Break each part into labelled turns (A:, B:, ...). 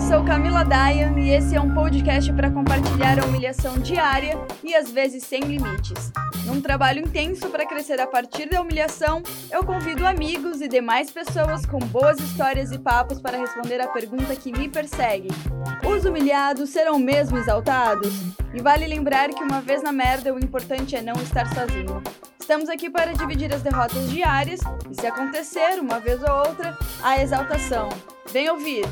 A: sou Camila Dayan e esse é um podcast para compartilhar a humilhação diária e às vezes sem limites. Num trabalho intenso para crescer a partir da humilhação, eu convido amigos e demais pessoas com boas histórias e papos para responder a pergunta que me persegue: Os humilhados serão mesmo exaltados? E vale lembrar que uma vez na merda, o importante é não estar sozinho. Estamos aqui para dividir as derrotas diárias e, se acontecer, uma vez ou outra, a exaltação. Vem ouvir!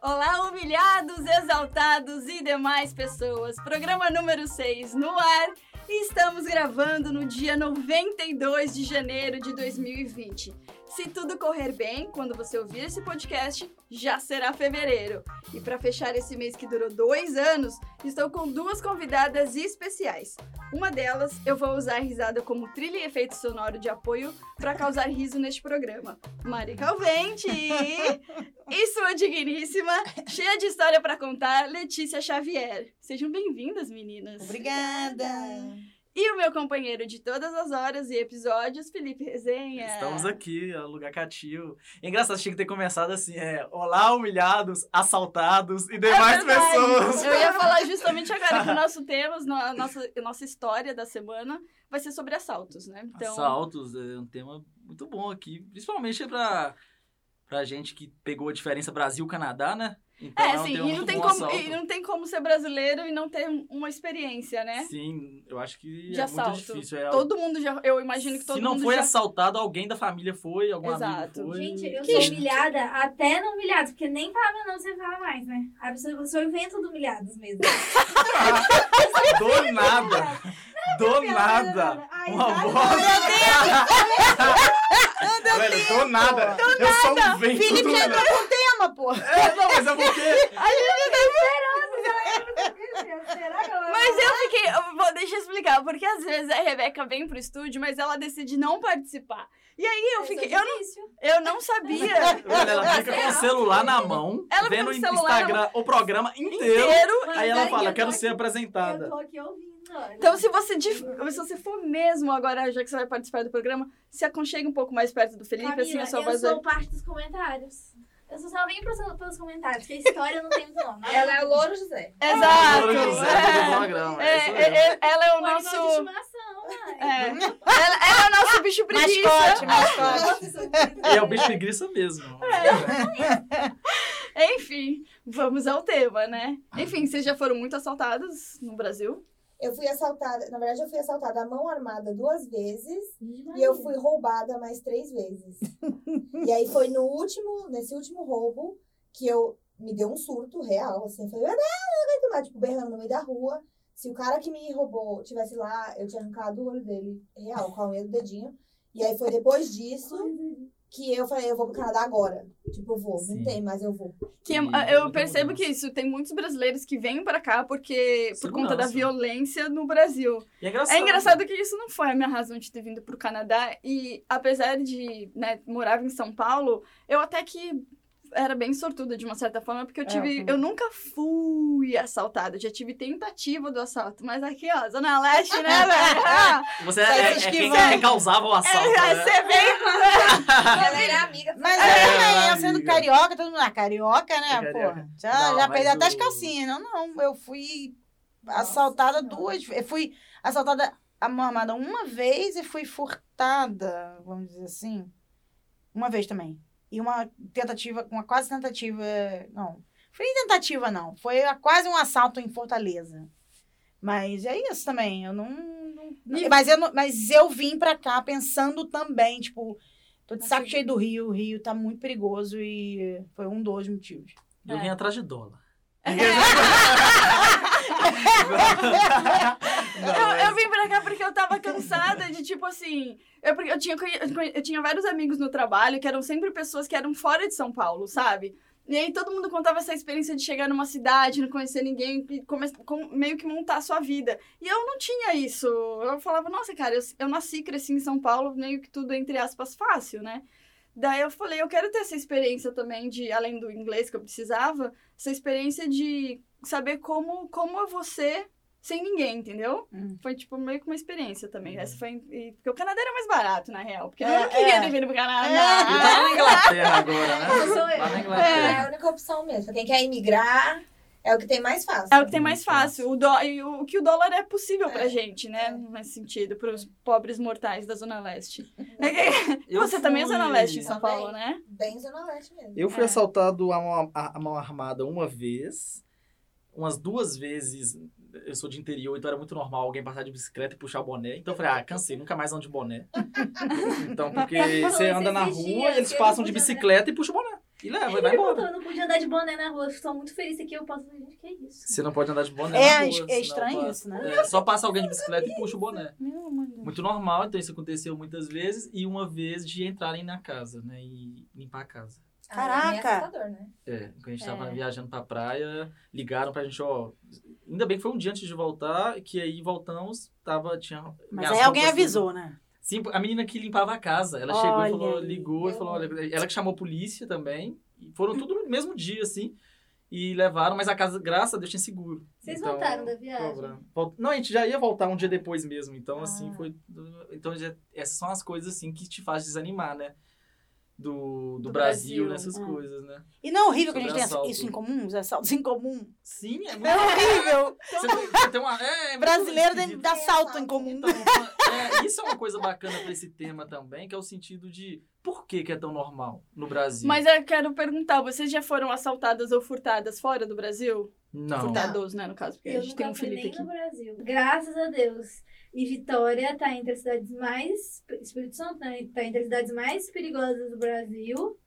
A: Olá, humilhados, exaltados e demais pessoas. Programa número 6 no ar e estamos gravando no dia 92 de janeiro de 2020. Se tudo correr bem, quando você ouvir esse podcast, já será fevereiro. E para fechar esse mês que durou dois anos, estou com duas convidadas especiais. Uma delas, eu vou usar a risada como trilha e efeito sonoro de apoio para causar riso neste programa. Mari Calvente! e sua digníssima, cheia de história para contar, Letícia Xavier. Sejam bem-vindas, meninas!
B: Obrigada!
A: E o meu companheiro de todas as horas e episódios, Felipe Resenha.
C: Estamos aqui, é um lugar cativo. É engraçado, tinha que ter começado assim, é... Olá, humilhados, assaltados e demais
A: É verdade.
C: pessoas.
A: Eu ia falar justamente agora que o nosso tema, os no- a nossa, a nossa história da semana vai ser sobre assaltos, né? Então,
C: Assaltos é um tema muito bom aqui, principalmente pra, pra gente que pegou a diferença Brasil-Canadá, né? Então
A: é,
C: um
A: assim,
C: tema
A: e
C: muito
A: não, tem
C: bom
A: como,
C: assalto.
A: e não tem como ser brasileiro e não ter uma experiência, né?
C: Sim, eu acho que
A: De
C: é
A: assalto.
C: muito difícil. É,
A: Todo mundo já, eu imagino que todo
C: Se não
A: mundo
C: foi
A: já...
C: assaltado, alguém da família foi, algum
A: Exato.
C: amigo foi.
D: Gente, eu
C: Que-
D: sou humilhada, até no humilhado, porque nem palavra não você fala mais, né? A pessoa, eu sou invento do humilhados mesmo.
C: Do nada, do nada.
D: Ai,
C: Uma
D: sabe?
C: Velho, é do nada. Eu sou um vento do
B: Felipe já
C: nada.
B: entrou com tema, pô.
C: É, não, mas é porque...
D: Será que ela
A: Mas eu fiquei. eu vou, deixa eu explicar, porque às vezes a Rebeca vem pro estúdio, mas ela decide não participar. E aí eu fiquei. Eu,
D: difícil.
A: eu não sabia.
C: Olha, ela fica com o celular na mão,
A: Ela fica
C: vendo
A: com
C: o
A: o celular na
C: Instagram, o programa inteiro.
A: Inteiro. né?
C: Aí ela fala,
D: eu
C: quero
D: tô
C: ser
D: aqui- Eu
C: apresentada.
D: tô aqui ouvindo. olha.
A: Então, se você, de- se você for mesmo agora, já que você vai participar do programa, se aconchegue um pouco mais perto do Felipe,
D: Camila,
A: assim a sua
D: eu
A: voz vai-
D: sou parte dos comentários. Eu sou só bem pelos, pelos comentários, porque a história não tem muito nome.
E: Ela é o Louro José.
A: Exato!
C: Louro José do programa,
A: É,
C: é isso
A: é, é, ela é o
D: um
A: nosso.
D: animal de estimação,
A: É.
D: ai.
A: Ela, ela é o nosso bicho preguiça.
B: Mascote, mascote.
C: E é o bicho preguiça mesmo.
A: É. Enfim, vamos ao tema, né? Enfim, vocês já foram muito assaltadas no Brasil?
E: Eu fui assaltada, na verdade, eu fui assaltada à mão armada duas vezes e eu fui roubada mais três vezes. e aí foi no último, nesse último roubo, que eu me deu um surto real, assim, eu falei, "Ah, não, não aguento mais", tipo, berrando no meio da rua. Se o cara que me roubou tivesse lá, eu tinha arrancado o olho dele, real, com a unha do dedinho. E aí foi depois disso que eu falei, eu vou pro Canadá agora. Tipo, eu vou,
C: Sim.
E: não tem, mas eu vou.
A: Que
C: Sim,
A: eu-
C: muita
A: eu percebo
C: mudança.
A: que isso tem muitos brasileiros que vêm pra cá porque por conta da
C: Segurança.
A: violência no Brasil.
C: E é engraçado.
A: É engraçado que isso não foi a minha razão de ter vindo pro Canadá. E apesar de, né, morava em São Paulo, eu até que era bem sortuda de uma certa forma, porque eu tive. eu nunca fui assaltada. Já tive tentativa do assalto, mas aqui, ó, Zona Leste, né, velho? Ah,
C: Você é, é- é quem,
B: esquivando.
C: quem causava o assalto,
A: é,
C: né?
A: você vem.
E: Ela era amiga.
B: Mas
C: É,
B: ela é,
C: amiga.
B: sendo carioca, todo mundo. Ah, carioca, né,
C: É carioca.
B: porra? Já,
C: Não,
B: já
C: mas
B: perdeu até as
C: o-
B: calcinhas. Não, não. Eu fui
E: Nossa
B: assaltada
E: Senhora.
B: duas vezes. Eu fui assaltada a mão armada uma vez e fui furtada, vamos dizer assim. Uma vez também. E uma tentativa, uma quase tentativa. Não. Foi nem tentativa, não. Foi a- quase um assalto em Fortaleza. Mas é isso também. Eu não. não- não- mas, eu não- mas eu vim pra cá pensando também, tipo, tô de saco cheio do Rio, o Rio tá muito perigoso e foi um dos motivos.
C: E eu vim atrás de dólar.
A: É.
C: Não, mas-
A: Eu, eu vim pra cá porque eu tava cansada de, tipo assim. Eu, porque eu, tinha, conhe- eu conhe- eu tinha vários amigos no trabalho que eram sempre pessoas que eram fora de São Paulo, sabe? E aí todo mundo contava essa experiência de chegar numa cidade, não conhecer ninguém, e come- com- meio que montar a sua vida. E eu não tinha isso. Eu falava, nossa, cara, eu, eu nasci, cresci em São Paulo, meio que tudo, entre aspas, fácil, né? Daí eu falei, eu quero ter essa experiência também de, além do inglês que eu precisava, essa experiência de saber como, como eu vou ser sem ninguém, entendeu?
B: Hum.
A: Foi tipo meio que uma experiência também. Essa foi. e- porque o Canadá era mais barato, na real. Porque
B: É,
A: eu não queria
B: é.
A: ter vindo pro Canadá.
B: É.
C: Ele tá na Inglaterra agora, né?
D: Eu sou eu.
C: Lá na
E: É
C: Inglaterra.
E: a única opção mesmo. Quem quer emigrar é o que tem mais fácil.
A: É o que tem mais fácil. O, dó, e o o que o dólar é possível pra gente, né?
E: É.
A: Nesse sentido, pros pobres mortais da Zona Leste.
C: Eu
A: Você também é
C: fui-
A: Zona Leste em São
E: Também.
A: Paulo, né?
E: Bem Zona Leste mesmo.
C: Eu fui
A: É.
C: assaltado a mão, a- a mão armada uma vez, umas duas vezes. Eu sou de interior, então era muito normal alguém passar de bicicleta e puxar o boné. Então eu falei, ah, cansei, nunca mais ando de boné. então, porque você
D: esses
C: anda na
D: dias
C: rua, eles
D: que eu
C: passam
D: fui
C: de
D: andar-
C: bicicleta e puxam o boné. E leva, e vai
D: Ele perguntou,
C: embora.
D: eu não podia andar de boné na rua. Eu estou muito feliz aqui. Eu posso fazer, gente, que é isso?
C: Você não um pode andar de boné.
B: É,
C: na rua,
B: es- é
C: senão
B: estranho
C: passa-
B: isso, né?
C: É, só passa alguém de bicicleta e puxa o boné.
A: Meu amor. de Deus.
C: Muito normal, então isso aconteceu muitas vezes. E uma vez de entrarem na casa, né? E limpar a casa.
E: Ah, é
B: Caraca.
E: assustador, né?
C: É, quando a gente
A: É.
C: tava viajando pra praia, ligaram pra gente, ó. Ainda bem que foi um dia antes de voltar, que aí voltamos, tava. Tinha.
B: Mas
C: minhas
B: aí alguém
C: roupas-
B: avisou, né?
C: Sim, a menina que limpava a casa. Ela chegou
B: Olha
C: e falou,
B: aí.
C: ligou e falou, olha. Ela que chamou a polícia também. E foram tudo no mesmo dia, assim. E levaram, mas a casa, graças a Deus, tinha seguro.
D: Vocês
C: Então,
D: voltaram da viagem?
C: cobrando. Vol- Não, a gente já ia voltar um dia depois mesmo. Então,
B: Ah.
C: assim, foi. Então, já- essas são as coisas, assim, que te faz desanimar, né? Do, do,
A: Do
C: Brasil,
A: Brasil,
C: nessas
B: é.
C: coisas, né?
B: E não é horrível que a gente
C: Sobre
B: tenha
C: assalto.
B: isso em comum, os assaltos em comum.
C: Sim, é muito
B: É horrível.
C: Você tem, você tem uma. É, é muito
B: Brasileiro tem-
C: esquisito.
B: dá assalto
E: assalto.
B: em comum.
C: Então, uma- é, isso é uma coisa bacana pra esse tema também, que é o sentido de por que, que é tão normal no Brasil.
A: Mas eu quero perguntar, vocês já foram assaltadas ou furtadas fora do Brasil?
C: Não.
E: Tá.
A: Furtados, né, no caso, porque a
D: Eu
A: gente tem
D: nunca
A: um
D: fui
A: Felipe
D: nem
A: aqui.
D: no Brasil. Graças a Deus. E Vitória tá entre as cidades mais. Espírito Santo, né? Tá entre as cidades mais perigosas do Brasil.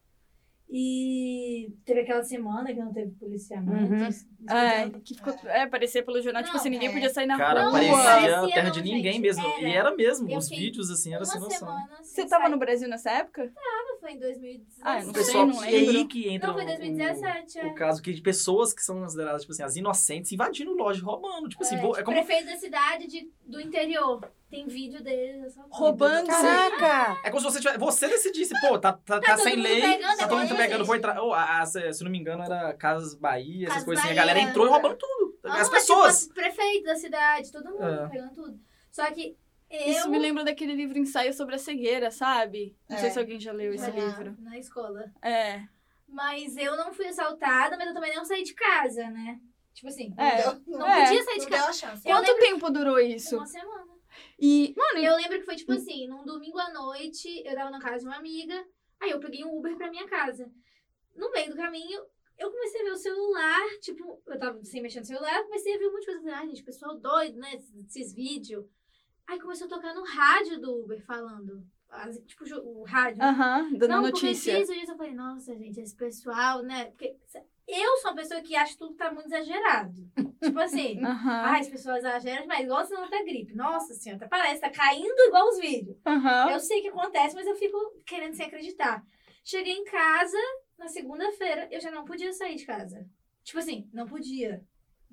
D: E teve aquela semana que não teve policiamento.
B: Uhum.
D: Isso- isso
A: É,
D: não-
A: que ficou, é, parecia pelo jornal, tipo
D: né? Não,
A: assim, ninguém
E: é.
A: podia sair na
C: Cara,
A: rua.
D: parecia-
C: parecia
D: Parecia
C: terra
D: não,
C: de
D: gente,
C: ninguém mesmo.
D: era.
C: E era mesmo.
D: Eu
C: Os
D: fiquei
C: vídeos, assim, era
D: Uma
C: sem noção.
D: semana.
A: Você tava no Brasil nessa época?
D: Brasil? Foi em 2017.
A: Ah, eu
C: O
A: não sei,
C: pessoal
A: não
C: que- é e
A: lembro.
C: aí que entra
D: Não, foi
C: o-
D: 2017.
C: O,
D: é.
C: o caso que de pessoas que são consideradas, tipo assim, as inocentes invadindo loja e roubando. Tipo assim,
D: É,
C: vou- é
D: tipo,
C: como.
D: Prefeito da cidade de- do interior. Tem vídeo deles assaltando.
A: Roubando.
B: Caraca!
C: É como se você tivesse. Você decidisse, pô, tá, tá, tá
D: todo
C: sem
D: mundo
C: lei,
D: pegando,
C: tá
D: é
C: todo
D: bom,
C: mundo
D: né,
C: pegando,
D: gente?
C: vou entrar. Ou, a- a- se, se não me engano, era Casas Bahia, essas
D: Casas
C: coisas assim. A
D: Bahia.
C: galera entrou e roubando tudo.
D: Ah,
C: As
D: mas,
C: pessoas.
D: Tipo, prefeito da cidade, todo mundo
C: É.
D: pegando tudo. Só que
A: Isso
D: eu,
A: me lembra daquele livro Ensaio sobre a Cegueira, sabe? Não
E: É.
A: sei se alguém já leu esse
D: Já.
A: livro.
D: na escola.
A: É.
D: Mas eu não fui assaltada, mas eu também não saí de casa, né? Tipo assim,
A: É.
E: Não,
D: não
E: não,
A: É.
D: podia sair de
E: não
D: casa.
E: deu a chance.
D: Eu
A: Quanto tempo durou isso?
D: Uma semana.
A: E, Hum. mano,
D: Eu lembro que foi tipo assim, num domingo à noite, eu tava na casa de uma amiga, aí eu peguei um Uber pra minha casa. No meio do caminho, eu comecei a ver o celular, tipo, eu tava sem mexer no celular, comecei a ver um monte de coisa. Ai, gente, pessoal doido, né? Esses, esses vídeos. Aí começou a tocar no rádio do Uber falando. as- tipo, ju- o rádio.
A: aham, dando
D: Não,
A: notícia.
D: Porque assim, eu, fiz isso, eu falei, nossa, gente, esse pessoal, né? Porque eu sou uma pessoa que acha tudo que tá muito exagerado. tipo assim.
A: Aham,
D: Ai, as pessoas exageram demais, igual sinal da gripe. Nossa senhora, parece, tá caindo igual os vídeos.
A: aham.
D: Eu sei que acontece, mas eu fico querendo sem acreditar. Cheguei em casa, na segunda-feira, eu já não podia sair de casa. Tipo assim, não podia.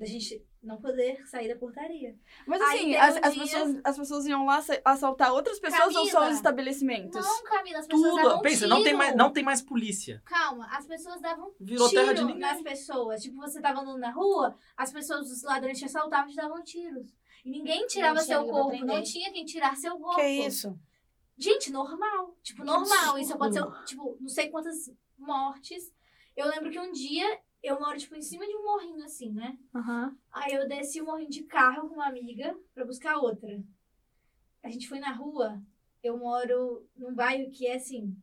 D: Da gente não poder sair da portaria.
A: Mas
D: Aí
A: assim,
D: teve
A: as,
D: um
A: as
D: dia-
A: pessoas, as pessoas iam lá assa- assaltar outras pessoas ou só
D: Camila.
A: os estabelecimentos?
D: Não, Camila, as pessoas
C: Tudo.
D: davam um
C: Pensa,
D: tiro.
C: não tem, mais, não tem mais polícia.
D: Calma, as pessoas davam
C: Virou
D: tiro
C: terra de ninguém.
D: nas pessoas. Tipo, você tava andando na rua, as pessoas, os ladrões te assaltavam e te davam tiros. E ninguém tirava
E: tinha
D: seu
E: ninguém pra
D: corpo, não
E: prender.
D: tinha quem tirar seu corpo.
B: Que é isso?
D: Gente, normal. Tipo, normal. Isso aconteceu, tipo, não sei quantas mortes. Eu lembro que um dia eu moro, tipo, em cima de um morrinho, assim, né?
A: Aham.
D: Aí eu desci o morrinho de carro com uma amiga pra buscar outra. A gente foi na rua. Eu moro num bairro que é assim.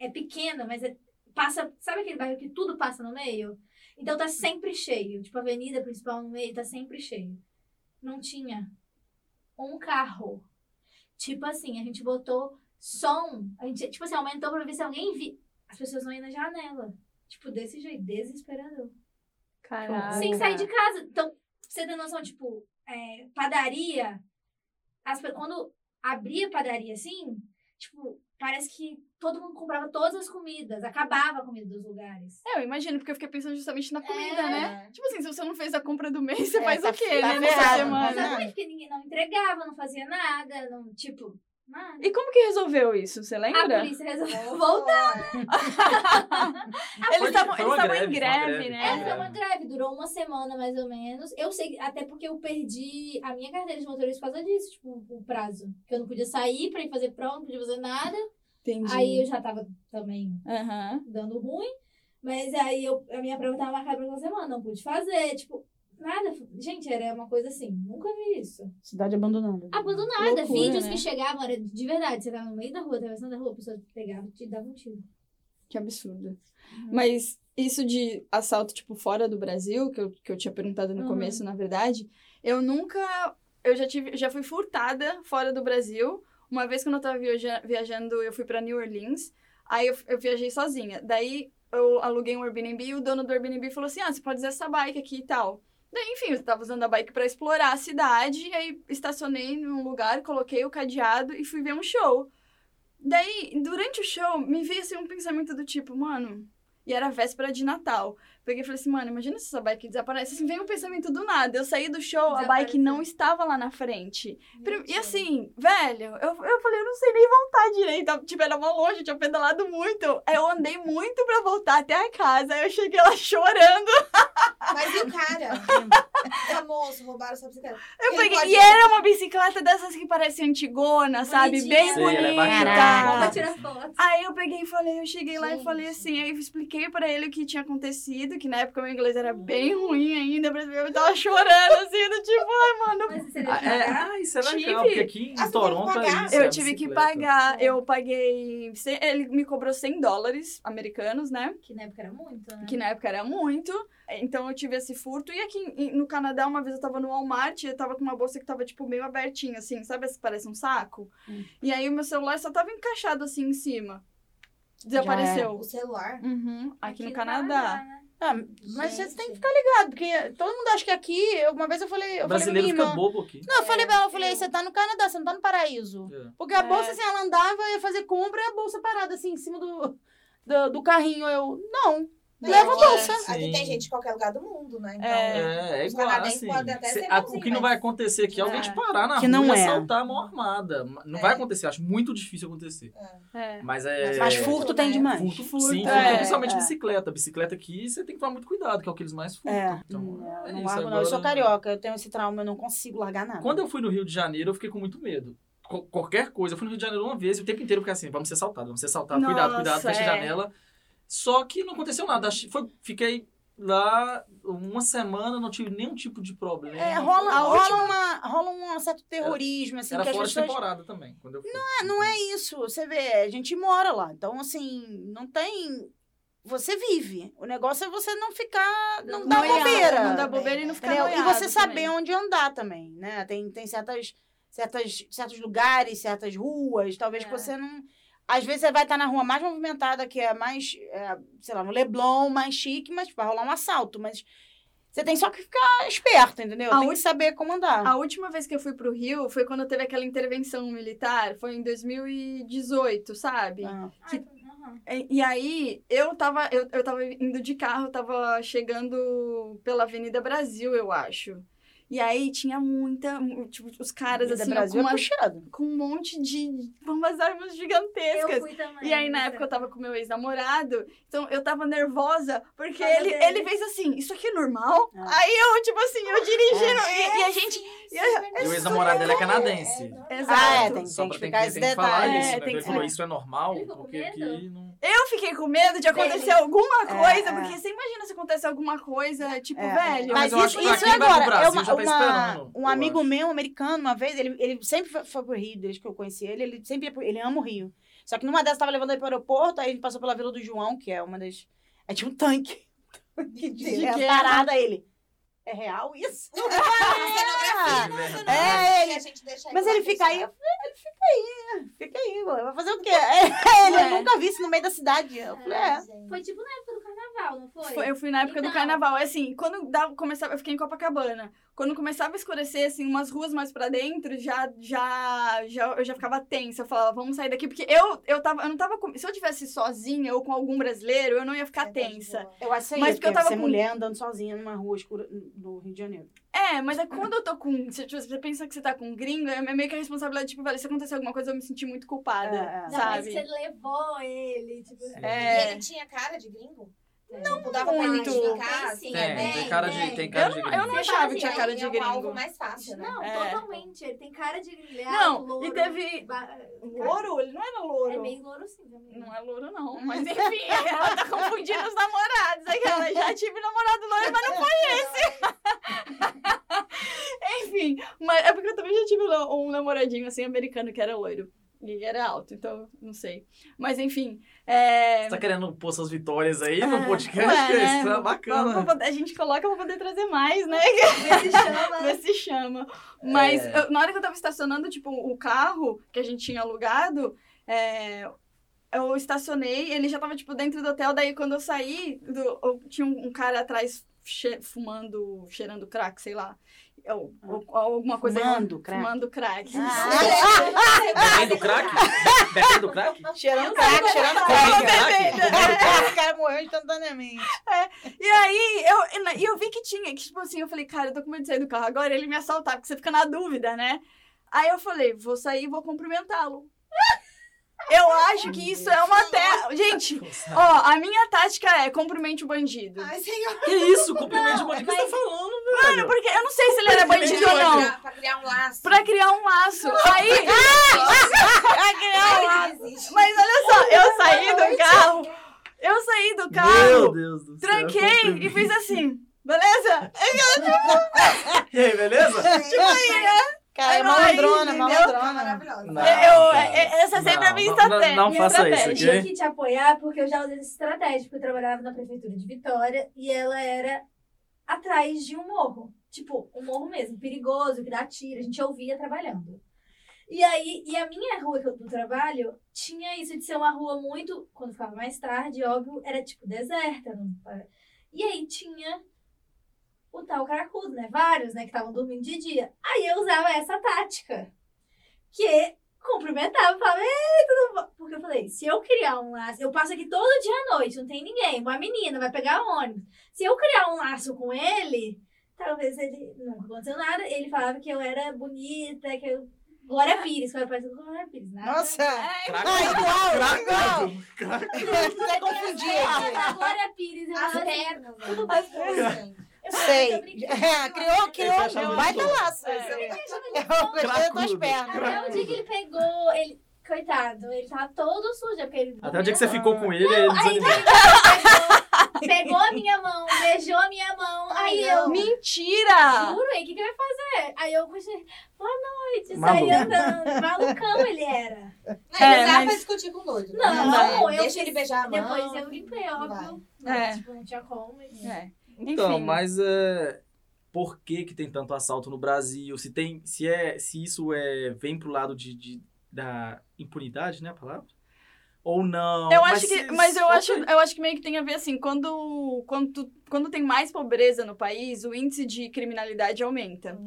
D: É pequeno, mas é, passa. Sabe aquele bairro que tudo passa no meio? Então tá sempre cheio. Tipo, a avenida principal no meio tá sempre cheio. Não tinha um carro. Tipo assim, a gente botou som. A gente, tipo assim, aumentou pra ver se alguém vi. As pessoas não iam na janela. Tipo, desse jeito, desesperador.
A: Caraca.
D: Sem sair de casa. Então, pra você tem noção, tipo, é, padaria, as pe- quando abria padaria assim, tipo, parece que todo mundo comprava todas as comidas, acabava a comida dos lugares.
A: É, eu imagino, porque eu fiquei pensando justamente na comida,
D: É.
A: né? Tipo assim, se você não fez a compra do mês, você
B: É,
A: faz
B: tá-
A: o quê,
B: tá
A: né? Nessa
B: ferrado,
A: semana.
B: tá ferrado.
D: Exatamente, porque ninguém não entregava, não fazia nada, não, tipo, Mano,
A: E como que resolveu isso? Você
D: a
A: lembra?
D: polícia
E: É.
D: resolveu voltar.
A: Eles estavam
C: Foi
A: eles
C: uma
A: estavam em
C: greve, foi uma
A: greve,
C: greve.
D: Essa
A: né?
D: foi uma É. greve, durou uma semana mais ou menos. Eu sei, até porque eu perdi a minha carteira de motorista por causa disso, tipo, o prazo. Que eu não podia sair pra ir fazer prova, não podia fazer nada.
A: Entendi.
D: Aí eu já tava também
A: Aham.
D: dando ruim. Mas aí eu, a minha prova tava marcada pra uma semana, não pude fazer, tipo, nada. Gente, era uma coisa assim, nunca vi isso.
B: Cidade abandonada.
D: Abandonada,
A: Loucura,
D: vídeos
A: né?
D: que chegavam, era de verdade, você tava no meio da rua, atravessando a rua, a pessoa pegava e te dava um tiro.
A: Que absurdo. Mas isso de assalto, tipo, fora do Brasil, que eu, que eu tinha perguntado no
D: Uhum.
A: começo, na verdade, eu nunca. Eu já tive, já fui furtada fora do Brasil. Uma vez quando eu tava viaja- viajando, eu fui pra New Orleans. Aí eu, eu viajei sozinha. Daí eu aluguei um Airbnb e o dono do Airbnb falou assim: Ah, você pode usar essa bike aqui e tal. Daí, enfim, eu tava usando a bike pra explorar a cidade. E aí estacionei num lugar, coloquei o cadeado e fui ver um show. Daí, durante o show, me veio assim um pensamento do tipo, mano. E era véspera de Natal. Peguei e falei assim, mano, imagina se essa bike desaparece. Assim, veio um pensamento do nada. Eu saí do show, a bike
D: Desapareceu.
A: não estava lá na frente. Pri- E
D: Mentira.
A: assim, velho, eu, eu falei, eu não sei nem voltar direito. Tipo, era mó longe, eu tinha pedalado muito. Aí Eu andei muito pra voltar até a casa. Aí eu cheguei lá chorando.
E: Mas e o cara? tá moço, roubaram sua bicicleta.
A: Eu
E: Ele
A: peguei.
E: pode-
A: E era uma bicicleta dessas que parece antigona, sabe? Bem
D: Bonitinha.
C: Sei, ela é
A: bonita.
C: bacana.
D: Vou
B: Caraca.
D: tirar foto.
A: Aí eu peguei e falei, eu cheguei lá e falei
E: Gente.
A: assim, aí eu expliquei pra ele o que tinha acontecido, que na época meu inglês era bem ruim ainda, pra- eu tava chorando assim, do tipo, ai, mano.
D: Mas você
C: Ah,
D: deve
C: é,
D: pagar?
C: ah, isso é
A: Tive.
C: legal, porque aqui
E: Ah, você
C: em
E: teve que
C: Toronto é
E: pagar?
C: isso. é
A: Eu tive que
C: bicicleta.
A: pagar,
D: É.
A: eu paguei, cem- ele me cobrou 100 dólares americanos, né?
D: Que na época era muito, né?
A: que na época era muito. Então eu tive esse furto. E aqui em- no Canadá, uma vez eu tava no Walmart e eu tava com uma bolsa que tava, tipo, meio abertinha, assim, sabe? esse que Parece um saco.
B: Hum.
A: E aí o meu celular só tava encaixado assim em cima. Desapareceu.
E: O celular?
A: Uhum, aqui, no,
D: no
A: Canadá.
D: né?
B: Ah, mas você
E: Gente.
B: tem que ficar ligado, porque todo mundo acha que aqui, eu- uma vez eu falei, eu falei pra
C: brasileiro
B: minha
C: fica
B: irmã.
C: bobo aqui.
B: Não, eu falei pra ela, eu falei,
D: eu-
B: você tá no Canadá, você não tá no paraíso.
C: É.
B: Porque a
A: É.
B: bolsa, assim, ela andava, eu ia fazer compra e a bolsa parada, assim, em cima do, do, do carrinho. Eu, não. Leva a
E: aqui-
B: bolsa.
E: Aqui tem
C: Sim.
E: gente de qualquer lugar do mundo, né? Então,
A: É.
C: É, é
E: Os
C: igual
E: canadenses
C: assim.
E: podem até
C: Cê-
E: ser
C: a- o
E: bonzinhos,
C: que não
E: mas-
C: vai acontecer aqui é alguém te
A: É.
C: parar na
B: Que
C: rua
B: não
C: e
B: é.
C: assaltar a mão armada. Não
E: É.
C: vai acontecer, acho muito difícil acontecer.
A: É.
C: Mas é.
B: Mas
E: É.
B: furto tem demais.
C: Furto,
A: Furto,
C: sim,
A: é.
C: furto, principalmente
B: É.
C: bicicleta. Bicicleta aqui você tem que tomar muito cuidado, que é o que eles mais furtam.
B: É.
C: Então,
B: não,
C: é
B: não
C: isso,
B: largo, não. Eu
C: agora-
B: sou carioca, eu tenho esse trauma, eu Ah, não consigo largar nada.
C: Quando eu fui no Rio de Janeiro, eu fiquei com muito medo. Co- qualquer coisa. Eu fui no Rio de Janeiro uma vez e o tempo inteiro eu fiquei assim: vamos ser assaltados, vamos ser assaltados, cuidado,
A: Nossa,
C: cuidado, fecha a
A: é.
C: janela. Só que não aconteceu nada. Achei- foi- fiquei lá uma semana, não tive nenhum tipo de problema.
B: É, rola,
A: A
B: rola, uma, rola um certo terrorismo, assim,
C: Era
B: que as
C: fora de
B: pessoas...
C: temporada também. Quando eu fui.
B: Não é isso, você vê, a gente mora lá, então, assim, não tem... Você vive. O negócio é você não ficar... Não dar
A: Noiado,
B: bobeira.
A: Não dá bobeira e não ficar
B: Entendeu? E
A: noiado
B: você saber
A: também.
B: onde andar também, né? Tem, tem certas, certas, certos lugares, certas ruas, talvez
D: É.
B: que você não. Às vezes você vai estar na rua mais movimentada, que é mais, é, sei lá, no Leblon, mais chique, mas vai rolar um assalto. Mas você tem só que ficar esperto, entendeu?
A: A
B: tem que
A: última-
B: saber como andar.
A: A última vez que eu fui pro Rio foi quando teve aquela intervenção militar, foi em 2018, sabe?
B: Ah.
D: Ai, aham.
A: E, e aí, eu tava, eu, eu tava indo de carro, eu tava chegando pela Avenida Brasil, eu acho. E aí tinha muita, mu- tipo, os caras
B: Vida
A: assim, ó,
B: Brasil
A: com,
B: é
A: uma-
B: puxado.
A: com um monte de umas armas
D: Eu
A: gigantescas.
D: fui também.
A: E aí, na
D: mas
A: época,
D: é.
A: eu tava com meu ex-namorado, então eu tava nervosa, porque
D: Fala
A: ele,
D: dele.
A: ele fez assim, isso aqui é normal?
B: É.
A: Aí eu, tipo assim, eu dirigindo, e, e a gente... e a-
C: E o ex-namorado dela é canadense.
A: Exato.
B: Ah, é, tem,
C: Só
B: tem que
C: pra-
B: explicar esse
C: tem que falar
B: detalhe.
A: É,
C: isso, né?
A: tem
C: Ele
A: que
C: falou,
A: falar.
C: isso é normal,
D: Ele ficou com
C: porque
D: medo?
C: aqui não...
A: Eu fiquei com medo de acontecer alguma
B: É,
A: coisa,
B: é.
A: porque você imagina se acontece alguma coisa, tipo,
B: É.
A: velho...
C: Mas
B: Mas,
C: eu
B: isso,
C: acho que pra
B: isso é
C: quem vai pro
B: agora.
C: Brasil
B: É uma-
C: já tá
B: uma-
C: esperando, eu
B: um amigo
C: acho.
B: meu, americano, uma vez, ele, ele sempre foi- foi pro Rio, desde que eu conheci ele, ele sempre ia pro- ele ama o Rio. Só que numa dessas tava levando ele pro aeroporto, aí ele passou pela Vila do João, que é uma das. Aí tinha um tanque. De, é?
A: guerra.
B: parada ele. É real isso? Ah, É, ele- Mas ele fica aí, eu falei, ele fica aí, fica aí, ué, vai fazer o quê? Ele,
A: É.
B: eu nunca vi isso no meio da cidade. Eu falei, é.
D: Foi tipo na época do carnaval. carnaval, não foi?
A: Foi- Eu fui na época do
D: Então.
A: carnaval. É assim, quando dava, começava, eu fiquei em Copacabana. Quando começava a escurecer, assim, umas ruas mais pra dentro, já, já, já, eu já ficava tensa. Eu falava, vamos sair daqui, porque eu, eu tava, eu não tava com- se eu tivesse sozinha ou com algum brasileiro, eu não ia
D: É
A: ficar tensa.
B: Eu acho que é
A: Mas
B: isso,
A: porque eu
B: porque
A: tava
B: você
A: com-
B: mulher andando sozinha numa rua escura no Rio de Janeiro.
A: É, mas é quando eu tô com, se tipo, você pensa que você tá com um gringo, é meio que a responsabilidade, tipo, velho, se acontecer alguma coisa, eu me senti muito culpada,
B: É, é.
D: Não, mas
A: sabe?
D: você levou ele, tipo... é.
E: E
A: É,
E: ele tinha cara de gringo?
D: Não
E: Tipo, dava
A: muito.
E: pra identificar?
D: Tem,
E: assim,
D: é
C: Tem,
E: bem,
C: tem cara de.
E: bem?
C: Tem
A: eu
C: cara de
A: não, eu não
D: Você
A: achava
D: fala
A: que
D: assim,
A: tinha cara
E: Ele
A: de
E: É um alvo
A: gringo.
E: mais fácil, né?
D: Não,
A: É.
D: totalmente. Ele tem cara de grilhado,
A: Não, e
D: é louro,
A: teve-
D: ba-
A: Louro, ele não era louro.
D: É bem louro sim também.
A: Não é louro, não. Mas enfim, ela tá confundindo os namorados. Aquela, já tive namorado loiro, mas não foi enfim. Mas é porque eu também já tive um namoradinho assim americano que era loiro. E era alto, então não sei. Mas enfim. É...
C: Você tá querendo pôr suas vitórias aí
A: É,
C: no podcast?
A: ué,
C: que
A: né?
C: Isso é
A: Vamos-
C: bacana.
A: vamos- a gente coloca pra poder trazer mais, né?
D: Ele chama...
A: Vê se chama. Mas
C: É.
A: eu- na hora que eu tava estacionando, tipo, o carro que a gente tinha alugado, é, eu estacionei, ele já tava, tipo, dentro do hotel. Daí, quando eu saí, do- eu- tinha um um cara atrás che- fumando, cheirando crack, sei lá. Ou, ou- ou alguma coisa.
B: Fumando crack. Ah.
A: Fumando crack.
C: Bebendo crack? Bebendo crack?
B: Cheirando crack, cheirando
C: Comendo
B: crack.
C: crack?
B: O é assim. cara morreu instantaneamente.
A: E aí, eu, e na- e eu vi que tinha, que tipo assim, eu falei, cara, eu tô com medo de sair do carro agora, ele me assaltar, porque você fica na dúvida, né? Aí eu falei, vou sair e vou cumprimentá-lo. Eu acho que isso é uma terra. Gente, ó, a minha tática é cumprimente o bandido.
E: Ai, senhor.
C: Que isso? Cumprimento de
D: Não,
C: uma. O que você tá
D: mas-
C: falando, velho?
A: Mano, porque eu não sei se ele era bandido ou não.
E: Pra criar um laço.
A: Pra criar um laço. Aí. Pra criar um laço.
E: Ai, não existe.
A: Mas olha só, eu saí do carro. Eu saí do
C: Meu
A: carro,
C: Deus do céu.
A: tranquei e
C: cumprimento.
A: fiz assim. Beleza?
C: E aí, beleza?
E: Gente,
B: Tipo Cara,
A: Era
B: é
A: aí,
B: malandrona,
A: entendeu?
E: tá
B: malandrona.
E: maravilhosa.
C: Não.
A: Eu-
C: cara.
A: é- essa sempre é a minha
C: Não,
A: estratégia.
C: não- não
A: minha
C: faça isso,
A: estratégia.
D: Eu tinha que te apoiar porque eu já usei essa estratégia. Porque eu trabalhava na prefeitura de Vitória e ela era atrás de um morro. Tipo, um morro mesmo, perigoso, que dá tiro. A gente ouvia trabalhando. E aí, e a minha rua que eu- do trabalho tinha isso de ser uma rua muito. Quando ficava mais tarde, óbvio, era tipo deserta. Não, e aí tinha o tal cracudo, né? Vários, né? Que estavam dormindo de dia. Aí eu usava essa tática. Que cumprimentava, falava, ei, tudo bom? Porque eu falei, se eu criar um laço, eu passo aqui todo dia à noite, não tem ninguém, uma menina vai pegar ônibus. Se eu criar um laço com ele, talvez ele, nunca aconteceu nada, ele falava que eu era bonita, que eu... Glória Pires, que eu era parecida com Glória Pires. Nada.
B: Nossa!
A: Ai,
C: Crack.
B: Ah, igual, igual.
C: Cracudo. Cracudo.
B: Você confundir aqui.
D: A Glória Pires, eu
E: As
D: falava assim,
E: pernas. As pernas, gente.
D: eu falei, eu
B: Sei.
D: tô brincando.
B: É, Criou,
C: Ele tá
B: criou. Vai ter
C: chamando.
B: laço.
A: É.
B: Eu
D: Eu
B: gostei das tuas
C: Cracudo.
B: pernas.
D: Até o dia que ele pegou, ele. Coitado, ele tava todo sujo. é Porque ele
C: Até o dia que você ficou com ele, ele
D: Aí
C: desanimou.
D: ele pegou, pegou a minha mão, beijou a minha mão.
E: Ai,
D: aí
E: não.
D: eu.
B: Ah.
A: Mentira!
D: Juro, aí, o que, que eu ia fazer? Aí eu continuei. Boa noite,
C: Maluco.
D: saí andando. Malucão ele era.
E: Não, não
A: É,
E: dá pra
A: mas-
E: discutir com o doido.
D: Não,
E: Não,
D: eu
E: Deixa
D: fiz-
E: ele beijar a mão.
D: Depois eu limpei, óbvio.
A: É.
D: Tipo, não tinha como. mas-
A: É.
C: Então,
A: Enfim.
C: mas é, por que que tem tanto assalto no Brasil? Se tem, se é, se isso é vem pro lado de, de- da impunidade, né, a palavra? Ou não?
A: Eu acho que,
C: se-
A: mas eu
C: ok.
A: acho, eu acho que meio que tem a ver assim, quando, quando, tu- quando tem mais pobreza no país, o índice de criminalidade aumenta.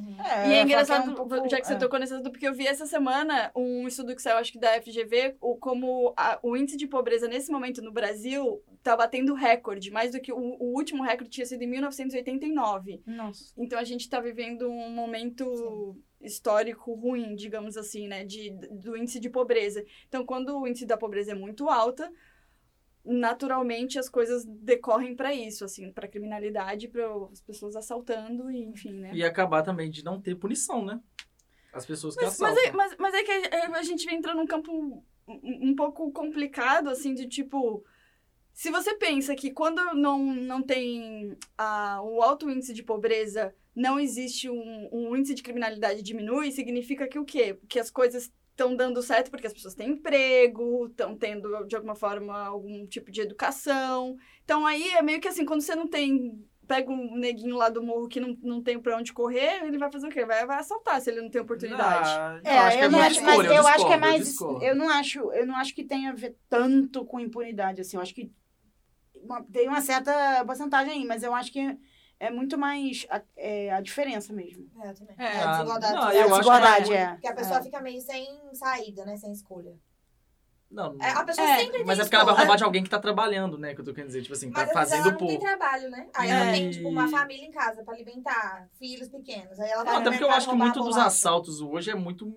A: e é
B: um
A: engraçado, já que
B: é.
A: você tocou nesse assunto, porque eu vi essa semana um estudo que saiu, acho que da FGV, o, como a- o índice de pobreza nesse momento no Brasil tá batendo recorde, mais do que o, o último recorde tinha sido em 1989.
B: Nossa.
A: Então a gente tá vivendo um momento histórico ruim, digamos assim, né? De, do índice de pobreza. Então, quando o índice da pobreza é muito alta, naturalmente as coisas decorrem pra isso, assim, pra criminalidade, para as pessoas assaltando e enfim, né?
C: E acabar também de não ter punição, né? As pessoas que
A: Mas, mas,
C: assaltam.
A: é, mas, mas é que a, a gente vem entrando num campo um, um pouco complicado, assim, de tipo. Se você pensa que quando não, não tem ah, o alto índice de pobreza, não existe um, um índice de criminalidade diminui, significa que o quê? Que as coisas estão dando certo porque as pessoas têm emprego, estão tendo, de alguma forma, algum tipo de educação. Então aí é meio que assim, quando você não tem. Pega um neguinho lá do morro que não, não tem pra onde correr, ele vai fazer o quê? Vai, vai assaltar se ele não tem oportunidade.
C: Ah, eu acho que
B: É, eu não
C: minha
B: acho, mas
C: escolha,
B: eu acho que é
C: discordo, eu
B: mais.
C: discordo.
B: Eu não acho, eu não acho que tenha a ver tanto com impunidade, assim. Eu acho que uma- tem uma certa porcentagem aí, mas eu acho que é muito mais a, é, a diferença mesmo.
E: É, eu também.
A: É.
E: É, a desigualdade.
C: Não,
E: é,
C: Ah, eu
B: a
C: acho que
B: desigualdade, é.
E: Porque a pessoa fica meio sem saída, né? Sem escolha.
C: Não,
E: É, a pessoa
A: É,
E: sempre tem
C: mas é porque ela vai
E: escolha.
C: roubar de alguém que tá trabalhando, né? Que eu tô querendo dizer, tipo assim, tá
E: Mas às vezes ela
C: fazendo
E: não tem
C: pouco.
E: trabalho, né? Aí ela
A: É.
E: tem, tipo, uma família em casa pra alimentar, filhos pequenos. Aí ela vai no
C: Não, até porque eu
E: mercado
C: acho que
E: né? roubar
C: muito dos
E: bolacha.
C: assaltos hoje é muito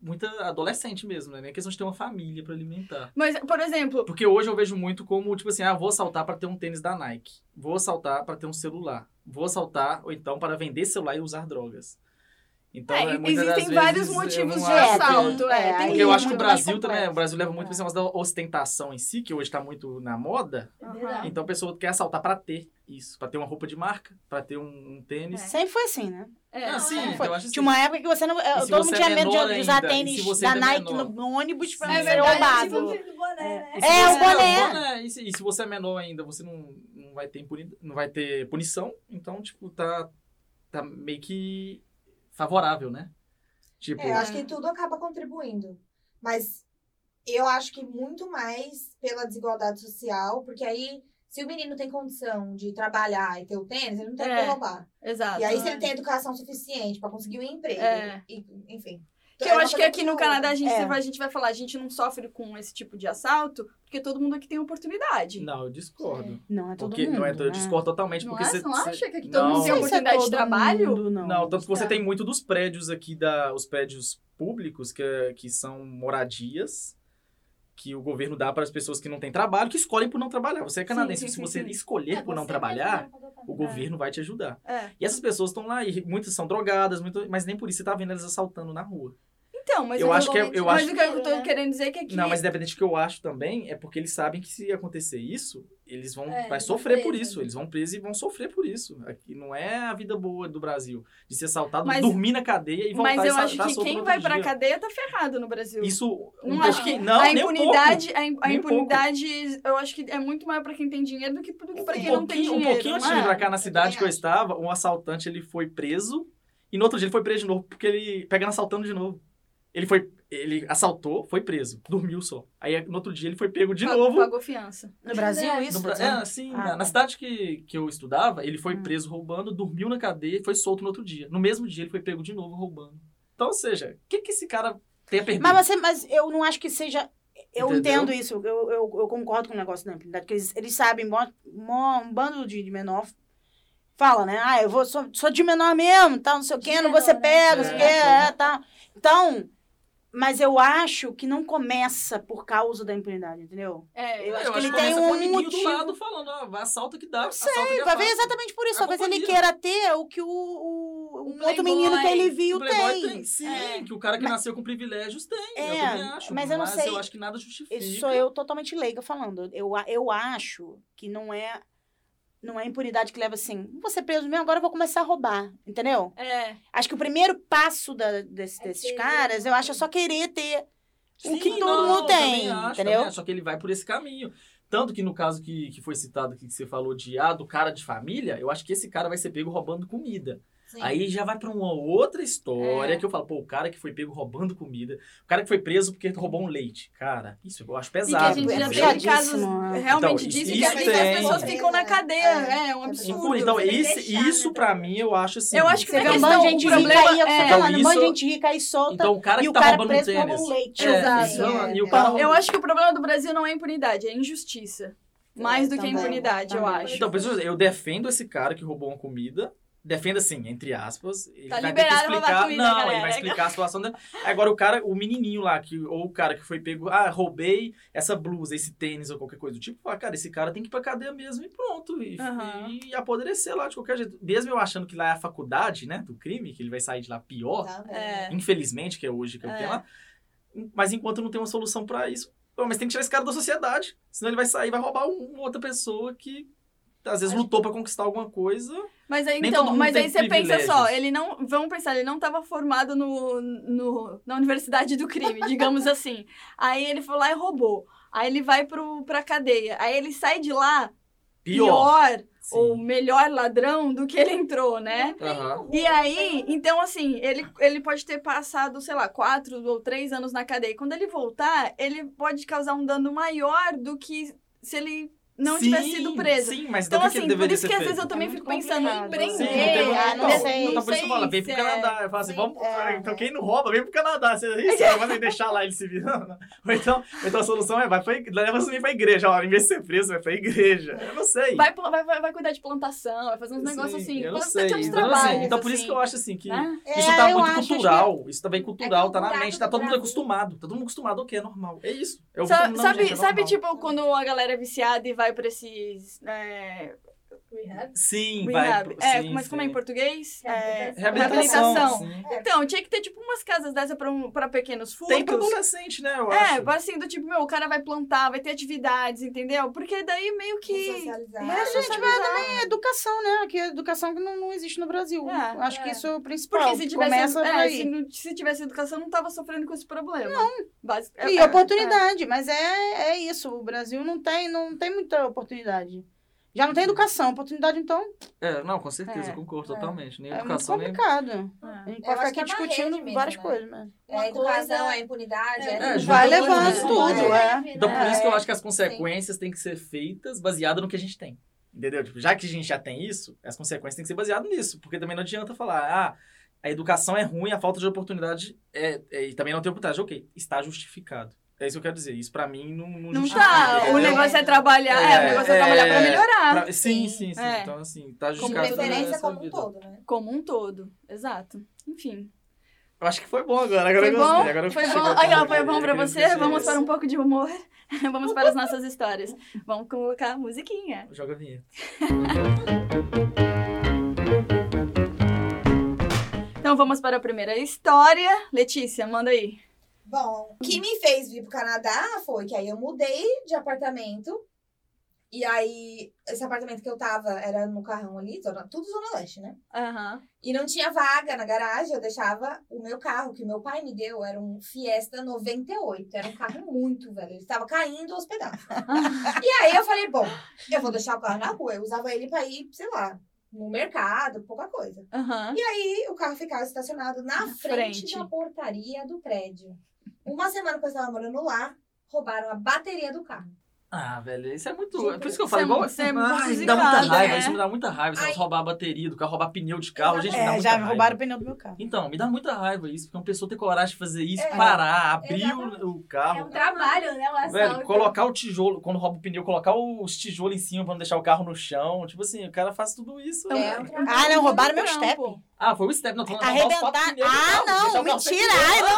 C: muita adolescente mesmo, né? Nem questão de ter uma família pra alimentar.
A: Mas, por exemplo,
C: Porque hoje eu vejo muito como, tipo assim, ah, vou assaltar pra ter um tênis da Nike. Vou assaltar pra ter um celular. Vou assaltar, ou então, para vender celular e usar drogas. Então,
A: é,
C: é, muitas das
A: existem vários
C: vezes, é um eu
A: motivos
C: não
A: de
C: acho que-
A: assalto.
B: é,
A: é, tem
C: Porque eu acho que
A: muito.
C: o Brasil
B: mais
C: também, o
B: complexo.
C: Brasil leva muito
B: É.
C: pra esse negócio da ostentação em si, que hoje tá muito na moda.
A: Aham.
D: é Verdade.
C: Então a pessoa quer assaltar pra ter isso, Pra ter uma roupa de marca, pra ter um, um tênis.
B: Sempre foi assim, né?
A: É.
C: É, assim,
D: é.
C: eu acho assim.
B: Tinha uma época que você não. eh,
C: se
B: todo
C: você
B: mundo
C: é
B: tinha medo de,
C: menor
B: de usar
C: ainda, e se
B: tênis
C: você
B: da
C: ainda é
B: Nike no,
C: menor.
B: no ônibus pra
C: É
B: não ser
A: verdade,
D: tipo
B: roubado.
D: um filho do boné, né?
C: E se
B: É,
C: você
B: um boné.
C: E se, e se você é menor ainda, você não, não, vai ter impuni- não vai ter punição. Então, tipo, tá, tá meio que favorável, né? Tipo,
E: É, eu acho que tudo acaba contribuindo. Mas eu acho que muito mais pela desigualdade social, porque aí, se o menino tem condição de trabalhar e ter o tênis, ele não tem
A: É.
E: como roubar.
A: Exato.
E: E aí,
A: é.
E: se ele tem educação suficiente pra conseguir um emprego,
A: É.
E: e- enfim.
A: Que
E: É
A: eu
E: uma
A: acho que
E: coisa
A: aqui no
E: outra.
A: Canadá a gente,
B: É.
A: a gente vai falar, a gente não sofre com esse tipo de assalto, porque todo mundo aqui tem oportunidade.
C: não, eu discordo.
B: Não é todo
C: Porque,
B: mundo.
C: não é, eu
B: né?
C: discordo totalmente.
A: Não,
C: porque
A: é?
C: você,
A: não
C: você-
A: acha que aqui todo
C: Não.
A: mundo tem
B: Não sei se é
A: oportunidade de
B: todo
A: trabalho?
B: mundo, não.
C: Não, tanto que você
A: Tá.
C: tem muito dos prédios aqui, da, os prédios públicos, que, é- que são moradias, que o governo dá para as pessoas que não têm trabalho, que escolhem por não trabalhar. Você é canadense,
A: sim,
C: se
A: sim,
C: você
A: sim.
C: escolher
D: É,
C: por tipo, não
D: você
C: trabalhar,
D: mesmo, né?
C: o governo vai te ajudar.
A: É.
C: E essas pessoas estão lá, e muitas são drogadas, muito, mas nem por isso você tá vendo elas assaltando na rua.
A: Então, mas
C: Eu
A: o-
C: acho que é- eu
A: mas
C: acho-
A: o que eu tô
D: Né?
A: querendo dizer é que aqui
C: Não, mas independente do que eu acho também, é porque eles sabem que se acontecer isso, eles vão
D: É,
C: vai
D: eles vão
C: sofrer por
D: presos.
C: isso.
A: né?
C: Eles vão presos e vão sofrer por isso. Aqui não é a vida boa do Brasil. De ser assaltado,
A: Mas-
C: dormir na cadeia e voltar
A: Mas
C: e
A: eu
C: sa-
A: acho
C: dar
A: que
C: soco no
A: quem
C: outro
A: vai pra
C: dia.
A: cadeia tá ferrado no Brasil.
C: Isso.
A: Não
C: um
A: acho
C: pouquinho-
A: que
C: não,
A: a
C: nem um pouco.
A: impunidade, a, im- a
C: Nem um pouco.
A: impunidade, eu acho que é muito maior pra quem tem dinheiro do que, do que pra quem
C: um
A: não tem
C: pouquinho,
A: dinheiro.
C: um pouquinho antes de
A: não é?
C: vir pra cá, na
E: Eu
C: cidade
E: também
C: que eu
E: acho.
C: estava, um assaltante ele foi preso e no outro dia ele foi preso de novo porque ele pegando assaltando de novo. Ele foi ele assaltou, foi preso, dormiu só. Aí no outro dia ele foi pego de
A: Pa-
C: novo.
A: Pagou fiança.
B: No Brasil,
D: No
B: isso?
C: No Bra-
B: tá dizendo?
C: é, sim,
B: Ah,
C: na, na
B: tá. Hum.
C: cidade que, que eu estudava, ele foi preso roubando, dormiu na cadeia e foi solto no outro dia. No mesmo dia ele foi pego de novo roubando. Então, ou seja, o que, que esse cara tem a perder?
B: Mas, você, mas eu não acho que seja. Eu
C: Entendeu?
B: entendo isso, eu, eu, eu concordo com o negócio da impunidade, porque eles, eles sabem, mó- mó- um bando de, de menor fala, né? Ah, eu vou, sou, sou de menor mesmo, tal, não sei o
D: De
B: quê, não vou
D: menor,
B: ser
D: né? Uhum.
B: pego, não sei o quê,
C: É.
B: é, tal. Então, mas eu acho que não começa por causa da impunidade, entendeu?
A: É, eu
B: Eu
A: acho
B: acho que ele
C: começa
B: tem
C: com
B: um
C: amiguinho
B: motivo.
C: do lado falando, ó, vai assalta que dá,
B: Não sei,
C: assalta que
B: Vai ver
C: afasta.
B: exatamente por
C: É
B: isso, talvez ele
C: companhia.
B: queira ter o que o, o,
D: O
B: um outro
D: playboy.
B: menino que ele viu
C: O Um Playboy
B: tem.
C: sim,
D: É.
C: que o cara que nasceu com privilégios tem. eu
B: É,
C: também acho.
B: mas eu não sei.
C: acho que nada justifica.
B: Isso sou eu totalmente leiga falando. Eu, a- eu acho que não é não é impunidade que leva assim, vou ser preso mesmo, agora eu vou começar a roubar, entendeu?
A: É,
B: Acho que o primeiro passo da- desse-
D: É
B: desses
D: querer.
B: caras, eu acho, é só
A: né?
B: querer ter o
C: Sim,
B: que todo
C: não,
B: mundo
C: eu
B: tem,
C: também acho,
B: entendeu?
C: também acho, Só que ele vai por esse caminho. Tanto que no caso que, que foi citado aqui, que você falou de, ah, do cara de família, eu acho que esse cara vai ser pego roubando comida.
E: Sim.
C: Aí já vai pra uma outra história
A: É.
C: que eu falo, pô, o cara que foi pego roubando comida, o cara que foi preso porque roubou um leite. Cara, isso eu acho
A: e que a
C: pesado.
A: gente já
B: é
C: entendeu?
A: teve
B: puxadíssimo,
A: casos
B: né?
A: realmente
C: Então,
A: dizem
C: isso
A: que às vezes as
C: tem.
A: pessoas ficam na cadeia. É, um
E: É.
A: absurdo.
C: Impune- Então,
E: Tem que
C: esse,
E: deixar,
C: isso
E: né,
C: pra
E: também.
C: mim eu acho assim.
A: Eu acho que
B: Você
A: a
B: vê um
A: questão-
B: bando de
A: o
B: gente
A: problema
B: rica aí, eu
A: é-
B: tô falando, um
C: Então,
B: bando de
C: isso-
B: gente rica aí solta,
C: Então o cara
B: e
C: que
B: o
C: tá
B: cara
C: roubando um
B: preso rouba
C: tênis.
B: um leite.
C: É,
A: Exato.
C: isso, é- e o
E: É.
B: Então,
C: cara
A: Eu acho que o problema do Brasil não é a impunidade, é a injustiça. Mais do que a
B: É, também,
A: impunidade, eu
B: também.
A: acho.
C: Então, por isso eu defendo esse cara que roubou uma comida. Defendo assim, entre aspas. Ele
A: Tá
C: vai ter
A: liberado
C: que
A: roubar
C: explicar.
A: comida,
C: Não,
A: galera.
C: ele vai explicar a situação dele. Agora, o cara, o menininho lá, que, ou o cara que foi pego, ah, roubei essa blusa, esse tênis ou qualquer coisa do tipo. Ah, cara, esse cara tem que ir pra cadeia mesmo e pronto. E,
A: Aham.
C: e apodrecer lá de qualquer jeito. Mesmo eu achando que lá é a faculdade, né, do crime, que ele vai sair de lá pior.
E: Tá,
A: É.
C: Infelizmente, que é hoje que é o
A: É.
C: tema. Mas enquanto não tem uma solução pra isso, pô, mas tem que tirar esse cara da sociedade. Senão ele vai sair e vai roubar um- outra pessoa que às vezes lutou pra conquistar alguma coisa.
A: Mas aí,
C: Nem
A: então,
C: todo mundo
A: mas
C: tem
A: aí você pensa só,
C: privilégios.
A: ele não. Vamos pensar, ele não estava formado no, no, na universidade do crime, digamos assim. Aí ele foi lá e roubou. Aí ele vai pro, pra cadeia. Aí ele sai de lá
C: Pior. Sim.
A: ou melhor ladrão do que ele entrou, né?
D: um
C: Aham.
A: E
C: é.
A: aí, então assim, ele, ele pode ter passado, sei lá, quatro ou três anos na cadeia. Quando ele voltar, ele pode causar um dano maior do que se ele não
C: Sim,
A: tivesse sido presa.
C: Sim, mas
A: Então,
C: do que, que
A: assim, por
C: deveria
A: isso
C: ser
A: que às
C: feito?
A: vezes eu também
B: É
A: fico
B: muito
A: pensando em
B: complicado.
A: empreender.
C: Sim, não tem muito-
B: Ah, não
A: né?
B: sei.
A: Não
C: Então, por isso que fala, vem
A: se
C: pro
A: é-
C: Canadá. Eu falo assim,
A: Sim,
C: vamos,
B: é.
C: então quem não rouba, vem pro Canadá. Você, isso, mas aí deixar lá ele se virando. Ou então, então a solução é, vai pra, igre- leva você pra igreja. Ó, em vez de ser preso, vai pra igreja. Eu não sei.
A: Vai, pla- vai, vai, vai cuidar de plantação, vai fazer uns
C: Eu
A: negócios
C: sei,
A: assim.
C: Eu não
A: Vai
C: sei.
A: ter uns
C: Então,
A: trabalhos,
C: assim, então por isso
A: assim,
C: que eu acho assim que...
A: né?
C: Isso
E: É,
C: tá
B: eu
C: muito
B: acho que-
C: cultural. Isso tá
A: é
C: bem cultural, tá na
D: cultural
C: mente,
D: do
C: tá todo mundo
D: Brasil.
C: acostumado. Tá todo mundo acostumado ao que é normal. É isso. Eu
A: Sa-
C: não,
A: sabe,
C: gente, é
A: sabe
C: normal.
A: tipo, quando a galera é viciada e vai pra esses. É,
D: Rehab.
C: Sim, vai.
A: rehab?
C: pro-
A: É,
C: sim,
A: mas como é
C: sim.
A: em português? É,
C: Reabilitação.
A: reabilitação.
C: sim.
A: Então, tinha que ter, tipo, umas casas dessa pra, um, pra pequenos furtos.
C: Tem pra adolescente, né? Eu
A: É,
C: acho.
A: assim, do tipo, meu, o cara vai plantar, vai ter atividades, entendeu? Porque daí meio que.
E: Socializar.
A: É,
B: Mas, gente, vai
A: socializar.
B: também é educação, né? Que é educação que não, não existe no Brasil.
A: É,
B: Acho que
D: é.
B: isso é o principal.
A: Porque se tivesse,
B: Começa
A: é,
B: por aí.
A: Se, não- se tivesse educação, não tava sofrendo com esse problema. é, Não.
C: É,
B: E oportunidade, mas é, é isso. O Brasil não tem, não tem muita oportunidade. Já não tem
C: Uhum.
B: educação. Oportunidade, então,
C: É, não, com certeza,
A: É,
C: concordo totalmente. Nem
B: é
C: educação,
B: muito
C: nem.
B: complicado. A
E: Eu
B: gente pode ficar
E: acho que
B: aqui
E: é uma
B: discutindo
E: rede mesmo,
B: várias
E: né?
B: coisas, mas...
E: É a educação, é a impunidade.
D: É,
E: É,
C: junto
B: Vai
C: com
B: levando
C: isso.
B: tudo, é.
C: Então, por isso que eu acho que as consequências
E: consequências
C: têm que ser feitas baseadas no que a gente tem. Entendeu? Tipo, já que a gente já tem isso, as consequências têm que ser baseadas nisso. Porque também não adianta falar, ah, a educação é ruim, a falta de oportunidade é, é- e também não tem oportunidade. Ok, está justificado. É isso que eu quero dizer. Isso pra mim não, não,
A: Não
C: justifica.
A: tá. O
C: entendeu?
A: negócio é trabalhar. É, o
C: É,
A: negócio é,
C: é,
A: trabalhar pra melhorar.
C: Pra- sim, sim, sim.
A: É.
C: Então, assim, tá
E: de
C: justificado. toda
E: preferência
C: essa
E: como um
C: vida.
E: todo, né?
A: Como um todo. Exato. Enfim.
C: Eu acho que foi bom agora. Agora
A: Foi
C: eu gostei.
A: bom?
C: Agora eu
A: Foi
C: fiquei
A: bom.
C: com-
A: Aí, ó, foi bom pra
C: eu queria
A: você.
C: dizer
A: Vamos
C: isso.
A: para um pouco de humor. Vamos para as nossas histórias. Vamos colocar a musiquinha.
C: Joga a vinheta.
A: Então vamos para a primeira história. Letícia, manda aí.
E: Bom, o que me fez vir pro Canadá foi que aí eu mudei de apartamento. E aí, esse apartamento que eu tava era no carrão ali, zona- tudo Zona Leste, né?
A: Aham.
E: E não tinha vaga na garagem, eu deixava o meu carro, que meu pai me deu, era um Fiesta 98. Era um carro muito velho, ele estava caindo aos pedaços. e aí eu falei, bom, eu vou deixar o carro na rua. Eu usava ele para ir, sei lá, no mercado, pouca coisa.
A: Aham.
E: E aí o carro ficava estacionado na frente,
A: frente.
E: da portaria do prédio. Uma semana que eu estava morando lá, roubaram a bateria do carro.
C: Ah, velho, isso é muito.
E: Gente,
C: é por isso que eu
A: isso
C: falei,
A: é
C: igual.
A: muito- isso é muito
C: Ai, me dá muita
A: complicado,
C: raiva,
A: né?
C: isso me dá muita raiva. Se
E: Ai.
C: elas roubar a bateria do carro, roubar pneu de carro, gente, me dá
B: É,
C: muita
B: já
C: raiva.
B: roubaram o pneu do meu carro.
C: Então, me dá muita raiva isso, porque uma pessoa ter coragem de fazer isso,
E: É.
C: parar, abrir
D: Exatamente.
C: o, o
D: É
C: carro.
D: um trabalho, né? O assalto.
C: Velho, colocar o tijolo, quando rouba o pneu, colocar os tijolos em cima pra não deixar o carro no chão. Tipo assim, o cara faz tudo isso.
E: É,
C: velho.
E: um
B: Ah, não, roubaram meu
A: Trampo.
B: step.
C: Ah, foi o step. Não, tô falando, roubar os quatro
B: Arrebentar.
C: pneus do
B: Ah,
C: carro, deixar
B: não,
C: o carro sem
B: mentira.
C: pneu.
B: Ai, não.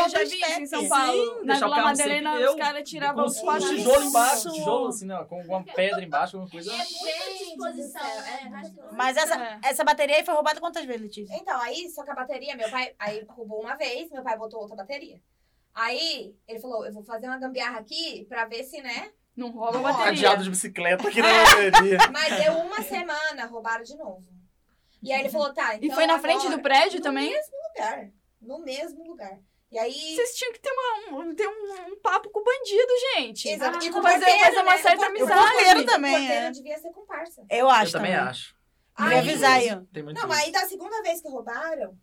A: Eu já vi isso em São
B: Sim,
A: Paulo. Na
C: deixar o
A: Vila
C: carro sem
A: Madalena,
C: pneu,
A: os caras tiravam
C: Com
A: os
C: os-
A: quadros.
C: um
B: quadros.
C: tijolo embaixo,
B: Isso.
C: tijolo assim, né? Com alguma pedra embaixo, alguma coisa.
D: É muita disposição. É, acho que não-
B: Mas essa, essa bateria aí foi roubada quantas vezes, Letícia?
E: Então, aí, só que a bateria, meu pai, aí roubou uma vez, meu pai botou outra bateria. Aí, ele falou, eu vou fazer uma gambiarra aqui pra ver se, né?
A: Não rouba a
E: Não,
A: bateria.
C: Cadeado de bicicleta aqui na bateria.
E: Mas deu uma semana, roubaram de novo. E aí ele falou, tá, então
A: E foi na
E: agora-
A: frente do prédio
E: no
A: também?
E: mesmo lugar. No mesmo lugar. E aí...
A: Vocês tinham que ter, uma- um, ter um, um papo com o bandido, gente.
E: Exato.
D: Ah,
E: e com
A: mas é-
E: porteiro,
A: mas é uma
E: né?
A: certa
E: Com
A: amizade.
E: porteiro.
B: O porteiro também,
E: O porteiro
B: é.
E: devia ser comparsa.
B: Eu acho
C: Eu também acho.
B: Aí-
C: Tem
B: avisar aí,
C: muito
B: ó.
C: isso, Tem muito
E: Não,
C: isso.
E: aí da segunda vez que roubaram,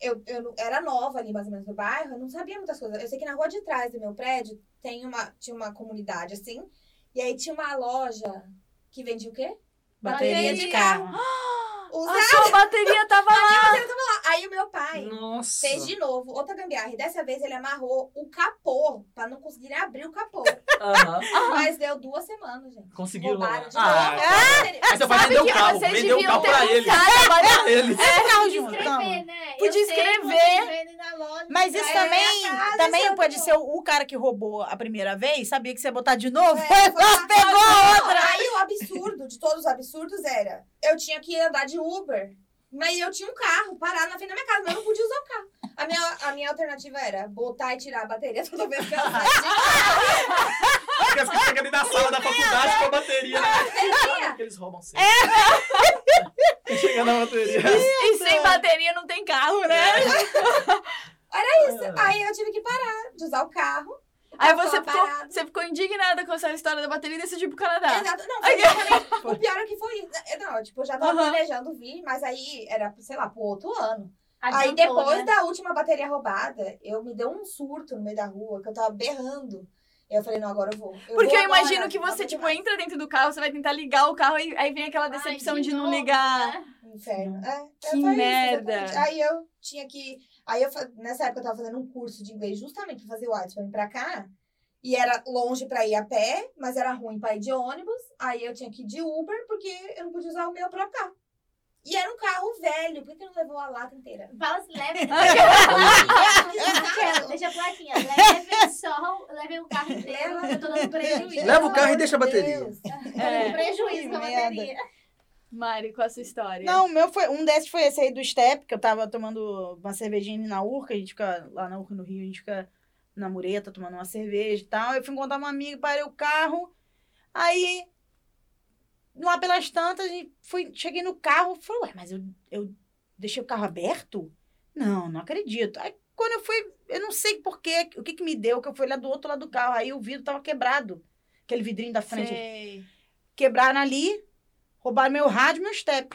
E: eu, eu não- era nova ali, mais ou menos, no bairro, eu não sabia muitas coisas. Eu sei que na rua de trás do meu prédio tem uma, tinha uma comunidade, assim, e aí tinha uma loja que vendia o quê?
B: Bateria de
E: Bateria.
B: carro.
E: Usa...
A: A sua bateria tava lá.
E: Aí o meu pai
C: Ah. Nossa.
E: fez de novo outra gambiarra, e dessa vez ele amarrou o capô, pra não conseguir abrir o capô.
C: Aham.
E: Mas deu duas semanas, gente.
C: Conseguiram.
E: Roubaram de
C: Ah,
E: novo.
C: Aí seu pai vendeu o carro. Vendeu o carro pra ele.
A: usado a bateria.
C: Pra ele.
B: É, carro
D: Podia
B: junto.
D: escrever,
B: Não.
D: né?
A: Podia
D: Eu sei
A: escrever.
D: quantas vendem na loja,
B: Mas isso
E: É,
B: também,
E: casa,
B: também
E: seu
B: pode
E: tio.
B: ser o, o cara que roubou a primeira vez, sabia que você ia botar de novo?
E: É,
B: Foi
E: foi lá.
B: lá, pegou a outra.
E: Aí o absurdo de todos os absurdos era: eu tinha que andar de Uber, mas eu tinha um carro parado na frente da minha casa, mas eu não podia usar o carro. A minha, a minha alternativa era botar e tirar a bateria toda vez que eu saía.
C: Porque as que chegam ali da sala da faculdade com a bateria.
E: É.
B: É
C: Né? Que eles roubam sempre. É. Chega na bateria.
A: E sem bateria não tem carro, né?
E: É Aí eu tive que parar de usar o carro.
A: Aí
E: Eu
A: você
E: tava
A: ficou,
E: parada.
A: você ficou indignada com essa história da bateria e decidiu ir pro
B: Tá.
A: Canadá.
E: Exato. Não, foi exatamente- o pior é que foi. isso. Eu- Não, eu, tipo, eu já tava
A: Aham.
E: planejando vir, mas aí era, sei lá, pro outro ano. aí
D: Adiantou,
E: depois
D: né?
E: da última bateria roubada, eu me dei um surto no meio da rua, que eu tava berrando. Eu falei, não, agora eu vou. Eu
A: Porque
E: vou
A: eu imagino
E: agora,
A: que
E: não
A: você,
E: aguento
A: tipo,
E: mais.
A: entra dentro do carro, você vai tentar ligar o carro e aí vem aquela decepção
D: Ai,
A: de, não
D: novo,
A: ligar.
D: né?
E: Inferno. É,
A: Que
E: é, foi isso,
A: merda.
E: exatamente. Aí eu tinha que. Aí eu fa- nessa época eu tava fazendo um curso de inglês justamente pra fazer o Whats pra vir pra cá. E era longe pra ir a pé, mas era ruim pra ir de ônibus. Aí eu tinha que ir de Uber, porque eu não podia usar o meu próprio carro. E era um carro velho, por que que não levou a lata inteira?
D: Fala assim, se leve.
B: assim.
D: Deixa a plaquinha. Leve só, leve o carro inteiro. Eu tô dando prejuízo.
C: Leva o carro e
E: Pelo
C: deixa a
E: amor de
C: bateria.
E: Deus.
D: Tô dando prejuízo
B: Que
D: na
B: É. merda.
D: bateria.
A: Mari, com a sua história.
B: Não, o meu foi. Um desses foi esse aí do Step, que eu tava tomando uma cervejinha na Urca, a gente fica lá na Urca no Rio, a gente fica na mureta tomando uma cerveja e tal. Eu fui encontrar uma amiga, parei o carro. Aí, lá pelas tantas, a gente fui, cheguei no carro, falei, ué, mas eu, eu deixei o carro aberto? Não, não acredito. Aí quando eu fui, eu não sei porquê, o que que me deu, que eu fui lá do outro lado do carro, aí o vidro tava quebrado. Aquele vidrinho da
A: tipo,
B: frente.
A: Sei.
B: Quebraram ali, roubaram meu rádio e meu step.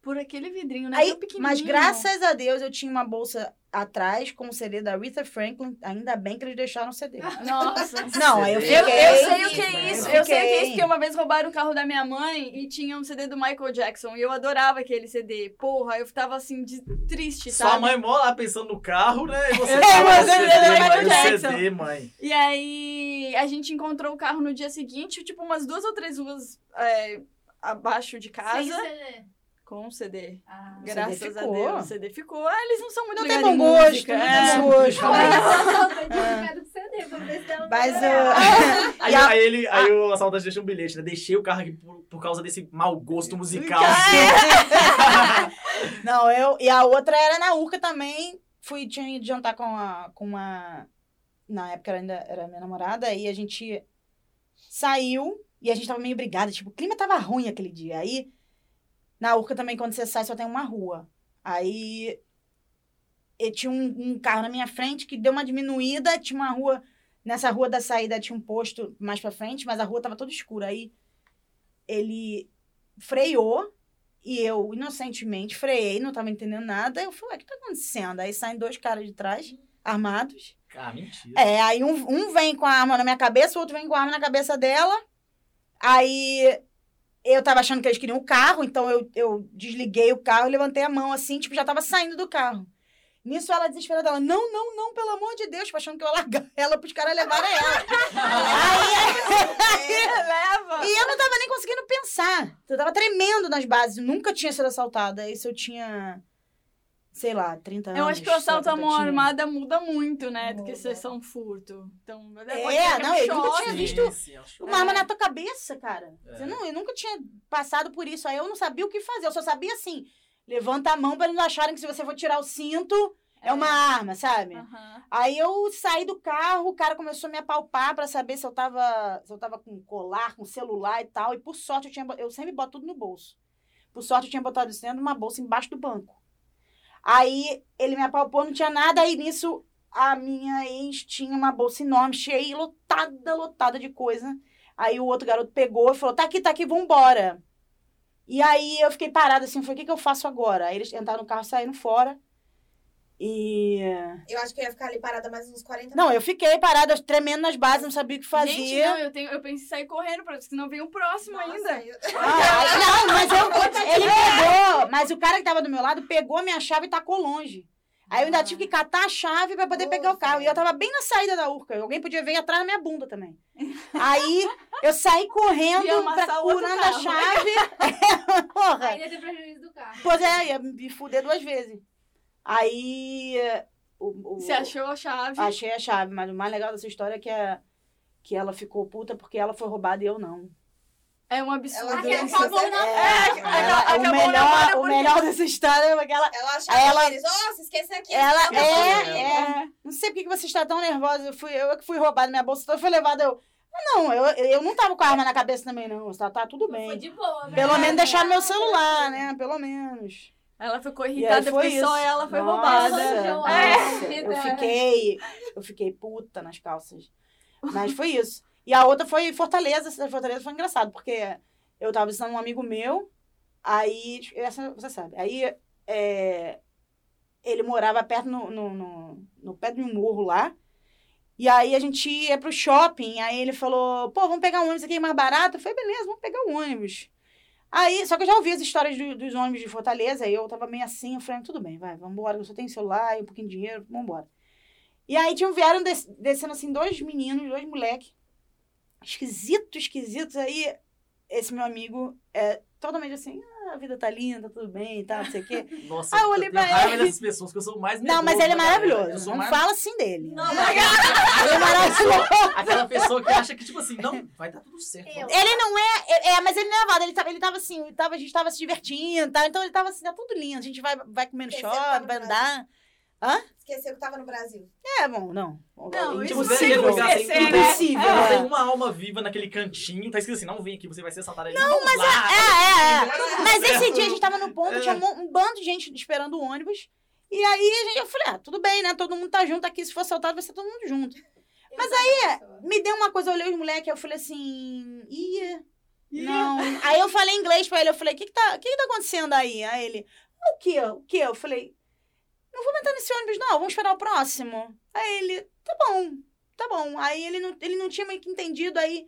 A: Por aquele vidrinho, né?
B: Aí,
A: Tão pequenininho.
B: mas graças a Deus eu tinha uma bolsa atrás com o CD da Aretha Franklin. Ainda bem que eles deixaram o CD.
A: Nossa.
B: Não, aí eu
C: Eu-
B: fiquei.
A: Eu, Ah, eu sei o que é
C: Fiquei.
A: isso. Eu sei o que é isso,
B: Fiquei.
A: porque uma vez roubaram o carro da minha mãe e tinha um CD do Michael Jackson. E eu adorava aquele CD. Porra, eu tava assim, de triste, sabe?
C: Sua mãe mó lá pensando no carro, né? E você
A: É,
C: tava
A: mas
C: no
A: ele
C: CD,
A: era Michael
C: mãe, no CD, mãe.
A: E aí a gente encontrou o carro no dia seguinte, tipo, umas duas ou três ruas é, abaixo de casa.
D: Sem CD.
A: Com o CD.
D: Ah.
B: CD
A: Graças a
B: ficou.
A: Deus, o CD ficou. Ah, eles não são muito
B: Não tem
A: ligados
B: bom
A: em
B: gosto,
A: música,
B: não
A: é.
B: tem bom gosto.
C: É.
B: Ah.
D: um
B: Mas ah.
C: Aí,
B: E a-
C: aí ele, aí o assaltante deixa um bilhete, né? Deixei o carro aqui por, por causa desse mau gosto musical.
B: o. Não, eu. E a outra era na Urca também. Fui, tinha ido jantar com a. Com uma na época era ainda era minha namorada, e a gente saiu e a gente tava meio brigada. Tipo, o clima tava ruim aquele dia. Aí, na Urca também, quando você sai, só tem uma rua. Aí, eu tinha um, um carro na minha frente que deu uma diminuída, tinha uma rua. Nessa rua da saída tinha um posto mais pra frente, mas a rua tava toda escura. Aí, ele freou. E eu, inocentemente, freiei, não tava entendendo nada. Eu falei, ué, o que tá acontecendo? Aí saem dois caras de trás, armados.
C: Ah, mentira.
B: É, aí um, um vem com a arma na minha cabeça, o outro vem com a arma na cabeça dela. Aí eu tava achando que eles queriam o carro, então eu, eu desliguei o carro e levantei a mão assim, tipo, já tava saindo do carro. Nisso ela desesperada, ela, não, não, não, pelo amor de Deus, tipo, achando que eu ia largar ela pros caras levarem ela. aí,
A: Leva!
B: e eu não tava nem conseguindo pensar. Eu tava tremendo nas bases, nunca tinha sido assaltada. Isso eu tinha, sei lá, 30 anos.
A: Eu acho que o assalto à mão
B: 40 tinha.
A: armada muda muito, né? Do que
E: Muda.
A: ser só um furto. Então,
B: É,
A: pode ser que
B: não, eu
A: choque.
B: nunca tinha visto-
C: Sim, é um show.
B: Uma arma na tua cabeça, cara.
C: É.
B: Você não, eu nunca tinha passado por isso. Aí eu não sabia o que fazer. Eu só sabia assim: levanta a mão pra eles não acharem que se você for tirar o cinto, é, uma arma, sabe?
A: Aham.
B: Aí eu saí do carro, o cara começou a me apalpar pra saber se eu tava, se eu tava com colar, com celular e tal. E por sorte eu tinha, bo- eu sempre boto tudo no bolso. Por sorte eu tinha botado isso dentro de uma bolsa embaixo do banco. Aí ele me apalpou, não tinha nada. Aí nisso a minha ex tinha uma bolsa enorme, cheia, lotada, lotada de coisa. Aí o outro garoto pegou e falou: "Tá aqui, tá aqui, vambora". E aí eu fiquei parada assim, falei: "O que que eu faço agora?". Aí eles entraram no carro, saíram fora. E
E: Eu acho que eu ia ficar ali parada mais uns 40
B: não, eu fiquei parada, tremendo nas bases, não sabia o que fazer.
A: Gente, não, eu, tenho, eu pensei em sair correndo, pra, senão vem o próximo
E: Nossa,
A: ainda.
E: eu-
B: Ah, aí- não, mas eu, ele pegou, mas o cara que tava do meu lado pegou a minha chave e tacou longe. Aí eu ainda tive que catar a chave pra poder pegar o carro. E eu tava bem na saída da urca. Alguém podia ver atrás da minha bunda também. Aí eu saí
A: Ia
B: correndo,
A: amassar
B: pra,
A: o outro
B: curando a
A: carro.
B: chave. Porra.
D: Ainda tem prejuízo do carro.
B: Pois é, ia me fuder duas vezes. Aí. O, o-
A: Você achou a chave?
B: Achei a chave, mas o mais legal dessa história é que, a, que ela ficou puta porque ela foi roubada e eu não.
A: É um
E: Ela
A: absurdo.
E: deu
D: Aquela
E: um
D: acabou
E: sucesso-
D: na-
E: É,
A: Ela-
B: Ela-
A: acabou
B: o
A: na
B: melhor,
A: hora
B: o
A: porque-
B: melhor dessa história é que ela.
E: Ela achava
B: Aí ela-
E: que eles, ó, se esquecem aqui.
B: Ela
E: Não, não,
B: é,
E: não.
B: é. Não sei por que que você está tão nervosa. Eu, fui, eu é que fui roubada, minha bolsa toda foi levada. Eu. "Ah, Não, eu, eu não tava com a arma na cabeça também, não. Tá, tá tudo
D: Foi
B: bem.
D: de boa, né?
B: Pelo menos deixaram meu celular, né? Pelo menos.
A: Ela ficou
B: E aí
A: irritada
B: foi
A: porque só
B: isso.
A: ela foi
B: Nossa,
A: roubada.
D: Nossa,
A: É.
B: eu fiquei. Eu fiquei puta nas calças. Mas foi isso. E a outra foi Fortaleza. Essa da Fortaleza foi engraçado, porque eu tava visitando um amigo meu, aí. Essa você sabe. Aí é, ele morava perto no, no, no, no pé de um morro lá. E aí a gente ia pro shopping, aí ele falou, pô, vamos pegar um ônibus aqui mais barato. Eu falei, beleza, vamos pegar o ônibus. Aí, só que eu já ouvi as histórias do- dos ônibus de Fortaleza, e eu tava meio assim, eu falei, tudo bem, vai, vambora, eu só tenho celular e um pouquinho de dinheiro, vambora. E aí tinham, vieram des- descendo assim, dois meninos, dois moleques, esquisitos, esquisitos, aí esse meu amigo é totalmente assim, ah, a vida tá linda, tudo bem e tal, não sei o quê.
C: Nossa,
B: Ah, eu
C: eu,
B: olhei
C: tenho
B: pra
C: raiva
B: ele.
C: dessas pessoas, que eu sou mais
B: Não, mas
C: medroso
B: ele é
C: da galera. né?
B: maravilhoso,
C: Eu sou
B: não
C: mais...
B: fala assim dele.
D: Não,
B: Ele é maravilhoso.
C: Aquela pessoa que acha que, tipo assim, não, vai dar tudo certo.
D: Eu.
B: Ele não é, é, é, mas ele não é avado, ele tava, ele tava assim, ele tava, a gente tava se divertindo, tá? então ele tava assim, tá tudo lindo, a gente vai, vai comendo
E: Esse é o
B: shopping,
E: Pablo
B: vai
E: Brasil.
B: andar.
E: Esqueceu que tava no Brasil.
B: É, bom, não.
A: Não,
C: Tipo,
A: isso
C: você tem
A: não
C: lugar, tem
A: esquecer,
C: tudo.
A: né?
B: Impossível.
C: Não
B: É.
C: tem uma alma viva naquele cantinho. Tá escrito assim, não vem aqui, você vai ser assaltado. Não, mas
B: É, é, é.
C: é.
B: Mas esse dia a gente tava no ponto,
C: É.
B: tinha um, um bando de gente esperando o ônibus. E aí a gente, eu falei, ah, tudo bem, né? Todo mundo tá junto aqui, se for assaltado, vai ser todo mundo junto. Mas
E: aí.
B: Me deu uma coisa, eu olhei os moleques, eu falei assim, ia. Não. Aí eu falei em inglês pra ele, eu falei, o que, que, tá, o que, que tá acontecendo aí? Aí ele, o que? O que? Eu falei, não vou entrar nesse ônibus, não, vamos esperar o próximo. Aí ele, tá bom, tá bom. Aí ele não, ele não tinha meio que entendido, aí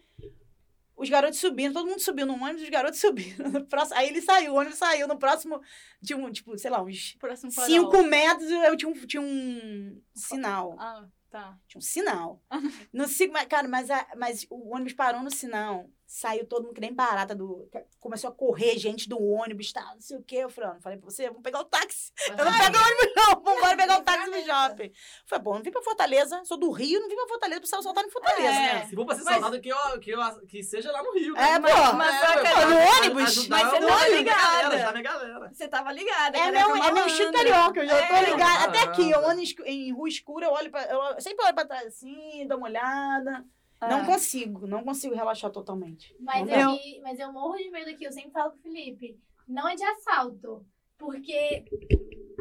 B: os garotos subiram, todo mundo subiu no ônibus, os garotos subiram. No próximo- aí ele saiu, o ônibus saiu no próximo, de um, tipo, sei lá, uns
A: Próximo Um farol.
B: cinco metros, eu tinha um, tinha um sinal.
A: Ah, tá.
B: Tinha um sinal. No cinco, mas, cara, mas, a- mas o ônibus parou no sinal. Saiu todo mundo que nem barata do. Começou a correr gente do ônibus, tá, não sei o quê. Eu falei, ó, não falei pra você, vamos pegar o táxi. Eu não pego o ônibus, não. Vamos embora pegar o táxi no shopping. Eu Falei, bom, não vim pra Fortaleza, sou do Rio, não vim pra Fortaleza, precisava soltar em Fortaleza,
A: É.
B: né?
C: Se for pra ser
A: Mas-
C: assaltado, que, eu, que, eu, que seja lá no Rio.
B: É,
C: né?
B: pô,
A: mas
C: É,
A: só
C: ué,
A: que-
C: pra
B: no
C: ajudar-
B: ônibus,
C: ajudar
A: mas você
C: o-
A: não é
C: ajudar a
A: ligada.
C: galera, Ajudar a galera.
A: Você tava ligada.
B: É
A: cara,
B: meu,
A: foi
B: é meu estilo
A: malandra.
B: carioca, eu já
A: É.
B: tô ligada. Até aqui, eu
C: Malandra.
B: ando em escu- em rua escura, eu olho pra. Eu sempre olho pra trás assim, dou uma olhada.
A: É.
B: Não consigo, não consigo relaxar totalmente.
D: Mas
B: Não
D: eu, me- mas eu morro de medo aqui, eu sempre falo com o Felipe. Não é de assalto. Porque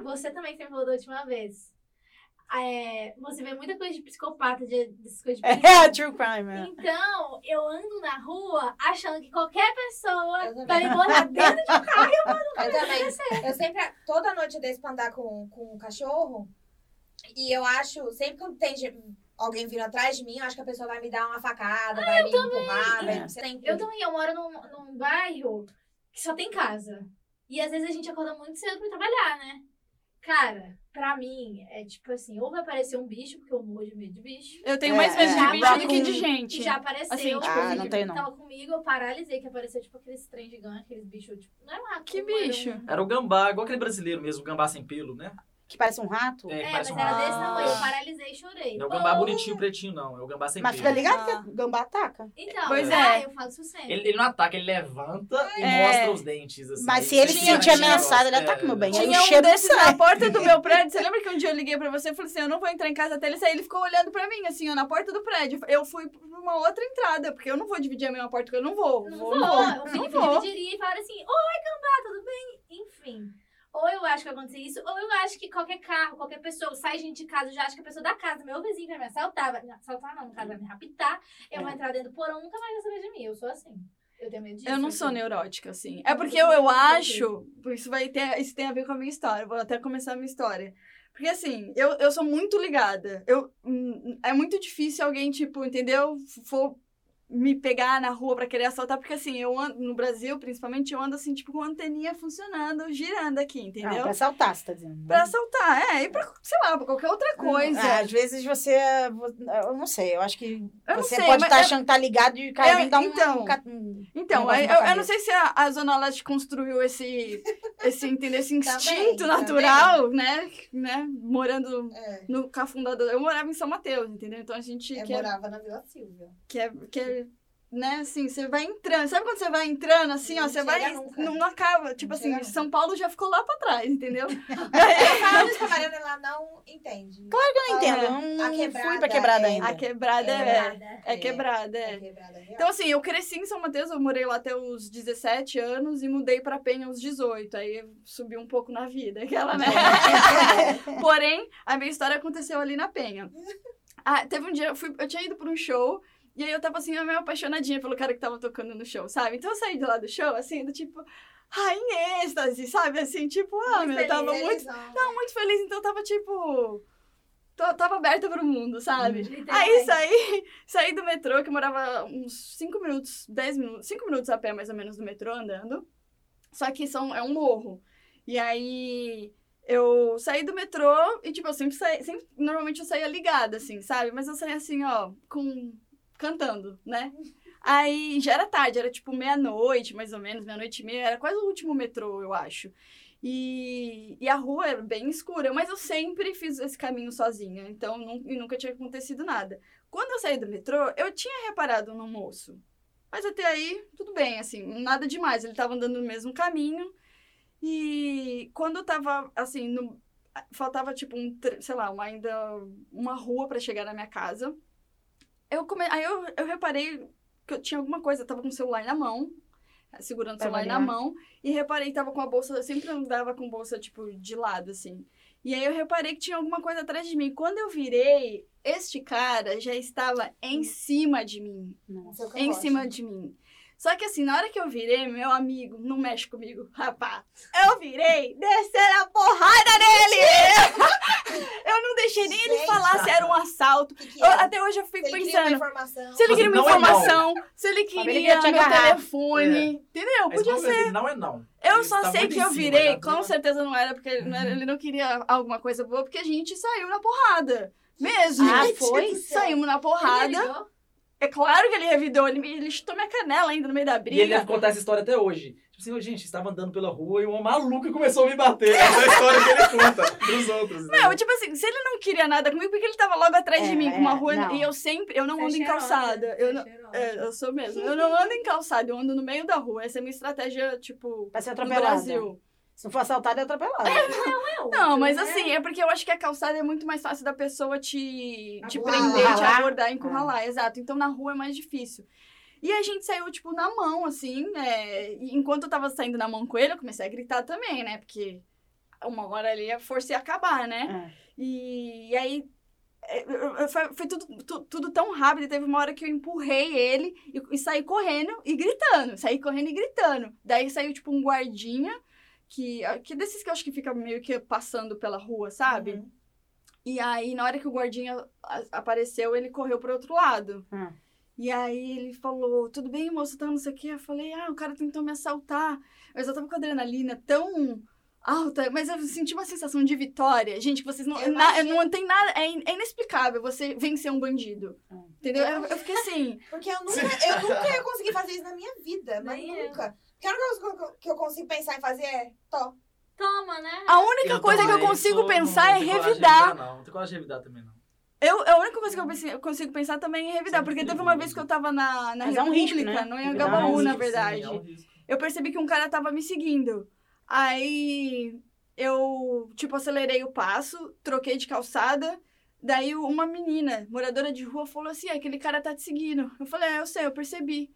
D: você também sempre falou da última vez. É, você vê muita coisa de psicopata, de, dessas coisas de
B: É, true crime, é.
D: Então, eu ando na rua achando que qualquer
E: Eu
D: pessoa
E: também.
D: tá me botando dentro de um carro.
E: Eu também. Eu sempre, toda noite eu desço pra andar com, com um cachorro. E eu acho, sempre que tem gen- alguém vindo atrás de mim, eu acho que a pessoa vai me dar uma facada, vai me empurrar, vai
B: É.
E: me sempre.
D: Eu também, eu moro num, num bairro que só tem casa. E às vezes a gente acorda muito cedo pra trabalhar, né? Cara, pra mim, é tipo assim, ou vai aparecer um bicho, porque eu morro de medo de bicho.
A: Eu tenho
B: É,
A: mais medo
D: é.
A: de bicho do que de
B: Vacum.
A: gente.
D: E já apareceu.
A: Assim, tipo,
B: Ah,
D: ele
B: não tem, não.
D: Tava comigo, eu paralisei, que apareceu, tipo, aqueles trem gigante, aqueles bichos, tipo, não era um rato,
A: Que
D: não era um-
A: bicho?
C: Era o gambá, igual aquele brasileiro mesmo, o gambá sem pelo, né?
B: Que parece um rato.
C: É, que
D: É, mas
C: parece um
D: era
C: rato.
D: desse tamanho, eu
A: Ah.
D: paralisei e chorei.
C: Não é o gambá
D: Oh!
C: bonitinho, pretinho, não. É o gambá sem
B: Mas
C: pelo.
B: fica ligado
A: Ah.
B: que gamba ataca.
D: Então,
A: Pois
D: ah,
A: é.
D: eu faço isso sempre.
C: Ele, ele não ataca, ele levanta e
A: É.
C: mostra os dentes. Assim.
B: Mas se ele se
A: Tinha-
B: sentir
A: tinha-
B: ameaçado, ele
C: É.
B: ataca, meu bem. Aí o
A: Tinha um
B: cheiro não
A: desses
B: sai.
A: na porta do meu prédio. Você lembra que um dia eu liguei pra você e falei assim: eu não vou entrar em casa até ele sair? Ele ficou olhando pra mim, assim, ó, na porta do prédio. Eu fui pra uma outra entrada, porque eu não vou dividir a mesma porta, porque eu não vou.
D: Não
A: vou,
D: vou.
A: não vou.
D: O Felipe
A: Não vou.
D: dividiria e falaria assim: Oi, gambá, tudo bem? Enfim. Ou eu acho que vai acontecer isso, ou eu acho que qualquer carro, qualquer pessoa, sai gente de casa, eu já acho que a pessoa da casa, meu vizinho vai me assaltar, vai me assaltar não, no caso vai me raptar, eu vou entrar dentro do porão, nunca mais vai saber de mim, eu sou assim. Eu tenho medo disso.
A: É. Eu não sou
D: assim.
A: neurótica, assim. É porque eu, eu acho. Isso, vai ter, isso tem a ver com a minha história. Vou até começar a minha história. Porque, assim, eu, eu sou muito ligada. Eu, hum, é muito difícil alguém, tipo, entendeu? For me pegar na rua pra querer assaltar. Porque, assim, eu ando, no Brasil, principalmente, eu ando, assim, tipo, com a anteninha funcionando, girando aqui,
B: Não,
A: entendeu?
B: Ah, pra assaltar, você tá dizendo. né?
A: Pra
C: Hum,
A: assaltar, é. E pra, sei lá, pra qualquer outra
C: é.
A: coisa.
B: Ah, às vezes você. Eu não sei, eu acho que
A: Eu não
B: você
A: sei,
B: pode
A: mas
B: estar
A: é-
B: achando que tá ligado e o cara
A: É,
B: vem dar um.
A: então.
B: um ca- um-
A: Então,
B: negócio
A: aí,
B: na
A: eu, eu não
B: cabeça.
A: sei se a, a Zona Leste construiu esse, esse, entendeu? esse
E: Tá
A: instinto
E: também.
A: natural, né? né? Morando
E: É,
A: no Cafundá. do- Eu morava em São Mateus, entendeu? Então a gente
E: eu
A: quer,
E: morava na Vila Silvia.
A: quer, quer, né? Assim, você vai entrando. Sabe quando você vai entrando, assim, ó?
E: Não
A: Você
E: chega
A: vai...
E: nunca.
A: Não, não acaba. Tipo
E: Não
A: assim,
E: chega
A: São Paulo já ficou lá pra trás, entendeu?
E: Eu falo isso, a Mariana, ela não entende. Claro que
B: Eu não entendo, eu
E: A
B: não
E: quebrada
B: fui pra quebrada
E: é-
B: ainda.
A: A quebrada é...
D: Nada.
A: É quebrada, é. Então, assim, eu cresci em São Mateus, eu morei lá até os 17 anos e mudei pra Penha aos 18. Aí eu subi um pouco na vida, aquela, né? Porém, a minha história aconteceu ali na Penha. Ah, teve um dia, eu, fui, eu tinha ido pra um show. E aí eu tava assim, meio apaixonadinha pelo cara que tava tocando no show, sabe? Então eu saí de lá do show, assim, do tipo, ai, em êxtase, sabe? Assim, tipo, ah,
D: Muito
A: meu, eu tava
D: feliz,
A: muito, muito feliz, então eu tava tipo. to- tava aberta pro mundo, sabe? Aí
D: Literalmente.
A: saí, saí do metrô, que eu morava uns 5 minutos, 10 minutos, 5 minutos a pé mais ou menos do metrô andando. Só que são, é um morro. E aí eu saí do metrô e, tipo, eu sempre saí, sempre, normalmente eu saía ligada, assim, sabe? Mas eu saía assim, ó, com. cantando, né? Aí já era tarde, era tipo meia-noite, mais ou menos, meia-noite e meia, era quase o último metrô, eu acho. E, e a rua era bem escura, mas eu sempre fiz esse caminho sozinha, então nun- e nunca tinha acontecido nada. Quando eu saí do metrô, eu tinha reparado no moço, mas até aí tudo bem, assim, nada demais. Ele estava andando no mesmo caminho e quando eu tava assim, no- faltava tipo um, tre- sei lá, uma, ainda uma rua para chegar na minha casa. Eu come... aí eu, eu reparei que eu tinha alguma coisa, eu tava com o celular na mão, segurando o
B: Pra
A: celular na
B: variar.
A: mão. E reparei, tava com a bolsa, eu sempre andava com bolsa, tipo, de lado, assim. E aí eu reparei que tinha alguma coisa atrás de mim. Quando eu virei, este cara já estava em cima de mim.
E: Isso é o que eu
A: Em
E: gosto.
A: cima de mim. Só que assim, na hora que eu virei, meu amigo, não mexe comigo, rapá. Eu virei, descer a porrada nele! eu não deixei nem ele
E: Gente.
A: falar se era um assalto.
E: O que que
A: Eu-
E: é?
A: até hoje eu
E: Se
A: fico
E: ele queria
F: é.
E: uma
A: pensando.
E: informação.
A: Se ele queria uma
C: Não é não.
A: informação, se ele
B: Mas ele
A: queria
B: queria te
A: meu
B: agarrar.
A: telefone, entendeu?
C: A
A: Podia
C: escolha
A: ser.
C: dele não é não.
A: Eu
C: Ele
A: só
C: tá
A: sei
C: muito
A: que
C: em
A: eu
C: cima,
A: virei,
C: já
A: com
C: viu?
A: certeza não era, porque ele não, era- ele não queria alguma coisa boa, porque a gente saiu na porrada. Mesmo.
B: Ah,
A: Gente,
B: foi?
A: Saímos na
D: Ele
A: porrada.
D: ligou?
A: É claro que ele revidou, ele, ele chutou minha canela ainda no meio da
C: E ele é
A: briga.
C: deve contar essa história até hoje. Tipo assim, "Ô, gente, estava andando pela rua e uma maluca começou a me bater. Essa é a história que ele conta pros outros. né?
A: Não, tipo assim, se ele não queria nada comigo, porque ele tava logo atrás de
B: É,
A: mim, com uma
B: é,
A: rua.
B: não.
A: E eu sempre, eu não
D: Tá
A: ando em
D: cheirosa,
A: calçada.
D: tá
A: Eu não,
D: cheirosa.
A: é, eu sou mesmo. Eu não ando em calçada, eu ando no meio da rua. Essa é a minha estratégia, tipo,
B: Pra ser
A: no
B: atropelada.
A: Brasil.
B: Se não for assaltada, é atropelada.
A: Não, mas
D: né?
A: assim, é porque eu acho que a calçada é muito mais fácil da pessoa te, te
D: Abordar.
A: prender, te
B: Encurralar.
A: abordar, encurralar, exato. Então na rua é mais difícil. E a gente saiu, tipo, na mão, assim. é, e enquanto eu tava saindo na mão com ele, eu comecei a gritar também, né? Porque uma hora ali a força ia acabar, né?
B: É.
A: E, e aí é, eu- eu- foi, foi tudo, tu- tudo tão rápido. e Teve uma hora que eu empurrei ele e, e saí correndo e gritando. Saí correndo e gritando. Daí saiu, tipo, um guardinha. Que, ah, que desses que eu acho que fica meio que passando pela rua, sabe?
E: Uhum.
A: E aí, na hora que o guardinha a- apareceu, ele correu pro outro lado.
B: Hum.
A: E aí ele falou, tudo bem, moço, tá, não sei o quê. Eu falei, ah, o cara tentou me assaltar. Mas eu tava com a adrenalina tão alta, mas eu senti uma sensação de vitória. Gente, que vocês não.
E: Eu
A: na-
E: imagino.
A: não tem nada. É, in- é inexplicável você vencer um bandido.
B: Hum.
A: Entendeu? Eu, eu fiquei assim.
E: Porque eu nunca, eu nunca ia conseguir fazer isso na minha vida. Mas
D: Nem eu.
E: nunca. Porque a única coisa que eu consigo pensar em fazer é tó.
D: Toma, né?
A: A única coisa que eu
C: também
A: consigo
C: sou-
A: pensar é
C: não, tenho coragem de
A: revidar.
C: Não, não tem coragem de revidar também, não.
A: Eu, a única coisa que eu, pensei- eu consigo pensar também é revidar.
C: Isso é
A: Porque
C: muito
A: teve uma vez
C: perigoso.
A: que eu tava na, na
B: Mas é um risco,
A: República,
B: né?
A: no
B: Revidar é um
A: Anhangabaú, na
B: risco,
A: verdade.
C: Sim, é um risco.
A: eu percebi que um cara tava me seguindo. Aí eu, tipo, acelerei o passo, troquei de calçada. Daí uma menina, moradora de rua, falou assim: "Ah, aquele cara tá te seguindo. Eu falei: é, eu sei, eu percebi.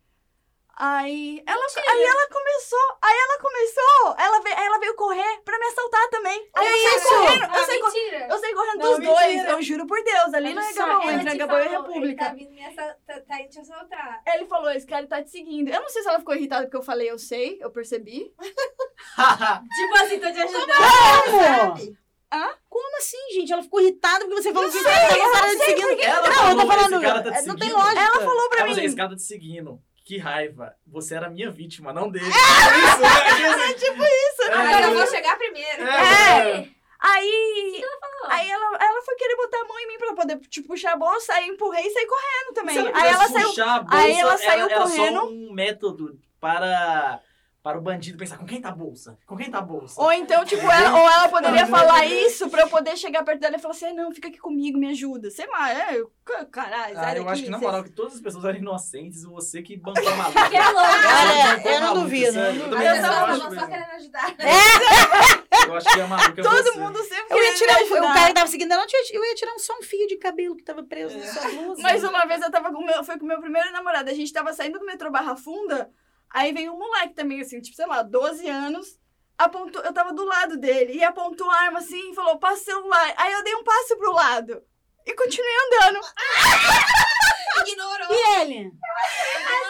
A: Aí ela, aí ela começou, aí ela começou, ela veio, ela veio correr pra me assaltar também. Aí eu saí correndo, eu
D: Ah,
A: saí, cor-
D: mentira.
A: eu saí correndo
B: Não,
A: dos dois,
B: mentira.
A: eu juro por Deus, ali
B: Olha
A: no
B: só,
A: Anhangabaú,
D: Ela
A: entre
D: te
A: Anhangabaú e
D: falou, ele
A: República.
D: Tá vindo me assa- tá- tá indo te assaltar.
A: Ele falou, esse cara tá te seguindo. Eu não sei se ela ficou irritada porque eu falei, eu sei, eu percebi.
D: Tipo assim, tô te ajudando.
B: Como?
E: Sabe?
A: Hã?
B: Como assim, gente? Ela ficou irritada porque você falou que
A: eu não
B: ela tá te
A: sei
B: seguindo.
A: porque-
C: Ela
B: Não, eu
C: falou,
B: tô falando.
C: esse cara tá te
B: é, não tem
C: seguindo.
B: lógica.
A: Ela falou pra
C: Ela falou,
A: mim.
C: esse cara tá te seguindo. Que raiva. Você era minha vítima, não
A: É!
C: dele. Isso, né? Tipo isso.
D: Agora eu vou chegar primeiro.
C: É.
D: Aí,
A: Aí,
D: falou?
A: aí ela, ela foi querer botar a mão em mim pra poder tipo, puxar a bolsa, aí eu empurrei e saí correndo também. Aí ela saiu. aí ela saiu
C: era, Era
A: correndo.
C: só um método para, para o bandido pensar, com quem tá a bolsa? Com quem tá a bolsa?
A: Ou então, tipo, ela, ou ela poderia
C: é
A: falar isso pra eu poder chegar perto dela e falar assim: "Ah, não, fica aqui comigo, me ajuda. Sei lá, é, eu- ca- caralho,
C: Ah,
A: sai
C: eu
A: daqui,
C: acho que na
A: cê-
C: moral que todas as pessoas eram inocentes e você que bancou a maluca.
D: Que é louco.
C: Bancou a
B: Cara, eu não
C: tá maluca,
B: duvido,
C: sério.
B: não
C: Eu
B: duvido.
C: também
D: Eu
C: não
D: só
C: acho
D: tava só
C: mesmo.
D: querendo ajudar.
C: Eu acho que a maluca é
A: Todo
C: você.
A: mundo sempre
B: Eu ia
A: querendo
B: tirar
A: me
B: o, o
A: ajudar.
B: cara que tava seguindo ela, eu tinha- eu ia tirar só um fio de cabelo que tava preso na sua blusa.
A: Mas uma vez eu tava com o meu, foi com o meu primeiro namorado, a gente tava saindo do metrô Barra Funda, aí veio um moleque também, assim, tipo, sei lá, 12 anos, apontou, eu tava do lado dele, e apontou a arma assim e falou, passa o celular. Aí eu dei um passo pro lado. E continuei andando.
E: Ignorou.
B: E ele?
D: É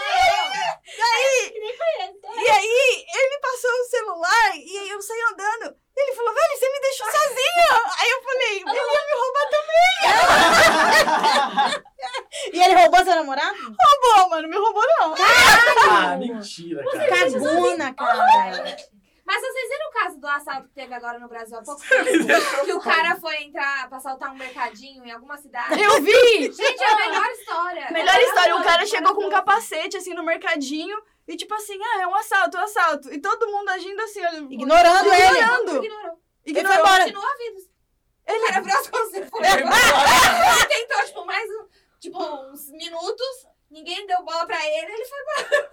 A: E aí, ele passou o celular e aí eu saí andando. E ele falou, velho, você me deixou sozinha. Aí eu falei, ele ia me roubar também.
C: Ah, mentira, cara.
B: Tá
A: né?
B: Cagona, cara.
F: Mas vocês viram o caso do assalto que teve agora no Brasil há pouco
C: Me
F: tempo?
C: deixou
F: que o cara foi entrar pra assaltar um mercadinho em alguma cidade.
A: Eu vi!
F: Gente, é a melhor história.
A: Melhor história, o cara
F: Maravilhoso.
A: chegou com um capacete, assim, no mercadinho, e tipo assim, ah, é um assalto, é um assalto. E todo mundo agindo assim, olha,
B: Ignorando ele.
A: ignorando.
F: Ignorou.
B: Ele
A: Ignorou.
B: foi embora.
F: Continua vivo. Ele era virou as costas e
C: É
F: foi embora. Ele tentou, tipo, mais um- tipo, uns minutos. Ninguém deu bola pra ele. Ele foi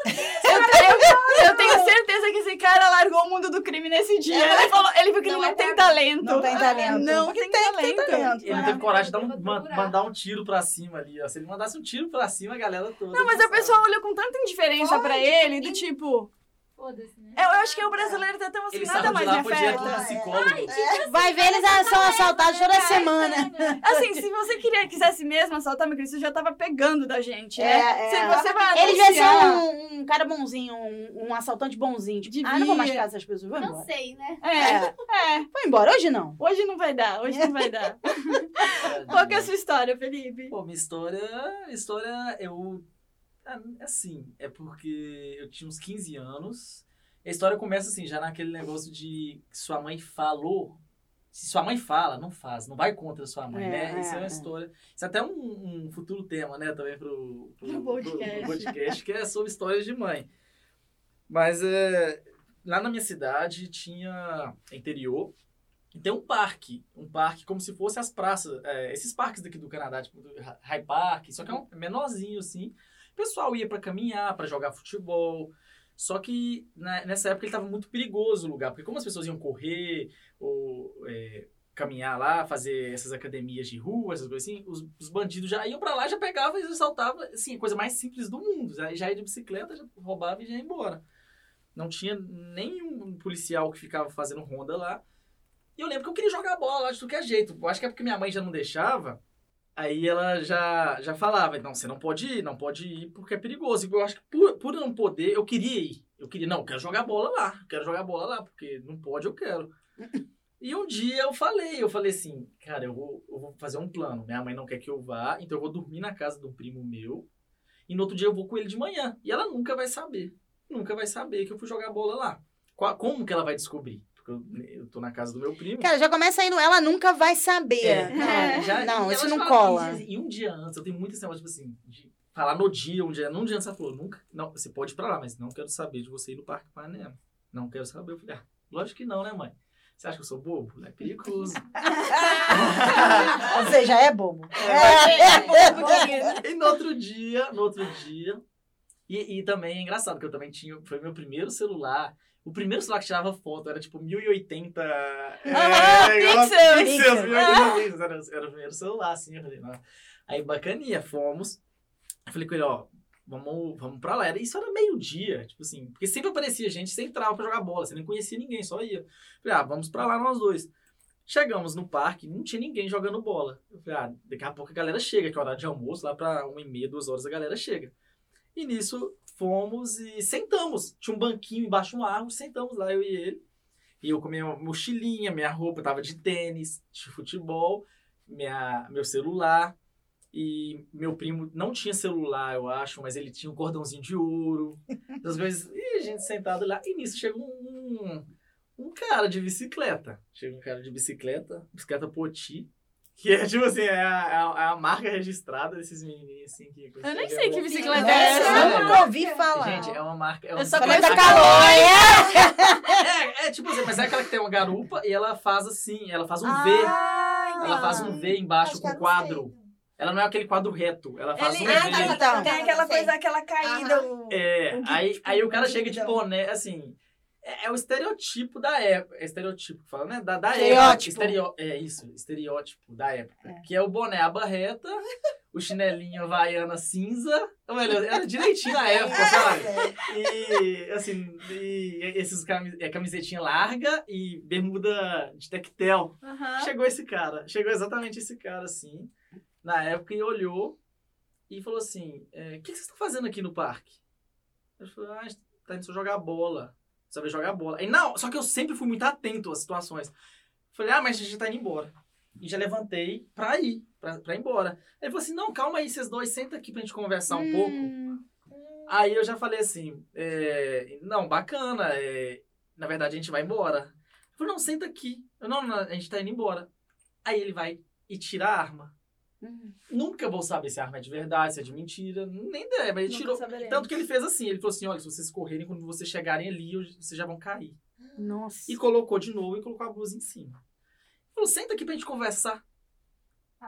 A: Eu, eu- eu tenho certeza que esse cara largou o mundo do crime nesse dia. Ele falou, ele viu que
B: Não
A: ele não
B: é
A: tem
B: pra-
A: talento.
B: Não tem talento.
A: Não tem talento.
B: talento. né?
C: Ele não teve coragem de dar um- ma- mandar um tiro pra cima ali, ó. Se ele mandasse um tiro pra cima, a galera toda.
A: Não, mas a
C: passava.
A: pessoa olhou com tanta indiferença
F: Foi,
A: pra
F: tipo,
A: ele, do
F: nem-
A: tipo.
D: Foda-se, né?
A: Eu, eu acho que o brasileiro tá tão assim,
C: Ele
A: nada
C: saiu de
A: mais
C: lá,
A: me
C: foi direto
A: afeta.
C: no um psicólogo.
B: Vai ver, eles ah, são assaltados toda semana.
A: Assim, se você queria, quisesse mesmo assaltar meu Cristo, já tava pegando da gente,
B: É,
A: né?
B: é.
A: Se você vai
B: Ele devia ser
A: anunciar-
B: um, um cara bonzinho, um, um assaltante bonzinho. Tipo, ah, não
A: Devia.
B: vou machucar essas pessoas, vou
D: Não
B: embora.
D: sei, né?
B: um.
A: É, é.
B: Vou embora, hoje não.
A: Hoje não vai dar, hoje não vai dar. Qual que é a sua história, Felipe?
C: Pô, minha história. História, eu. ah, Assim, é porque eu tinha uns 15 anos. A história começa assim, já naquele negócio de que sua mãe falou. Se sua mãe fala, não faz, não vai contra sua mãe,
B: É,
C: né?
B: é,
C: Isso é uma
B: é.
C: história. Isso é até um, um futuro tema, né? Também pro, pro,
A: Pro podcast.
C: pro podcast, que é sobre histórias de mãe. Mas é, lá na minha cidade tinha interior e tem um parque. Um parque como se fosse as praças. é, esses parques daqui do Canadá, tipo do Hy- High Park, só que é um menorzinho assim. O pessoal ia pra caminhar, pra jogar futebol. Só que né, nessa época ele tava muito perigoso o lugar, porque como as pessoas iam correr ou é, caminhar lá, fazer essas academias de rua, essas coisas assim, os, os bandidos já iam pra lá, já pegavam e assaltavam, assim, a coisa mais simples do mundo. Já, já ia de bicicleta, já roubava e já ia embora. Não tinha nenhum policial que ficava fazendo ronda lá. E eu lembro que eu queria jogar bola lá de qualquer jeito. Eu acho que é porque minha mãe já não deixava. Aí ela já, já falava, não, você não pode ir, não pode ir porque é perigoso. E eu acho que por, por não poder, eu queria ir. Eu queria, não, eu quero jogar bola lá, eu quero jogar bola lá, porque não pode, eu quero. E um dia eu falei, eu falei assim, cara, eu vou, eu vou fazer um plano. Minha mãe não quer que eu vá, então eu vou dormir na casa de um primo meu. E no outro dia eu vou com ele de manhã. E ela nunca vai saber nunca vai saber que eu fui jogar bola lá. Qua- como que ela vai descobrir? Porque eu, eu tô na casa do meu primo.
B: Cara, já começa indo, ela nunca vai saber.
C: É,
B: Não,
C: já-
B: não
C: e
B: isso
C: ela fala-
B: não cola.
C: E, e um dia antes, eu tenho muito esse negócio, tipo assim, de falar no dia, um dia, não um dia antes, ela falou, nunca, não, você pode ir pra lá, mas não quero saber de você ir no Parque Panema. Não quero saber. Eu falei, ah, lógico que não, né, mãe? Você acha que eu sou bobo? É perigoso.
B: Ou seja, é bobo.
C: É
E: É
C: E no outro dia, no outro dia. E, e também é engraçado, que eu também tinha. Foi meu primeiro celular. O primeiro celular que tirava foto era tipo 1080. é, negócio-
A: pixels.
C: pixels, 1080 pixels, era, era o primeiro celular, assim. Eu falei, "Não." Aí bacaninha, fomos. Eu falei com ele, ó. Vamos, vamos pra lá. Era, isso era meio-dia, tipo assim. Porque sempre aparecia gente, sempre entrava pra jogar bola. Você nem conhecia ninguém, só ia. Falei, ah, vamos pra lá nós dois. Chegamos no parque, não tinha ninguém jogando bola. Eu falei, ah, daqui a pouco a galera chega, que é horário de almoço, lá pra uma e meia, duas horas a galera chega. E nisso fomos e sentamos. Tinha um banquinho embaixo de uma árvore, sentamos lá, eu e ele. E eu com minha mochilinha, minha roupa, tava de tênis, de futebol, minha, meu celular. E meu primo não tinha celular, eu acho, mas ele tinha um cordãozinho de ouro. Essas coisas. E a gente sentado lá. E nisso chega um, um cara de bicicleta. Chega um cara de bicicleta, bicicleta Poti. Que é tipo assim, é a, é a- é a marca registrada desses menininhos assim que.
A: Eu nem sei que bicicleta é
B: Essa
A: essa.
B: eu nunca ouvi falar.
C: Gente, é uma marca. É uma
A: Eu só
B: Ela
A: conheço
B: tá
A: a
B: calor.
C: É, é tipo assim, mas é aquela que tem uma garupa e ela faz assim, ela faz um V.
A: Ah.
C: Ela faz um V embaixo
E: Acho que
C: com
E: era um
C: quadro.
E: feio.
C: Ela não é aquele quadro reto, ela faz
A: Ele-
C: um
A: Ah,
C: V.
B: tá, tá,
A: Tem aquela coisa, aquela caída. o-
C: É,
A: Um que-
C: aí, aí o cara
A: um que
C: chega de
A: grudão.
C: boné, assim. É, é o estereotipo da época. É estereotipo que fala, né? Da, da época.
B: Estereótipo.
C: Estereo, é isso, estereótipo da época.
B: É.
C: Que é o boné, a barreta, o chinelinho havaiana cinza. Ou melhor, era direitinho na
E: É,
C: época, sabe? E, assim, e esses camis, é, camisetinha larga e bermuda de tectel.
A: Aham.
C: Chegou esse cara, chegou exatamente esse cara, assim, na época, e olhou e falou assim: é, O que, que vocês estão fazendo aqui no parque? Eu falei: Ah, a gente tá indo só jogar bola. Só veio jogar bola. E não, só que eu sempre fui muito atento às situações. Falei: Ah, mas a gente já tá indo embora. E já levantei pra um
A: Hum.
C: ir, pra, pra ir embora. Ele falou assim: Não, calma aí, vocês dois, senta aqui pra gente conversar um pouco. Aí eu já falei assim, é, não, bacana, é, na verdade a gente vai embora. Eu falei, não, senta aqui. Eu, não, não, a gente tá indo embora. Aí ele vai e tira a arma.
B: Uhum.
C: Nunca vou saber se a arma é de verdade, se é de mentira, nem ideia, mas ele tirou. Tanto que ele fez assim, ele falou assim, olha, se vocês correrem, quando vocês chegarem ali, eu- vocês já vão cair.
B: Nossa.
C: E colocou de novo e colocou a blusa em cima. Ele Falou, senta aqui pra gente conversar.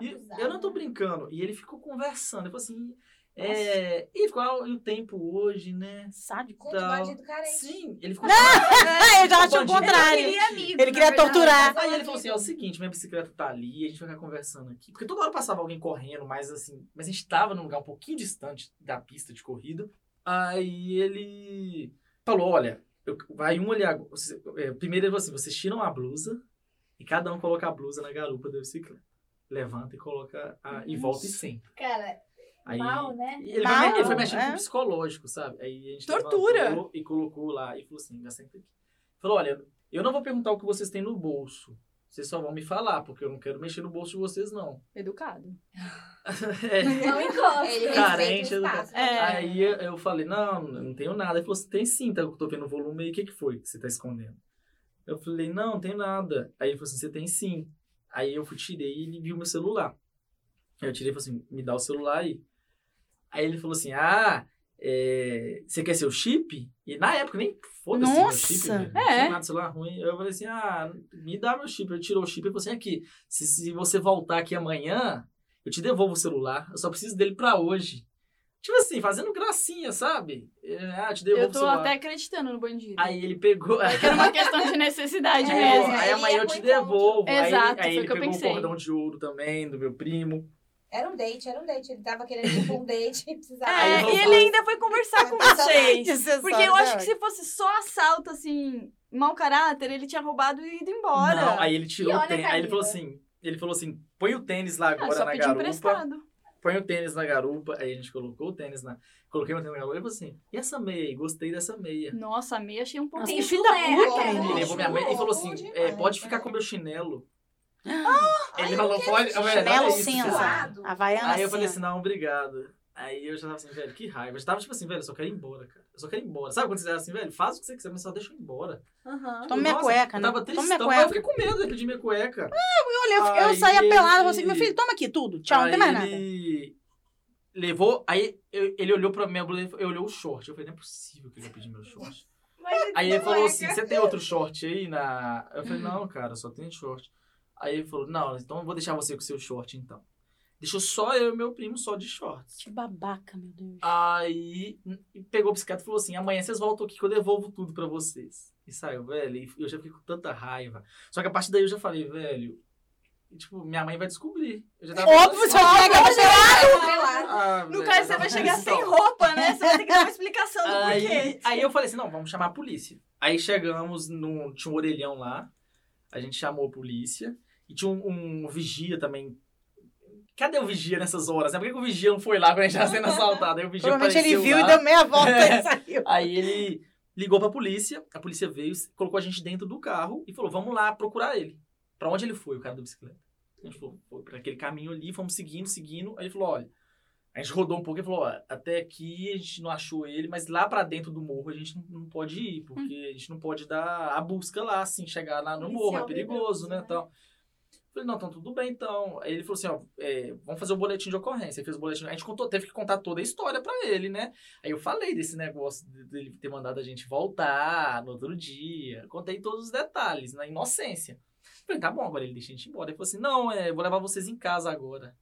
C: E eu não tô
D: né?
C: brincando. E ele ficou conversando. Ele falou assim. É, e qual e o tempo hoje, né?
F: um
B: Sádico.
E: Gente, bandido carente.
C: Sim, ele ficou.
B: Ah, eu já achei o
C: Bandido.
B: contrário.
D: Ele queria amigo.
B: Ele
D: na
B: queria
D: verdade.
B: torturar.
C: é Aí ele falou assim: é o seguinte, minha bicicleta tá ali, a gente vai ficar conversando aqui. Porque toda hora passava alguém correndo, mas assim. Mas a gente tava num lugar um pouquinho distante da pista de corrida. Aí ele falou: olha, eu- vai um ali agora. você- é, Primeiro ele falou assim: vocês tiram a blusa e cada um coloca a blusa na garupa da bicicleta. Levanta e coloca. a- e volta e senta.
D: Cara,
C: Aí,
D: mal, né?
C: E Ele,
B: Mal,
C: foi, me- ele foi mexendo
B: é?
C: com o psicológico, sabe? Aí a gente
A: Tortura.
C: levantou E colocou lá e falou assim, já senta aqui. Falou, olha, eu não vou perguntar o que vocês têm no bolso. Vocês só vão me falar, porque eu não quero mexer no bolso de vocês, não.
A: Educado.
C: É.
D: Não encosta.
F: Ele
C: Carente,
F: respeita o espaço.
B: É.
C: Aí eu, eu falei, não, não tenho nada. Ele falou, você tem sim, tá, eu tô vendo o volume aí, o que, que foi que você tá escondendo? Eu falei, não, não tem nada. Aí ele falou assim, você tem sim. Aí eu fui, tirei e ele viu meu celular. Aí eu tirei e falei assim, me dá o celular aí. Aí ele falou assim, ah, é, você quer seu chip? E na época nem foda-se meu
B: Nossa,
C: chip. velho, Não
A: é.
C: tinha nada de celular ruim. Eu falei assim, ah, me dá meu chip. Eu tirou o chip e falou assim, aqui, se, se você voltar aqui amanhã, eu te devolvo o celular. Eu só preciso dele pra hoje. Tipo assim, fazendo gracinha, sabe? É, Ah, te devolvo
A: Eu
C: o
A: tô
C: celular.
A: até acreditando no bandido.
C: Aí ele pegou...
A: É que era uma questão de necessidade
C: É,
A: mesmo.
C: aí
F: Aí
C: amanhã
F: é
C: eu te
F: muito
C: devolvo. Aí-
A: Exato,
C: aí
A: foi
C: ele
A: o que eu
C: pegou
A: pensei.
C: o cordão de ouro também do meu primo.
E: Era um date, era um date. Ele tava querendo ir pra um date e precisava.
C: Aí eu
A: É,
C: vou
A: e ele
C: falar-
A: ainda foi conversar com vocês.
B: Isso é
A: Porque eu
B: sádico.
A: acho que se fosse só assalto, assim, mau caráter, ele tinha roubado e ido embora.
C: Não, aí ele tirou
D: E
C: o
D: olha,
C: tênis. Aí ele
D: Camila.
C: falou assim, ele falou assim, põe o tênis lá
A: Ah,
C: agora
A: só
C: na
A: pediu
C: garupa.
A: emprestado.
C: põe o tênis na garupa. Aí a gente colocou o tênis na. Coloquei o tênis na garupa e falou assim: e essa meia? Gostei dessa meia.
A: Nossa, a meia achei um pouco.
D: Nossa,
A: Tem
D: que
A: filho da
E: É,
D: chulé,
A: puta,
D: cara.
A: né?
C: Ele levou minha meia e falou assim:
E: Bom
C: é,
E: demais,
C: pode
E: né?
C: ficar com meu chinelo.
E: ai,
C: Ele
E: eu
C: falou:
E: quero
C: pode.
E: esse
C: Velho,
B: Chinelo
C: olha isso,
B: cinza.
C: cara.
F: Suado.
B: Havaiana
C: Aí eu falei
B: cinza.
C: assim: não, obrigado. Aí eu já tava assim, velho, que raiva. Eu já tava tipo assim, velho, eu só quero ir embora, cara. Eu só quero ir embora. Sabe quando você tá assim, velho, faz o que você quiser, mas só deixa eu ir embora.
F: Aham.
B: Toma minha
C: Nossa,
B: cueca,
C: Eu
B: né?
C: tava
B: Toma
C: tristão.
B: minha
C: mas Eu
B: cueca.
C: fiquei com medo de pedir minha cueca.
B: Eu olhei, eu, fiquei- eu
C: Aí
B: saí apelada, falei assim,
C: ele-
B: meu filho, toma aqui tudo. Tchau, não tem mais nada.
C: Ele levou, aí eu- ele olhou pra minha blusa e olhou o short. Eu falei, não é possível que ele vai pedir meu short. aí ele falou assim, você tem outro short aí na... Eu falei, não, cara, só tenho short. Aí ele falou, não, então eu vou deixar você com o seu short, então. Deixou só eu e meu primo só de shorts.
B: Que babaca, meu Deus.
C: Aí n- pegou o bicicleta e falou assim: amanhã vocês voltam aqui que eu devolvo tudo pra vocês. E saiu, velho. E eu já fiquei com tanta raiva. Só que a partir daí eu já falei, velho. e, Tipo, minha mãe vai descobrir. Eu já tava assim,
B: Óbvio, seu
A: tá
B: colega vai chegar.
F: Pelado.
C: Ah,
A: No
C: velho,
A: caso, você
C: não.
A: vai chegar
C: Então,
A: sem roupa, né? Você vai ter que dar uma explicação do porquê.
C: Aí, aí eu falei assim: não, vamos chamar a polícia. Aí chegamos, num, tinha um orelhão lá, a gente chamou a polícia. E tinha um, um vigia também. Cadê o vigia nessas horas? Né? Por que, que o vigia não foi lá quando a gente tava sendo assaltado? Aí o vigia
B: Provavelmente ele
C: apareceu
B: viu e
C: lá.
B: deu meia volta
C: É.
B: e saiu.
C: Aí ele ligou pra polícia, a polícia veio, colocou a gente dentro do carro e falou: vamos lá procurar ele. Pra onde ele foi, o cara da bicicleta? A gente falou, foi pra aquele caminho ali, fomos seguindo, seguindo. Aí ele falou: olha, a gente rodou um pouco e falou: ó, até aqui a gente não achou ele, mas lá pra dentro do morro a gente não, não pode ir, porque a gente não pode dar a busca lá, assim, chegar lá no
D: Policial
C: morro, é perigoso,
D: medroso,
C: né?
D: né?
C: Então, falei, não, então tudo bem, então. Aí ele falou assim: ó, é, vamos fazer o boletim de ocorrência. Ele fez o boletim, a gente contou, teve que contar toda a história pra ele, né? Aí eu falei desse negócio de- dele ter mandado a gente voltar no outro dia. Contei todos os detalhes, na inocência. Falei, tá bom, agora ele deixa a gente embora. Ele falou assim: não, é, eu vou levar vocês em casa agora.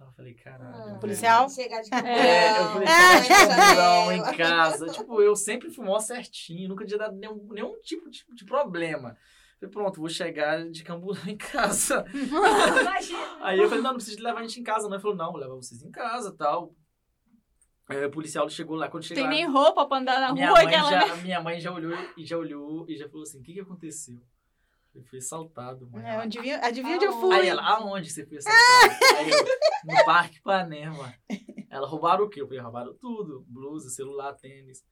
C: Aí Eu falei,
E: Ah,
C: caralho. velho.
B: policial?
E: Chegar de cabelo.
C: É, eu falei,
B: Ah.
C: caralho, em casa. Tipo, eu sempre fui mó certinho, nunca tinha dado nenhum, nenhum tipo de, de problema. Falei, pronto, vou chegar de camburão em casa.
D: Imagina.
C: Aí eu falei, não, não precisa de levar a gente em casa, não. Ele falou, não, vou levar vocês em casa tal. Aí o policial chegou lá, quando chegou
A: Tem
C: lá,
A: nem roupa pra andar na
C: minha
A: rua
C: mãe
A: aquela. né?
C: já, Minha mãe já olhou e já olhou e já falou assim: o que, que aconteceu? Eu fui assaltado, mãe.
B: É, adivinha, adivinha onde eu
C: Aí
B: fui.
C: ela, aonde você foi assaltado? Aí eu, no Parque Ipanema. Ela, roubaram o quê? Eu falei, roubaram tudo. Blusa, celular, tênis.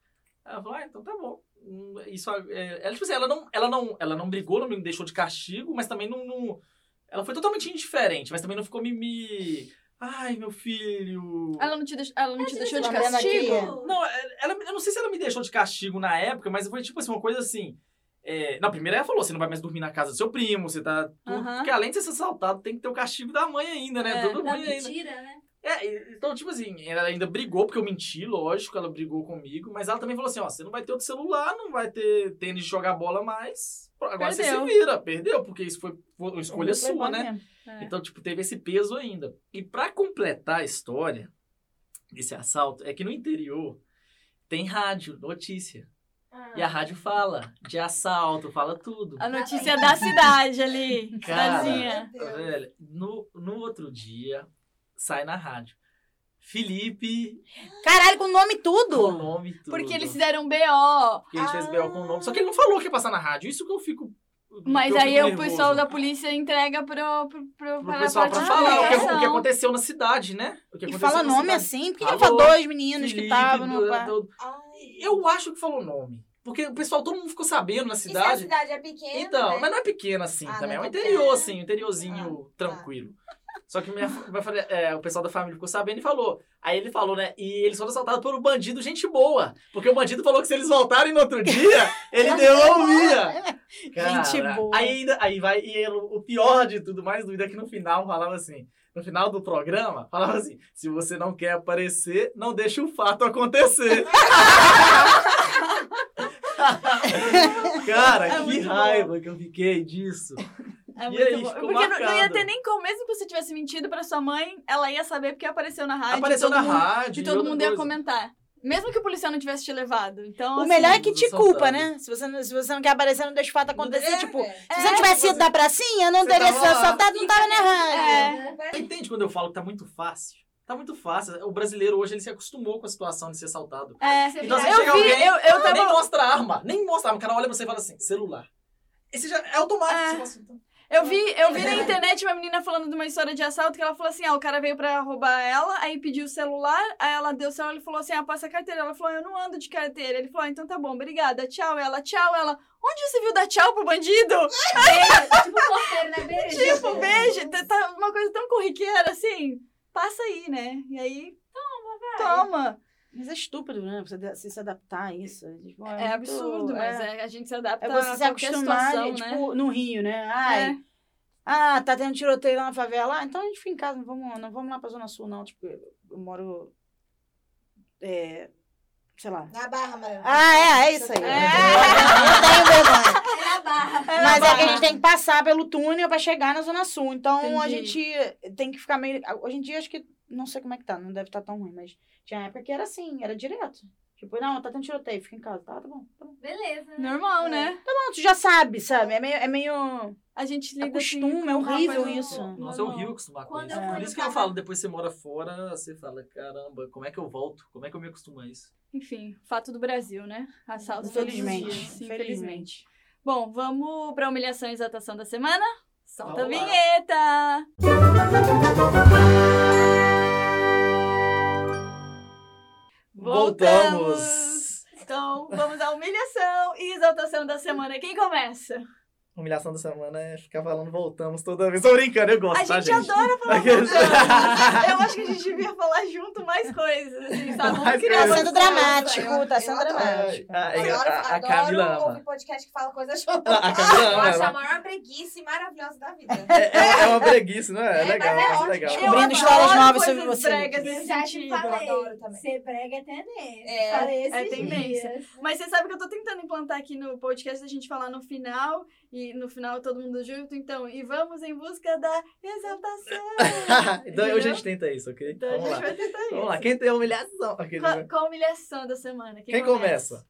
C: Ela falou, ah, então tá bom. Hum, Isso, é, ela, tipo assim, ela não, ela, não, ela não brigou, não me deixou de castigo, mas também não... não- ela foi totalmente indiferente, mas também não ficou me... me Ai, meu filho.
A: Ela não te, deixou- ela não te deixou de
B: tá vendo
A: castigo?
B: aqui?
D: Não,
C: Não, é, ela, eu não sei se ela me deixou de castigo na época, mas foi tipo assim, uma coisa assim. É, não, primeiro ela falou: você não vai mais dormir na casa do seu primo, você tá. Tudo,
A: Aham.
C: Porque além de você ser assaltado, tem que ter o castigo da mãe ainda, né?
A: É,
C: Tudo
D: da
C: ruim ainda.
D: mentira, né?
C: É, e- então, tipo assim, ela ainda brigou, porque eu menti, lógico, ela brigou comigo, mas ela também falou assim: ó, você não vai ter outro celular, não vai ter tênis de jogar bola mais. Agora você se
A: Perdeu.
C: vira, perdeu, porque isso foi, foi uma escolha sua,
B: Playboy
C: né?
B: mesmo.
A: É.
C: Então, tipo, teve esse peso ainda. E pra completar a história desse assalto, é que no interior tem rádio, notícia. E
A: Ah.
C: a rádio fala de assalto, fala tudo.
A: A notícia da cidade ali.
C: Cara.
A: Cidadezinha.
C: Velho, no, no outro dia, sai na rádio. Felipe,
B: Caralho, com nome e
C: com
B: tudo.
C: nome e tudo.
A: Porque eles fizeram BO.
C: Porque ele fez B.O. com o nome. Só que ele não falou que ia passar na rádio. Isso que eu fico.
A: Mas
C: que Então eu
A: aí é
C: fico
A: o
C: nervoso.
A: pessoal da polícia entrega pro, pro, pro,
C: Pro
A: para a
C: pessoal pra
A: parte de
C: falar o que, é o
A: investigação.
C: que aconteceu na cidade, né? O que
B: E
C: aconteceu
B: fala
C: na
B: nome
C: cidade.
B: assim? Por que que ele
C: Falou.
B: falou dois meninos que
C: Felipe,
B: estavam no
C: do-
B: par?
C: do- Eu acho que falou nome. Porque o pessoal, todo mundo ficou sabendo na
E: E se a
C: cidade.
E: cidade é pequena,
C: então,
E: né?
C: mas não é pequeno assim
E: Ah,
C: também. É
E: não
C: um
E: é
C: interior,
E: pequeno. Ah, tá.
C: assim, um interiorzinho tranquilo. Só que minha, minha família- é, o pessoal da família ficou sabendo e falou. Aí ele falou, né? E eles foram assaltados por um bandido, gente boa. Porque o bandido falou que se eles voltarem no outro dia, ele devolvia.
B: Gente boa.
C: Aí, ainda- aí vai, e ele- o pior de tudo, mais doido, é que no final falava assim. No final do programa, falava assim: se você não quer aparecer, não deixe o fato acontecer. Cara,
A: É
C: que
A: muito bom.
C: raiva que eu fiquei disso.
A: É
C: E
A: muito
C: aí,
A: bom.
C: ficou
A: Porque não, não ia
C: marcado.
A: ter nem como, mesmo que você tivesse mentido pra sua mãe, ela ia saber porque apareceu na rádio.
C: Apareceu
A: e
C: na
A: todo mundo,
C: rádio.
A: E
C: e
A: todo
C: outra
A: mundo ia
C: coisa.
A: comentar. Mesmo que o policial não tivesse te levado. Então,
B: O
A: assim,
B: melhor é que
C: os
B: te culpa,
C: assaltados.
B: né? Se você, não- se você não quer aparecer, não deixa o fato acontecer.
E: É,
B: tipo,
E: é.
B: se você tivesse ido da pracinha, não
C: Você
B: teria
C: tava
B: sido
C: lá.
B: assaltado, não tava na rádio.
D: É.
C: Você Entende quando eu falo que tá muito fácil? Tá muito fácil. O brasileiro hoje ele se acostumou com a situação de ser assaltado.
A: É.
D: Você
C: Então,
D: vira-
C: se
A: Eu
C: chega
A: vi,
C: alguém,
A: eu, eu
C: nem
A: tava.
C: mostra a arma, nem mostra a arma. O cara olha pra você e fala assim: celular. Esse já é automático.
A: É.
C: você fala assim, então.
A: Eu vi, eu vi na internet uma menina falando de uma história de assalto que ela falou assim: ah, o cara veio pra roubar ela, aí pediu o celular, aí ela deu o celular, ele falou assim: ah, passa a carteira. Ela falou: eu não ando de carteira. Ele falou: ah, então tá bom, obrigada, tchau. Ela, tchau. Ela, onde você viu dar tchau pro bandido?
D: Beija, tipo porteiro, né? Beija.
A: Tipo, beijo, tá- tá uma coisa tão corriqueira assim. Passa aí, né? E aí. Toma,
B: Mas é estúpido, né? Você de- se se adaptar a isso. Tipo,
A: É
B: muito-
A: absurdo, mas é, a gente se adapta
B: É você se
A: a qualquer
B: acostumar,
A: situação, né?
B: tipo, no Rio, né? Ai,
A: É.
B: ah, tá tendo tiroteio lá na favela. Ah, então a gente fica em casa, não vamos, não vamos lá pra Zona Sul, não. Tipo, eu eu moro. É, sei lá.
E: Na barra, mano.
B: Ah, é, é isso aí. Eu tenho vergonha.
D: É na barra.
B: Mas é que a
A: barra.
B: gente tem que passar pelo túnel pra chegar na Zona Sul. Então a
A: Entendi.
B: gente tem que ficar meio. Hoje em dia, acho que. Não sei como é que tá, não deve estar tão ruim, mas tinha época que era assim, era direto. Tipo, não, tá tendo tiroteio, fica em casa. Tá, tá bom, tá bom.
D: Beleza. né?
B: é.
A: Normal, né?
B: Não, tu já sabe, sabe? É meio. É meio...
A: A gente lida
B: Acostuma,
A: assim,
B: é
A: com uma
B: horrível
A: coisa
B: isso.
C: Nossa, eu
A: normal.
C: rio acostumar com
D: Quando
C: isso.
D: eu fui
C: Por
D: no
C: isso que eu
D: Pará-
C: falo: depois você mora fora, você fala: caramba, como é que eu volto? Como é que eu me acostumo a isso?
A: Enfim, fato do Brasil, né? Assalto todos os
B: É, Infelizmente,
A: dias, Infelizmente.
B: infelizmente.
A: Bom, vamos pra humilhação e exaltação da semana? Solta a
C: Vamos lá.
A: vinheta! Então, vamos à humilhação e exaltação da semana. Quem começa?
C: Humilhação da semana é ficar falando voltamos toda vez. Tô brincando, eu gosto,
A: a
C: tá,
A: gente, adora falar junto. Eu acho que a gente devia falar junto mais coisas, assim, sabe? Vamos
C: Mais
A: criar
C: coisas.
B: Tá
A: uma-
B: sendo dramático, tá
E: Eu
B: sendo
E: adoro.
B: dramático.
C: Ah, é,
E: Adoro,
C: a, a
E: adoro
C: Camila ama.
E: ouvir podcast que fala coisa chata.
C: Ela- A Camila
F: Eu
C: ama.
F: acho a
C: ela-
F: maior preguiça e maravilhosa da vida.
C: É, é- é uma preguiça, não é? É
F: É,
C: legal,
F: mas é
C: é
F: ótimo.
C: legal.
A: Eu adoro
B: Descobrindo histórias novas
A: coisas
B: sobre você.
A: bregas nesse
D: Já te
A: sentido.
D: falei.
E: adoro também.
D: Ser prega é tendência.
E: É,
D: Falei esses
A: é tendência.
D: dias.
A: Mas você sabe que eu tô tentando implantar aqui no podcast a gente falar no final, e no final todo mundo junto, então, e vamos em busca da exaltação.
C: então hoje a gente tenta isso, ok?
A: Então
C: Vamos
A: a gente
C: lá.
A: vai tentar
C: Vamos lá,
A: isso.
C: quem tem humilhação? Aquele-
A: Qual, qual a humilhação da semana?
C: Quem começa?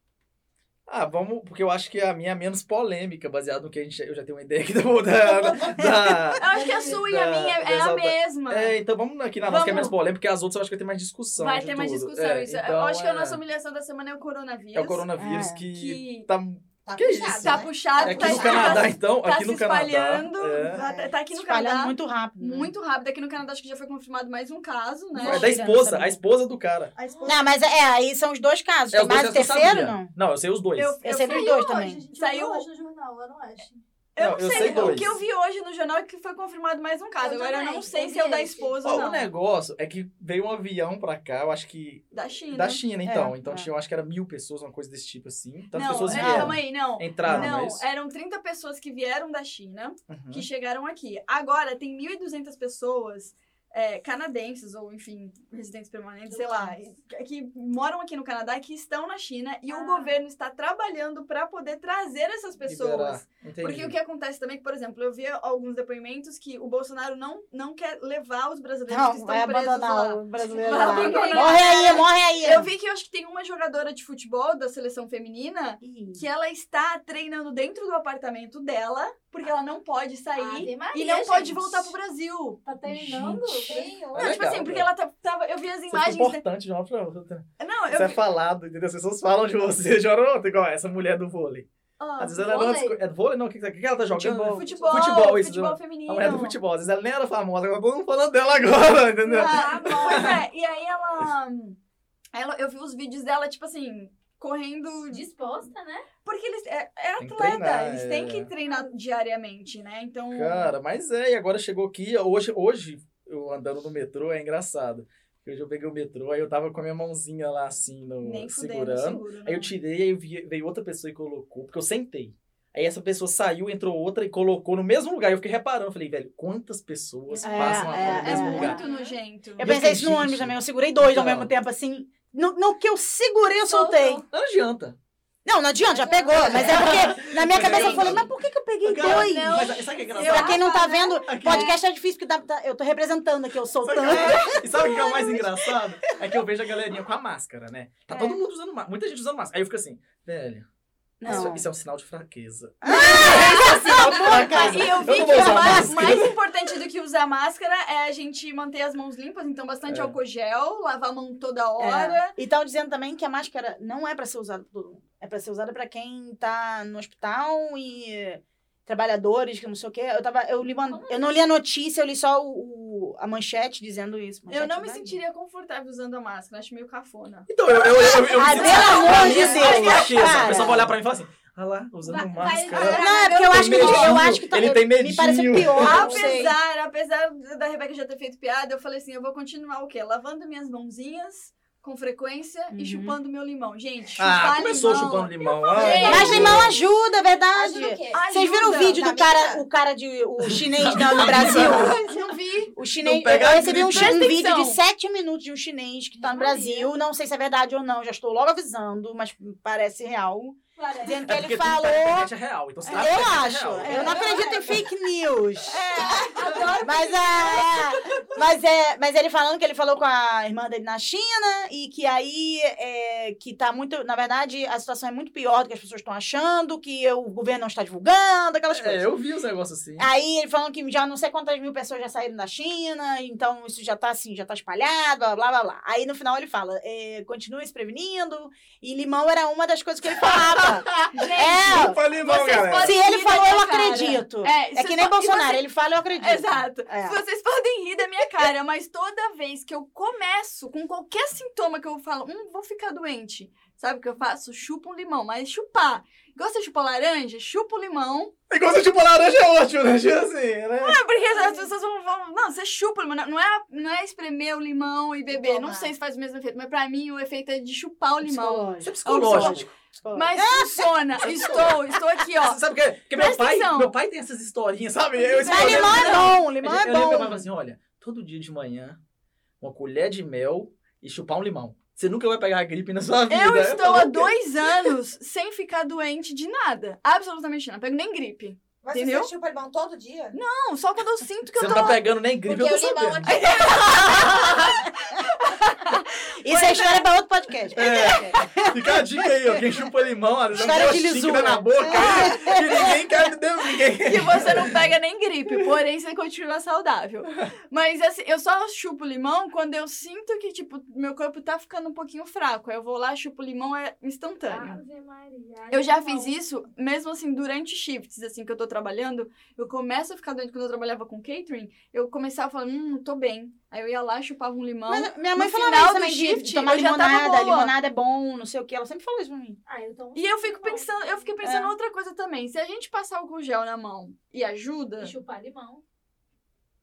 C: Ah, vamos, porque eu acho que a minha é menos polêmica, baseado no que a gente, eu já tenho uma ideia aqui da. da, da-
A: Eu acho que a sua e a
C: Da-
A: minha é
C: da
A: a
C: exalta-
A: mesma.
C: É, então vamos aqui na nossa que é
A: Vamos.
C: menos polêmica, porque as outras eu acho que vai ter mais discussão.
A: Vai
C: de
A: ter mais
C: tudo.
A: discussão
C: É,
A: isso. eu
C: então
A: acho que a
C: é-
A: nossa humilhação da semana é o coronavírus.
C: É o coronavírus
B: É.
C: que
A: Que
C: tá
E: Tá
C: Que
E: puxado,
C: isso?
A: tá
E: né?
A: puxado,
C: É
A: tá
C: aqui no
A: espalhado,
C: Canadá, então.
A: tá
C: aqui
A: se
C: no Canadá.
A: espalhando.
C: É.
A: Tá, tá aqui no
B: Espalhando
A: Canadá. Muito,
B: muito rápido. né?
A: rápido. Aqui no Canadá acho que já foi confirmado mais um caso, né?
C: É da
B: Mentira, não
C: esposa,
B: sabia.
C: a esposa do cara.
E: A esposa-
B: Não, mas é, aí são os dois casos.
C: É,
B: Tem
C: os dois
B: mais o
C: eu só
B: terceiro,
C: sabia.
B: não?
C: Não, eu sei os dois.
A: Eu-
B: Eu sei dos
D: Saiu
B: dois
D: hoje,
B: também.
D: gente,
A: Saiu-
D: hoje no jornal, eu não acho.
A: Eu
C: Não,
A: não,
C: eu
A: sei.
C: sei
A: o
C: dois.
A: que eu vi hoje no jornal é que foi confirmado mais um
F: Eu
A: caso. Agora eu
F: também,
A: não sei
F: eu
A: se é o
F: vi
A: da
F: esse.
A: esposa
C: Ó,
A: ou não.
C: o negócio é que veio um avião pra cá, eu acho que.
A: Da China.
C: Da China, então.
B: É,
C: então
B: é.
C: tinha, eu acho que era mil pessoas, uma coisa desse tipo assim. Tantas
A: não,
C: pessoas
A: é,
C: vieram.
A: calma aí, não.
C: Entraram,
A: não,
C: não é isso?
A: eram 30 pessoas que vieram da China,
C: Uhum.
A: que chegaram aqui. Agora tem 1.200 pessoas é, canadenses, ou enfim, residentes permanentes, sei lá, que- que moram aqui no Canadá e que estão na China, e o
D: Ah.
A: governo está trabalhando para poder trazer essas pessoas.
C: Liberar. Entendi.
A: Porque o que acontece também, é que, por exemplo, eu vi alguns depoimentos que o Bolsonaro não, não quer levar os brasileiros que
B: Não,
A: estão
B: vai
A: presos lá.
B: abandonar o brasileiro
A: Vai
B: lá.
A: abandonar.
B: Morre aí, morre aí.
A: Eu vi que eu acho que tem uma jogadora de futebol da seleção feminina que ela está treinando dentro do apartamento dela, porque ela não pode sair
D: Ave Maria,
A: e não pode
D: gente.
A: voltar pro Brasil.
D: Tá treinando?
E: Tenho.
C: Ah,
A: Não, tipo
C: legal,
A: assim, porque
C: legal.
A: ela tá- tava. Eu vi as
C: Isso é
A: imagens. né?
C: importante de uma hora pra outra.
A: Não,
C: Isso
A: eu
C: é
A: vi.
C: falado, entendeu? As pessoas falam de você de hora pra outra, igual essa mulher do vôlei.
A: Ah,
C: Às vezes ela não é
D: vôlei?
C: desco- é do vôlei, não? O que, que que ela tá jogando?
B: Futebol.
A: tipo, futebol,
C: futebol, isso,
A: futebol
C: não.
A: feminino.
C: A mulher do futebol. né? Às vezes ela nem era famosa, agora todo mundo falando dela agora, entendeu?
A: Ah, pois é. E aí ela, ela. Eu vi os vídeos dela, tipo assim, correndo
D: Disposta, né?
A: Porque eles é, é
C: Tem que
A: atleta,
C: treinar,
A: eles têm
C: é.
A: que treinar diariamente, né? Então.
C: Cara, mas é, e agora chegou aqui, hoje, hoje eu andando no metrô é engraçado. Porque Hoje eu peguei o metrô, aí eu tava com a minha mãozinha lá assim, no,
A: nem fudendo,
C: segurando.
A: seguro, né?
C: Aí eu
A: não.
C: tirei, aí eu vi- veio outra pessoa e colocou, porque eu sentei. Aí essa pessoa saiu, entrou outra e colocou no mesmo lugar. Eu fiquei reparando, eu falei, velho, quantas pessoas
B: É,
C: passam
B: é,
C: agora no
A: é,
C: mesmo
B: é.
C: lugar?
A: muito nojento.
B: Eu
C: E eu
B: pensei
C: fiquei,
B: isso no ônibus
C: gente,
B: também. Eu segurei dois ao
C: então.
B: mesmo tempo, assim. No, no que eu segurei, eu soltei.
C: Não adianta.
B: Não, não adianta, já pegou. Mas é porque na
C: Mas
B: minha cabeça eu
C: gente.
B: falei, mas por que, que eu peguei
C: Cara,
B: dois?
A: não.
C: ah, Mas sabe o que é engraçado?
B: Pra quem não tá
A: né?
B: vendo,
C: Aqui.
B: podcast é difícil, porque dá- tá- eu tô representando aqui, eu
C: Sabe
B: soltando.
C: o que- E sabe o que é o mais engraçado? É que eu vejo a galerinha com a máscara, né? Tá
A: É.
C: todo mundo usando máscara, muita gente usando máscara. Aí eu fico assim, velho, isso,
B: Não.
C: isso é um sinal de fraqueza. é um
A: E eu vi
C: não
A: que
C: vou usar
A: o mais,
C: máscara.
A: mais importante do que usar máscara é a gente manter as mãos limpas, então bastante
C: É.
A: álcool gel, lavar a mão
B: É.
A: toda hora.
B: E estão dizendo também que a máscara não é pra ser usada pra todo mundo. É pra ser usada pra quem tá no hospital e eh, trabalhadores, que não sei o quê. Eu, tava, eu, li uma- eu
A: assim?
B: não li a notícia, eu li só o, o- a manchete dizendo isso.
A: Eu
B: Manchete
A: não me
B: da-
A: sentiria confortável usando a máscara, acho meio cafona.
C: Então, eu, eu, eu, eu
B: Ah,
C: me
B: pelo
C: sinto-
B: amor
C: pra mim,
B: de
C: é só
B: Deus,
C: fraqueza.
B: cara.
C: A pessoa vai olhar pra mim e falar assim, ah lá, usando
D: Vai- vai-
C: máscara.
D: vai-
B: Não, é porque eu acho que, eu acho que tá-
C: Ele tem
B: Me parece
C: medinho.
B: pior.
A: Tá
B: não sei.
A: Apesar, apesar da Rebeca já ter feito piada, eu falei assim: eu vou continuar o quê? Lavando minhas mãozinhas com frequência
B: Uhum.
A: e chupando meu limão. Gente,
C: Ah,
A: chupar
C: começou
A: limão.
C: chupando limão. Ah,
E: falei.
C: ai.
B: Mas limão ajuda, é verdade.
E: Ajuda o quê?
B: Vocês viram o
A: Ajuda.
B: vídeo do cara, o cara de o chinês da- do Brasil?
A: Não vi.
B: O chinês,
C: Não pega
B: eu recebi um,
C: gripe.
B: chi- um
A: Presta
B: vídeo de
A: atenção.
B: sete minutos de um chinês que tá no Brasil. Não sei se é verdade ou não, já estou logo avisando, mas parece real.
D: Claro.
B: Dizendo que
C: É
B: ele
C: porque tudo
B: falou.
C: na internet é real, então se tá na
B: Eu
C: internet é
B: acho.
C: real.
B: Eu não acredito em fake news. Mas, é, mas, é, mas ele falando que ele falou com a irmã dele na China e que aí é, que tá muito. Na verdade, a situação é muito pior do que as pessoas estão achando, que o governo não está divulgando, aquelas coisas.
C: É, eu vi os negócios assim.
B: Aí ele falando que já não sei quantas mil pessoas já saíram da China, então isso já tá assim, já tá espalhado, blá blá blá. blá. Aí no final ele fala, é, continue se prevenindo, e limão era uma das coisas que ele falava. é,
C: Chupa limão,
A: vocês
C: galera.
A: podem-
B: se ele
A: Rir
B: falou,
A: da
B: eu
A: minha né, cara.
B: acredito. É,
A: É,
B: que nem Bolsonaro, ele fala, eu acredito.
A: Exato.
B: É.
A: Vocês podem rir da minha cara, mas toda vez que eu começo com qualquer sintoma que eu falo, hum, vou ficar doente. Sabe o que eu faço? Chupa um limão, mas chupar. Gosta de chupar laranja? Chupa o limão.
C: E quando você chupa laranja é ótimo, né? Tipo assim, né?
A: É porque as pessoas vão, vão- Não, você chupa o limão. Não é, não é espremer o limão e beber.
E: tomar.
A: Não sei se faz o mesmo efeito, mas pra mim o efeito é de chupar o limão.
C: Isso é
A: psicológico.
C: psicológico.
A: Mas funciona. Estou, estou aqui, ó.
C: Você sabe o que? Porque meu
A: Presta
C: pai,
A: atenção.
C: meu pai tem essas historinhas, sabe? Eu
B: Mas limão é bom,
C: Eu,
B: limão
C: eu lembro
B: é
C: que meu pai falava
B: bom.
C: assim, olha, todo dia de manhã, uma colher de mel e chupar um limão. Você nunca vai pegar a gripe na sua vida.
A: Eu estou há
C: falei,
A: dois anos sem ficar doente de nada. Absolutamente nada. Pego nem gripe.
E: Mas
A: Entendeu?
E: você chupa limão todo dia? Não,
A: Não, só quando eu sinto que
C: Você
A: eu tô.
C: não tá pegando nem gripe,
E: porque
C: eu
E: o
C: tô
E: limão
C: sabendo.
E: aqui
B: Isso é história pra outro podcast.
C: É, fica a dica aí, ó. Quem chupa limão, ó, dá
B: História
C: um
B: de
C: gostinho
B: lisura.
C: na boca aí,
A: É.
C: que ninguém quer, Deus, ninguém
A: Que você não pega nem gripe, porém você continua saudável. Mas assim, eu só chupo limão quando eu sinto que, tipo, meu corpo tá ficando um pouquinho fraco. Aí eu vou lá, chupo limão, é instantâneo.
D: Ave Maria.
A: Eu já fiz
B: Ah,
D: Não.
A: isso, mesmo assim, durante shifts, assim, que eu tô trabalhando, eu começo a ficar doente. Quando eu trabalhava com catering, eu começava a falar, hum, tô bem. Aí eu ia lá, chupava um limão.
B: Mas é minha mãe
A: no
B: falava
A: final
B: isso
A: do
B: também de- de
A: shift,
B: tomar
A: eu já tava
B: limonada,
A: boa.
B: limonada é bom, não sei o que. Ela sempre falou isso pra mim.
D: Ah, eu tô...
A: E eu fico pensando, eu fiquei pensando
B: É.
A: outra coisa também. Se a gente passar álcool gel na mão e ajuda,
D: E chupar limão.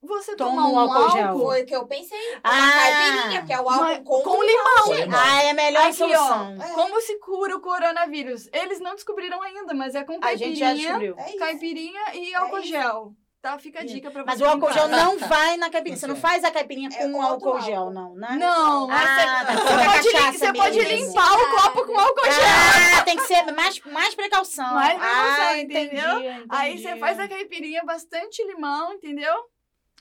A: você
B: Toma
A: tomar
B: um
A: um
B: álcool
A: álcool
B: gel.
F: Foi o que eu pensei. Ah,
B: Ah,
F: caipirinha, porque é o álcool
A: mas-
F: com,
A: com
C: Com limão.
B: Ah, é a melhor
A: Aqui,
B: solução.
E: É,
A: Como se cura o coronavírus? Eles não descobriram ainda, mas é com
B: A gente já
A: caipirinha,
B: descobriu.
E: é isso.
A: caipirinha e álcool
E: isso.
A: gel. Tá? Fica a dica pra você.
B: Mas o álcool gel
A: tentar.
B: não vai na caipirinha. Você não
C: É.
B: faz a caipirinha
E: É
B: com
E: outro
B: álcool
E: álcool.
B: gel, não, né?
A: Não, mas
B: Ah, tá.
A: você, você
B: Só com a
A: pode, lim-
B: cachaça
A: você pode
B: mesmo.
A: limpar o copo com álcool gel.
B: Ah, tem que ser mais, mais precaução.
A: Mais precaução,
B: ah, entendi,
A: entendeu?
B: entendi.
A: Aí você faz a caipirinha, bastante limão, entendeu?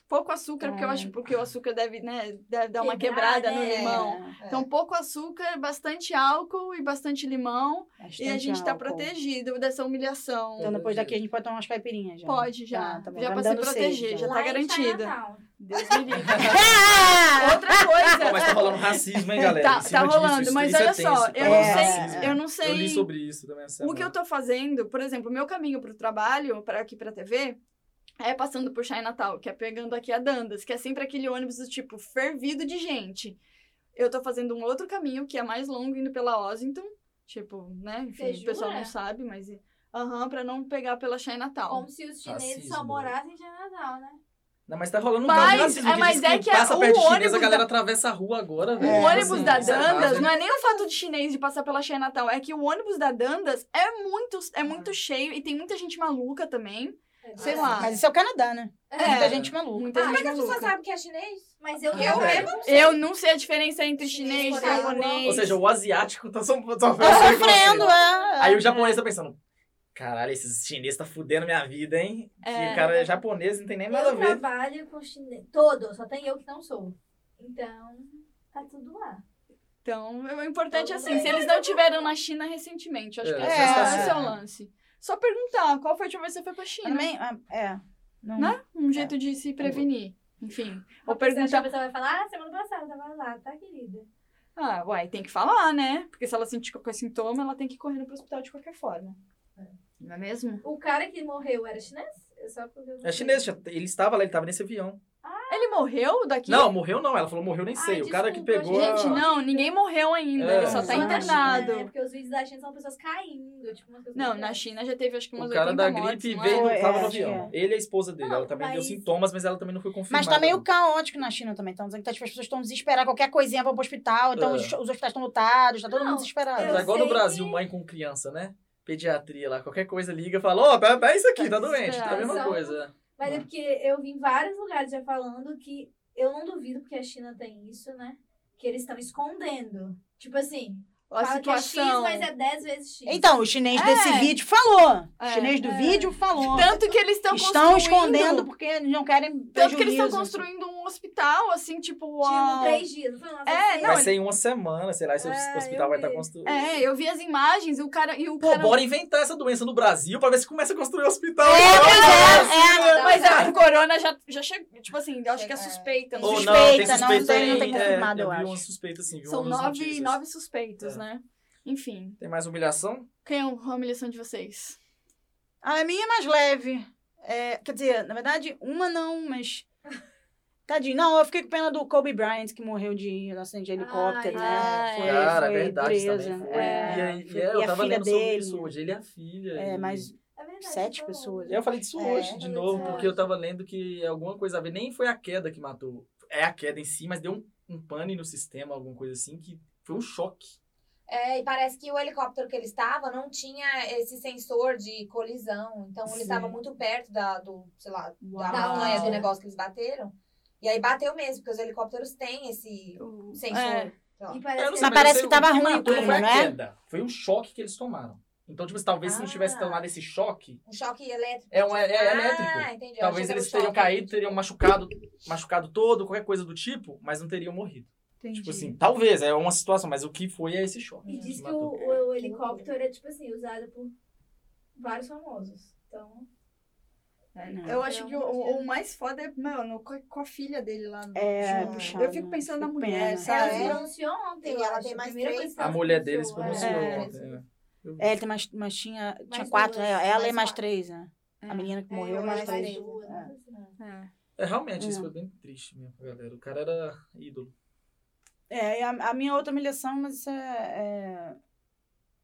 A: Pouco açúcar, porque eu
B: É.
A: acho porque o açúcar deve, né, deve dar uma
D: Quebrar,
A: quebrada no
D: né?
A: limão.
E: É.
A: Então, pouco açúcar, bastante álcool e bastante limão.
B: Bastante
A: E a gente tá
B: álcool.
A: protegido dessa humilhação.
B: Então depois daqui a gente pode tomar umas caipirinhas já.
A: Pode já.
B: Tá, tá bom.
A: já
B: Tá
A: pra
B: me
A: se
B: dando
A: proteger,
D: então.
B: sede,
A: já
B: já.
A: tá
D: em
A: garantida.
D: Chinatown.
A: Deus me livre.
B: Ah!
A: Outra coisa.
C: Pô, mas tá rolando racismo, hein, galera?
A: Tá,
C: Em cima
A: tá
C: disso,
A: rolando,
C: isso-
A: mas
C: isso é
A: olha
C: tenso,
A: só,
C: tá
A: eu
C: rolando
A: não
B: É.
A: sei,
C: racismo.
A: eu não sei.
C: Eu li sobre isso também essa
A: O que eu
C: semana.
A: tô fazendo, por exemplo, o meu caminho pro trabalho, para aqui pra TV, é passando por Natal, que é pegando aqui a Dandas, que é sempre aquele ônibus do tipo fervido de gente. Eu tô fazendo um outro caminho que é mais longo, indo pela Ossington. Tipo, né? Enfim,
D: Você
A: o pessoal
D: jura?
A: não sabe, mas. Aham, pra não pegar pela Natal.
D: Como se os chineses só
C: Racismo.
D: morassem em Chinatown, né?
C: Não, mas tá rolando um
A: Mas-
C: caso de racismo.
A: é,
C: que
A: mas
C: diz
A: é
C: que
A: que é-
C: passa
A: o
C: perto de chinês,
A: ônibus
C: a galera
A: da-
C: atravessa a rua agora,
A: O
C: velho.
B: É,
A: ônibus
C: Assim,
A: da
C: isso é
A: Dandas
C: errado,
A: não
C: né?
A: é nem o fato de chinês de passar pela Natal, é que o ônibus da Dandas é muito, é
C: Uhum.
A: muito cheio e tem muita gente maluca também.
D: É
A: Sei
D: verdade.
A: lá.
B: Mas isso é o Canadá, né? Tem Muita gente maluca.
A: Muita
F: Como é
A: gente
F: que as pessoas
A: maluca.
F: sabem que é chinês?
D: Mas
A: um
D: eu,
C: Ah,
F: eu
C: velho.
F: mesmo.
A: Eu não sei a diferença entre chinês,
F: Chinês,
A: japonês.
C: Ou seja, o asiático tá só... Tá
B: Tá sofrendo, é.
C: Aí o japonês tá pensando... Caralho, esses chineses tá fudendo minha vida, hein?
A: É.
C: Que o cara é japonês, não tem nem nada a
D: Eu
C: ver.
D: trabalho com chinês. Todo, só tem eu que não sou. Então, tá tudo lá.
A: Então, o importante é assim, se eles não tiveram na China recentemente, eu acho que
C: É,
A: esse
B: é.
A: é, esse é o lance. Só perguntar, qual foi a última vez que você foi pra China?
B: Também, ah, é. Não,
A: Né? Um jeito de se prevenir. Enfim, ou
D: perguntar. A
A: perguntar...
D: pessoa vai falar, ah, semana passada eu tava lá, tá, querida?
A: Ah, uai, tem que falar, né? Porque se ela sentir qualquer sintoma, ela tem que correr pro hospital de qualquer forma. Não é mesmo?
D: O cara que morreu era chinês? É só porque eu não
C: É
D: sei.
C: chinês, já- ele estava lá, ele tava nesse avião.
A: Ele morreu daqui?
C: Não, morreu não. Ela falou, morreu nem
D: Ai,
C: sei. o cara que
D: desculpa,
C: pegou...
A: Gente,
C: a-
A: não, ninguém morreu ainda.
C: É.
A: Ele só tá
D: Só na
A: internado.
D: China, né? Porque os vídeos da China são pessoas caindo. Tipo, umas coisas
A: Não,
D: muito
A: na China já teve acho que
C: O
A: umas
C: cara
A: 80
C: da
A: mortes,
C: gripe
A: não é?
C: veio,
B: é?
C: tava no
B: Acho que
C: avião.
B: é.
C: Ele e a esposa dele.
D: Não,
C: ela também deu
D: mas-
C: sintomas, mas ela também não foi confirmada.
B: Mas tá meio caótico na China também. Estão dizendo que tá, tipo, as pessoas estão desesperadas, qualquer coisinha vão pro hospital, então
C: É.
B: os, os hospitais estão lotados, tá todo mundo
D: Não,
B: desesperado.
D: eu-
C: Tá igual no
D: sei
C: Brasil,
D: que-
C: mãe com criança, né? Pediatria lá, qualquer coisa liga e fala, ó, tá, tá isso aqui, tá doente, tá a mesma
D: Desesperança.
C: coisa.
D: Mas é
C: Ah.
D: porque eu vi em vários lugares já falando que eu não duvido porque a China tem isso, né? Que eles estão escondendo. Tipo assim,
A: A
D: fala que é X,
A: situação.
D: mas é 10 vezes X.
B: Então, o chinês
A: É.
B: desse vídeo falou. O
A: É,
B: chinês do
D: é.
B: vídeo falou.
A: Tanto que eles estão
B: estão
A: construindo-
B: escondendo porque não querem
A: Tanto que eles
B: prejuízo.
A: estão construindo um hospital, assim, tipo...
D: Tinha um
A: uau.
D: três dias, não foi uma
A: É,
D: sexta?
A: não,
C: Vai ser em uma semana, sei lá, esse
D: É,
C: hospital
D: eu
C: vai estar
D: vi.
C: construído.
A: É, eu vi as imagens e o cara... E o
C: Pô,
A: cara...
C: bora inventar essa doença no Brasil pra ver se começa a construir um hospital.
B: É, pois é, é.
A: tá assim, Mas a o corona já, já chegou, tipo assim, eu acho que é
E: Chega, é.
A: suspeita.
C: Ou
A: sei.
C: não, tem
B: Suspeita, não,
C: suspeita
B: tem- não tem
C: aí, é,
B: confirmado, eu
C: vi
B: acho.
C: uma suspeita, sim, vi
A: São
C: umas
A: nove,
C: notícias.
A: nove suspeitos,
C: É.
A: né? Enfim,
C: Tem mais humilhação?
A: quem é a humilhação de vocês?
B: A minha é mais leve. É, quer dizer, na verdade, uma não, mas. Tadinho. Não, eu fiquei com pena do Kobe Bryant, que morreu de acidente de helicóptero,
D: Ai,
B: né?
A: ai.
B: foi,
C: Cara,
B: foi
C: é verdade,
B: presa.
C: também foi.
B: É,
C: e aí,
B: foi-
C: é,
B: e
C: eu
B: a
C: tava
B: filha
C: lendo sobre
B: dele.
C: isso hoje. Ele é a filha.
B: É,
C: e-
B: mas
D: É verdade,
B: sete
D: você falou.
B: pessoas.
C: Eu falei disso
B: É.
C: hoje de
D: Falei
C: novo,
D: disso
C: porque eu
D: hoje.
C: tava lendo que alguma coisa a ver. Nem foi a queda que matou. É a queda em si, mas deu um, um pane no sistema, alguma coisa assim, que foi um choque.
F: É, e parece que o helicóptero que ele estava não tinha esse sensor de colisão. Então ele
C: Sim.
F: estava muito perto da, do, sei lá, da
A: Uau.
F: montanha do
D: Uau.
F: negócio que eles bateram. E aí bateu mesmo, porque os helicópteros têm esse
A: O-
F: sensor.
A: É.
F: Então,
C: "Ah,
D: E
C: Eu não
D: parece
C: sei,
D: que
B: Mas parece
C: eu
B: que
C: sei o
B: tava ruim o
C: matou não
B: clima,
C: foi a
B: não é?
C: queda. Foi um choque que eles tomaram. Então, tipo, talvez se não tivesse
F: Ah.
C: tomado esse choque,
F: um choque elétrico.
C: É um- é- é
F: Ah,
C: elétrico.
F: entendi. Eu achei
C: talvez
F: que era
C: eles
F: um
C: teriam
F: choque.
C: caído, teriam machucado, machucado todo, qualquer coisa do tipo, mas não teriam morrido.
B: Entendi.
C: Tipo assim, talvez, é uma situação, mas o que foi é esse choque.
D: E diz que o,
C: matou.
D: o- o helicóptero é, tipo assim, usado por vários famosos. Então,
B: É, não.
A: Eu acho que o, o- o mais foda é, mano, com a, com a filha dele lá. No... tipo,
B: É,
E: Juro.
B: puxado.
A: Eu fico pensando na
B: Que
A: mulher,
B: pena.
A: sabe?
D: ela
E: é?
D: se pronunciou ontem.
F: E
D: eu
F: ela
D: acho.
F: tem mais
D: Primeira
F: três.
D: coisa que
C: A
D: ela
C: mulher dele se
D: pronunciou,
C: pronunciou
B: É.
C: ontem. é.
B: É, ele tem mais, mas tinha, tinha
D: Tipo, Mais
B: quatro,
D: duas,
B: né? ela
D: mais
B: e mais
D: quatro.
B: três, né? A menina que
F: É,
B: morreu
F: eu
B: nas
F: acho que
B: três.
F: é
D: Rua,
B: É.
D: não sei lá.
C: É, realmente, isso
B: É.
C: foi bem triste mesmo pra galera. O cara era ídolo.
B: É, e a, a minha outra humilhação, mas isso é, é,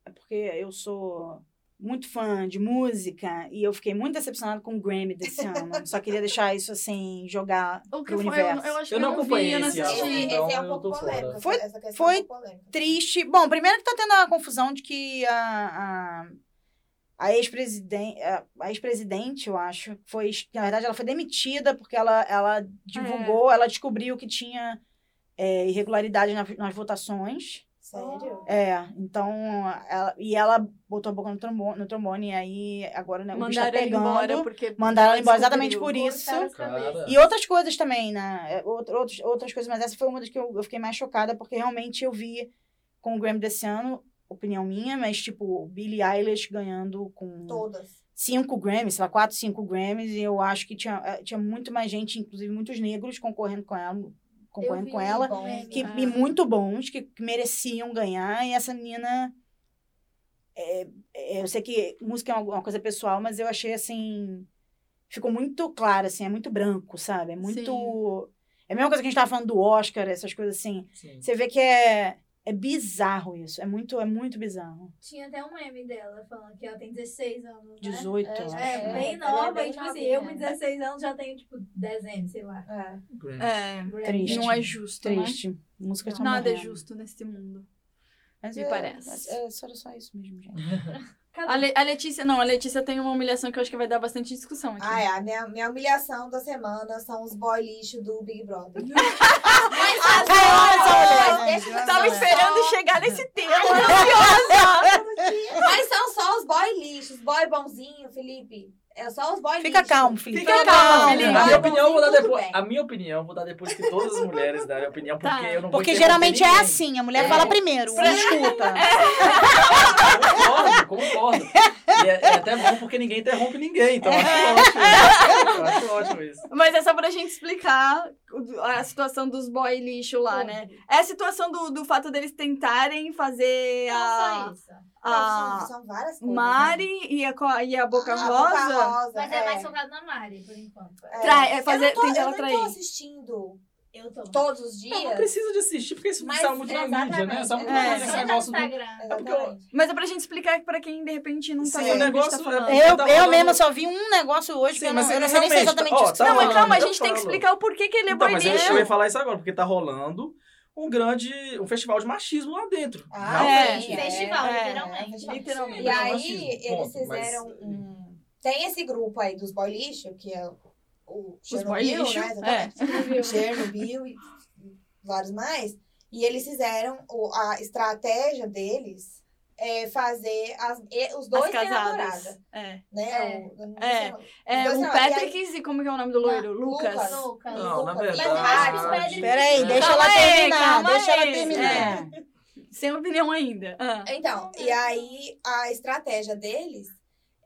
B: é porque eu sou muito fã de música e eu fiquei muito decepcionada com o Grammy desse ano. Só queria deixar isso assim, jogar
A: O que
B: pro
A: foi? Eu,
B: universo.
A: eu acho
C: Eu
A: que
C: não
A: eu não vi,
C: acompanhei
A: eu não
C: esse
A: assisti.
C: álbum.
E: Esse,
C: então
E: é um
C: eu
E: pouco
C: tô fora.
E: polêmico. essa-
B: Foi-
E: essa questão
B: foi
E: é um pouco polêmica.
B: Triste. Bom, primeiro que tá tendo a confusão de que a, a, a ex-presidente, a, a ex-presidente, eu acho, foi. Na verdade, ela foi demitida porque ela, ela
A: É.
B: divulgou, ela descobriu que tinha é, irregularidade na- nas votações.
E: Sério?
B: É, então. Ela, e ela botou a boca no trombone, no trombone e aí agora né, o bicho tá
A: Mandaram ele
B: pegando.
A: embora porque.
B: mandaram ela
A: descobriu.
B: embora exatamente por isso.
D: Cortaram as cabeças.
C: Cara.
B: E outras coisas também, né? É, out- Outros, outras coisas, mas essa foi uma das que eu, eu fiquei mais chocada, porque realmente eu vi com o Grammy desse ano, opinião minha, mas tipo, Billie Eilish ganhando com
E: Todas.
B: cinco Grammys, sei lá, quatro, cinco Grammys, e eu acho que tinha, eh, tinha muito mais gente, inclusive muitos negros, concorrendo com ela,
D: Eu
B: concorrendo
D: vi
B: com
D: o
B: ela
E: então,
D: Grammy.
E: é.
B: que,
A: Ah.
B: e muito bons, que, que mereciam ganhar, e essa menina. é, é, eu sei que música é uma, uma coisa pessoal, mas eu achei assim. Ficou muito claro, assim, é muito branco, sabe? É muito. É a mesma coisa que a gente tava falando do Oscar, essas coisas assim.
C: Sim.
B: Você vê que é, é bizarro isso. É muito, é muito
E: Né?
B: bizarro.
D: Tinha até um meme dela falando que ela tem 16 anos, né?
B: 18,
E: É,
B: eu
E: já
B: acho.
D: É,
E: É, ela
D: bem
E: é
D: nova.
E: bem
D: e, tipo assim,
E: novinha.
D: eu com 16 anos já tenho, tipo, 10 anos, sei lá.
E: É.
C: Grammy.
A: É,
B: Triste.
A: não é justo. Triste.
B: Triste. Música tá
A: Nada é
B: morrendo.
A: justo neste mundo.
B: Mas
A: me
B: é-
A: parece.
B: É, só, era só isso mesmo, gente.
D: um
A: A, Le- a Letícia, não, a Letícia tem uma humilhação que eu acho que vai dar bastante discussão aqui.
E: Ah, é. A minha, minha humilhação da semana são os boy lixo do Big Brother.
A: Eu
F: Mas
A: tava
F: não,
A: esperando
F: só-
A: chegar nesse tema.
F: Mas são só os boy lixos, boy bonzinho, Felipe. É só os boy
B: Fica
F: lixo.
B: calmo, Felipe.
A: Fica calmo, Felipe.
C: A
F: Ah,
C: minha
F: bom,
C: opinião eu vou dar
F: tudo
C: depois.
F: bem.
C: A minha opinião eu vou dar depois que todas as mulheres darem a opinião, porque
A: Tá.
C: eu não vou
B: Porque
C: interromper
B: geralmente é
C: ninguém.
B: assim, a mulher
C: É.
B: fala primeiro, não escuta.
C: Concordo, concordo. E é, é até bom porque ninguém interrompe ninguém, então eu acho ótimo. Eu acho ótimo isso.
A: Mas é só pra gente explicar o- a situação dos boy lixo lá, né? É a situação do, do fato deles tentarem fazer a,
D: Não só isso.
E: Não,
B: Ah,
A: a
E: são, são várias coisas. né?
A: Mari e a, co- e a Boca
E: Ah, Boca
A: Rosa.
E: Rosa.
D: Mas é mais focado na Mari, por enquanto.
E: é.
A: Trai- é fazer-
E: eu não tô,
A: tentar
E: eu
A: ela
E: não
A: trair.
E: tô assistindo
D: Eu tô.
E: todos os dias.
C: Não, não precisa de assistir, porque isso
E: Mas,
C: está muito na mídia, né? Só muito
A: exatamente.
C: mais esse
D: Só tá no
C: negócio do...
D: Instagram.
C: porque
E: Exatamente.
A: Mas é pra gente explicar pra quem de repente não tá
B: Sim.
A: vendo o que a gente tá
C: Negócio é-
A: falando.
C: É,
B: Eu,
C: Tá
B: eu
C: rolando-
B: mesma só vi um negócio hoje,
C: Sim,
B: que eu
C: mas
B: não, eu
C: ele
B: não sei nem se é
C: realmente tá-
B: exatamente
C: ó,
B: isso.
C: tá
B: que
A: não,
B: você
A: mas
C: rolando.
B: tá falando.
A: calma, a
C: eu
A: gente tem que
C: falo.
A: explicar o porquê que ele é
C: Então,
A: boy
C: mas eu,
A: lixo.
C: eu ia falar isso agora, porque tá rolando um grande... um festival de machismo lá dentro.
E: Ah,
A: É,
E: sim,
D: Festival,
A: é,
D: literalmente.
E: é, festival.
A: Literalmente.
E: E
C: Não,
E: aí,
C: machismo,
E: eles
C: ponto, mas-
E: fizeram um... Tem esse grupo aí dos boy lixo, que é o
A: boy
E: Chernobyl,
A: lixo,
E: né? Exatamente.
D: Viu?
E: Chernobyl e vários mais. E eles fizeram o- a estratégia deles é fazer as, e- os dois
A: As
E: têm
A: casadas.
E: namorada,
A: É.
E: né?
D: É.
E: O- eu não
A: É.
E: sei
A: É,
E: Mas
A: o
E: não,
A: Patrick e como que é o nome do loiro?
E: Não,
A: Lucas.
E: Lucas.
D: Lucas.
C: Não, na
E: Mas
C: verdade...
D: eu acho que isso vai
C: gente,
B: Peraí,
C: é.
B: deixa
A: Calma
B: ela
A: aí,
B: terminar,
A: calma
B: deixa
A: aí.
B: ela terminar.
A: Sem opinião ainda. Ah.
E: Então, e aí a estratégia deles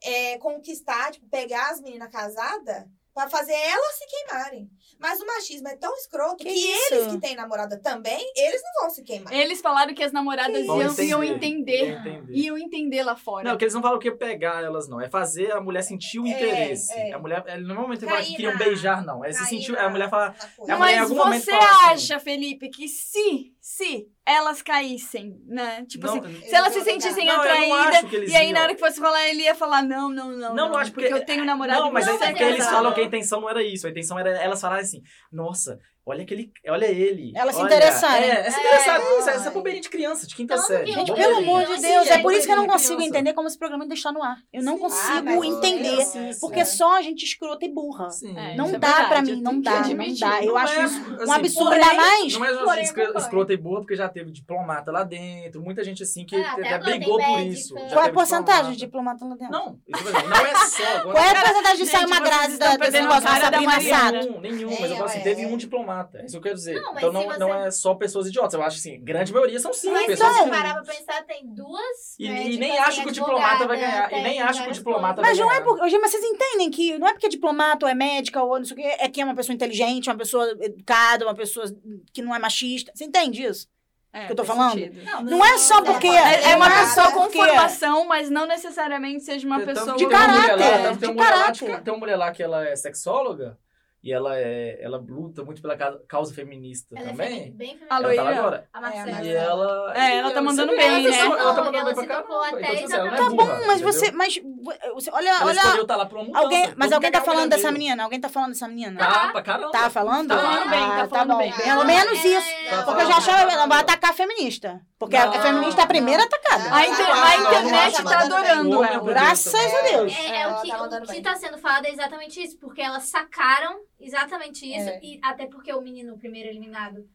E: é conquistar, tipo, pegar as meninas casadas pra fazer elas se queimarem. Mas o machismo é tão escroto
B: Que
E: que,
B: isso?
E: eles que têm namorada também, eles não vão se queimar.
A: Eles falaram que as namoradas
C: Vão
A: iam, iam
C: entender.
A: entender.
C: Vão entender.
A: Iam entender lá fora.
C: Não, que eles não falam o que é pegar elas, não. É fazer a mulher sentir o
E: É,
C: interesse.
E: é.
C: A mulher, ela não é um momento que
F: Cair
C: elas queriam
F: na-
C: beijar, não. É se
F: cair
C: sentir,
F: na-
C: a mulher fala,
E: Na
C: É,
E: coisa.
C: mas em
A: Mas
C: algum momento
A: você
C: fala assim-
A: acha, Felipe, que se, se elas caíssem, né? Tipo
C: não,
A: assim, se elas se sentissem
C: não, eu não
A: atraídas,
C: acho que eles
A: e aí
C: iam.
A: na hora que fosse falar, ele ia falar, não, não, não.
C: Não, não acho,
A: porque,
C: porque-
A: eu tenho namorado.
C: Não, mas
D: Não,
C: é
A: você
D: mas
C: porque eles
D: casado.
C: falam que a intenção não era isso. A intenção era elas falarem assim, nossa, olha aquele, olha ele.
B: Elas se
C: olha,
B: interessarem.
C: É, é se interessarem.
E: É.
C: Isso, essa é bobeirinha de criança, de quinta
D: Tanto que
C: série.
D: eu-
B: Gente,
D: Não,
B: pelo
D: não,
B: amor
D: não,
B: de
D: assim,
B: Deus, é
D: gente,
B: por isso que eu não
C: bobeirinha de
B: consigo
C: criança.
B: entender como esse programa deixar no ar. Eu não
E: Ah,
B: consigo
E: mas-
B: entender,
E: Sim, sim.
B: porque só a gente escrota e burra.
C: Sim.
A: É,
B: Não
A: isso é
B: dá pra
A: verdade,
B: mim,
A: eu
B: não
A: tenho que
B: dá, não
A: admitir.
B: dá. Eu
C: Não
B: acho
C: é,
B: isso um
C: assim,
B: absurdo,
A: porém-
B: ainda mais...
C: Não é
D: Porém,
C: gente escro-
D: concordo.
C: escrota e burra, porque já teve diplomata lá dentro, muita gente assim que
D: Ah, até né?
C: até
D: agora tem
C: brigou por
D: médica.
C: isso. Já
B: Qual é a
C: teve
B: porcentagem de
C: diplomata.
B: diplomata lá dentro?
C: Não, isso eu falei, não tipo assim, é só. Agora,
B: Qual é a porcentagem de
A: Gente,
B: sair uma
A: vocês
B: grade
A: estão
B: da- desse
A: perdendo a
B: negócio
A: cara
B: da
A: da
B: Sabrina
A: Maria.
B: Sato?
C: Nenhum, nenhum. Mas eu falo assim,
E: É,
C: teve
E: é.
C: um diplomata. É isso que eu quero dizer.
D: Não, mas
C: então não,
D: se
C: não
D: você-
C: é só pessoas idiotas. Eu acho assim, grande maioria são sim
D: Mas
C: pessoas.
D: se
B: então-
D: você parar pra pensar, tem duas.
C: E,
D: né,
C: e
D: tipo
C: nem
D: assim,
C: acho que o
D: advogada,
C: diplomata vai ganhar. E
D: tem
C: nem acho que o
D: várias
C: diplomata vai
B: Mas
C: ganhar.
B: não é porque. Gente, mas vocês entendem que não é porque é diplomata, ou é médica, ou não sei o quê, é que é uma pessoa inteligente, uma pessoa educada, uma pessoa que não é machista. Você entende isso?
A: É,
B: que eu tô
A: faz
B: falando?
A: sentido.
D: Não,
B: Não é só porque.
A: É, é uma
B: não
A: pessoa com
B: porque-
A: formação, mas não necessariamente seja uma pessoa...
B: de
C: tem uma mulher
B: caráter,
C: lá, tem- tem
B: de
C: uma mulher lá
B: caráter.
C: ca- Tem uma mulher lá que ela é sexóloga e ela, é, ela luta muito pela causa, causa feminista
D: Ela é
C: também.
D: femi- bem feminina.
C: ela tá lá
A: Loira.
C: agora.
D: A
E: É,
D: Marcela.
C: E ela.
A: É, ela tá mandando bem, né?
C: Ela tá
D: Ela
C: mandando bem pra
D: se tocou
C: caramba.
D: até
C: Então, tipo assim, ela não é
B: Tá
C: burra,
B: bom, mas
C: entendeu?
B: você. Mas. vo- é, você- Olha,
C: Ela
B: olha.
C: escolheu tá lá por uma mudança.
B: Alguém, mas
C: Todo
B: alguém
C: mundo
B: tá
C: quer
B: falando
C: ganhar
B: dessa
C: dinheiro.
B: menina? Alguém tá falando dessa menina?
C: Tá, pra caramba.
B: Tá falando?
C: Tá
A: falando bem, tá
B: Ah,
A: falando
B: bom.
A: bem.
B: Pelo
D: é
B: menos isso.
C: Tá
B: Porque eu já achava, ela vai atacar a feminista. Porque a- a
C: Não,
B: feminista é a primeira atacada.
A: A, inter- a
C: Não, não, não,
A: internet tá
C: não,
E: não, não.
A: adorando
C: Não,
A: ela.
C: não,
B: Graças a Deus.
D: É,
E: É,
D: é
E: ela
D: o que,
E: tá mandando
D: o que
E: bem.
D: tá sendo falado é exatamente isso, porque elas sacaram exatamente isso,
E: É.
D: e até porque o menino, o primeiro eliminado,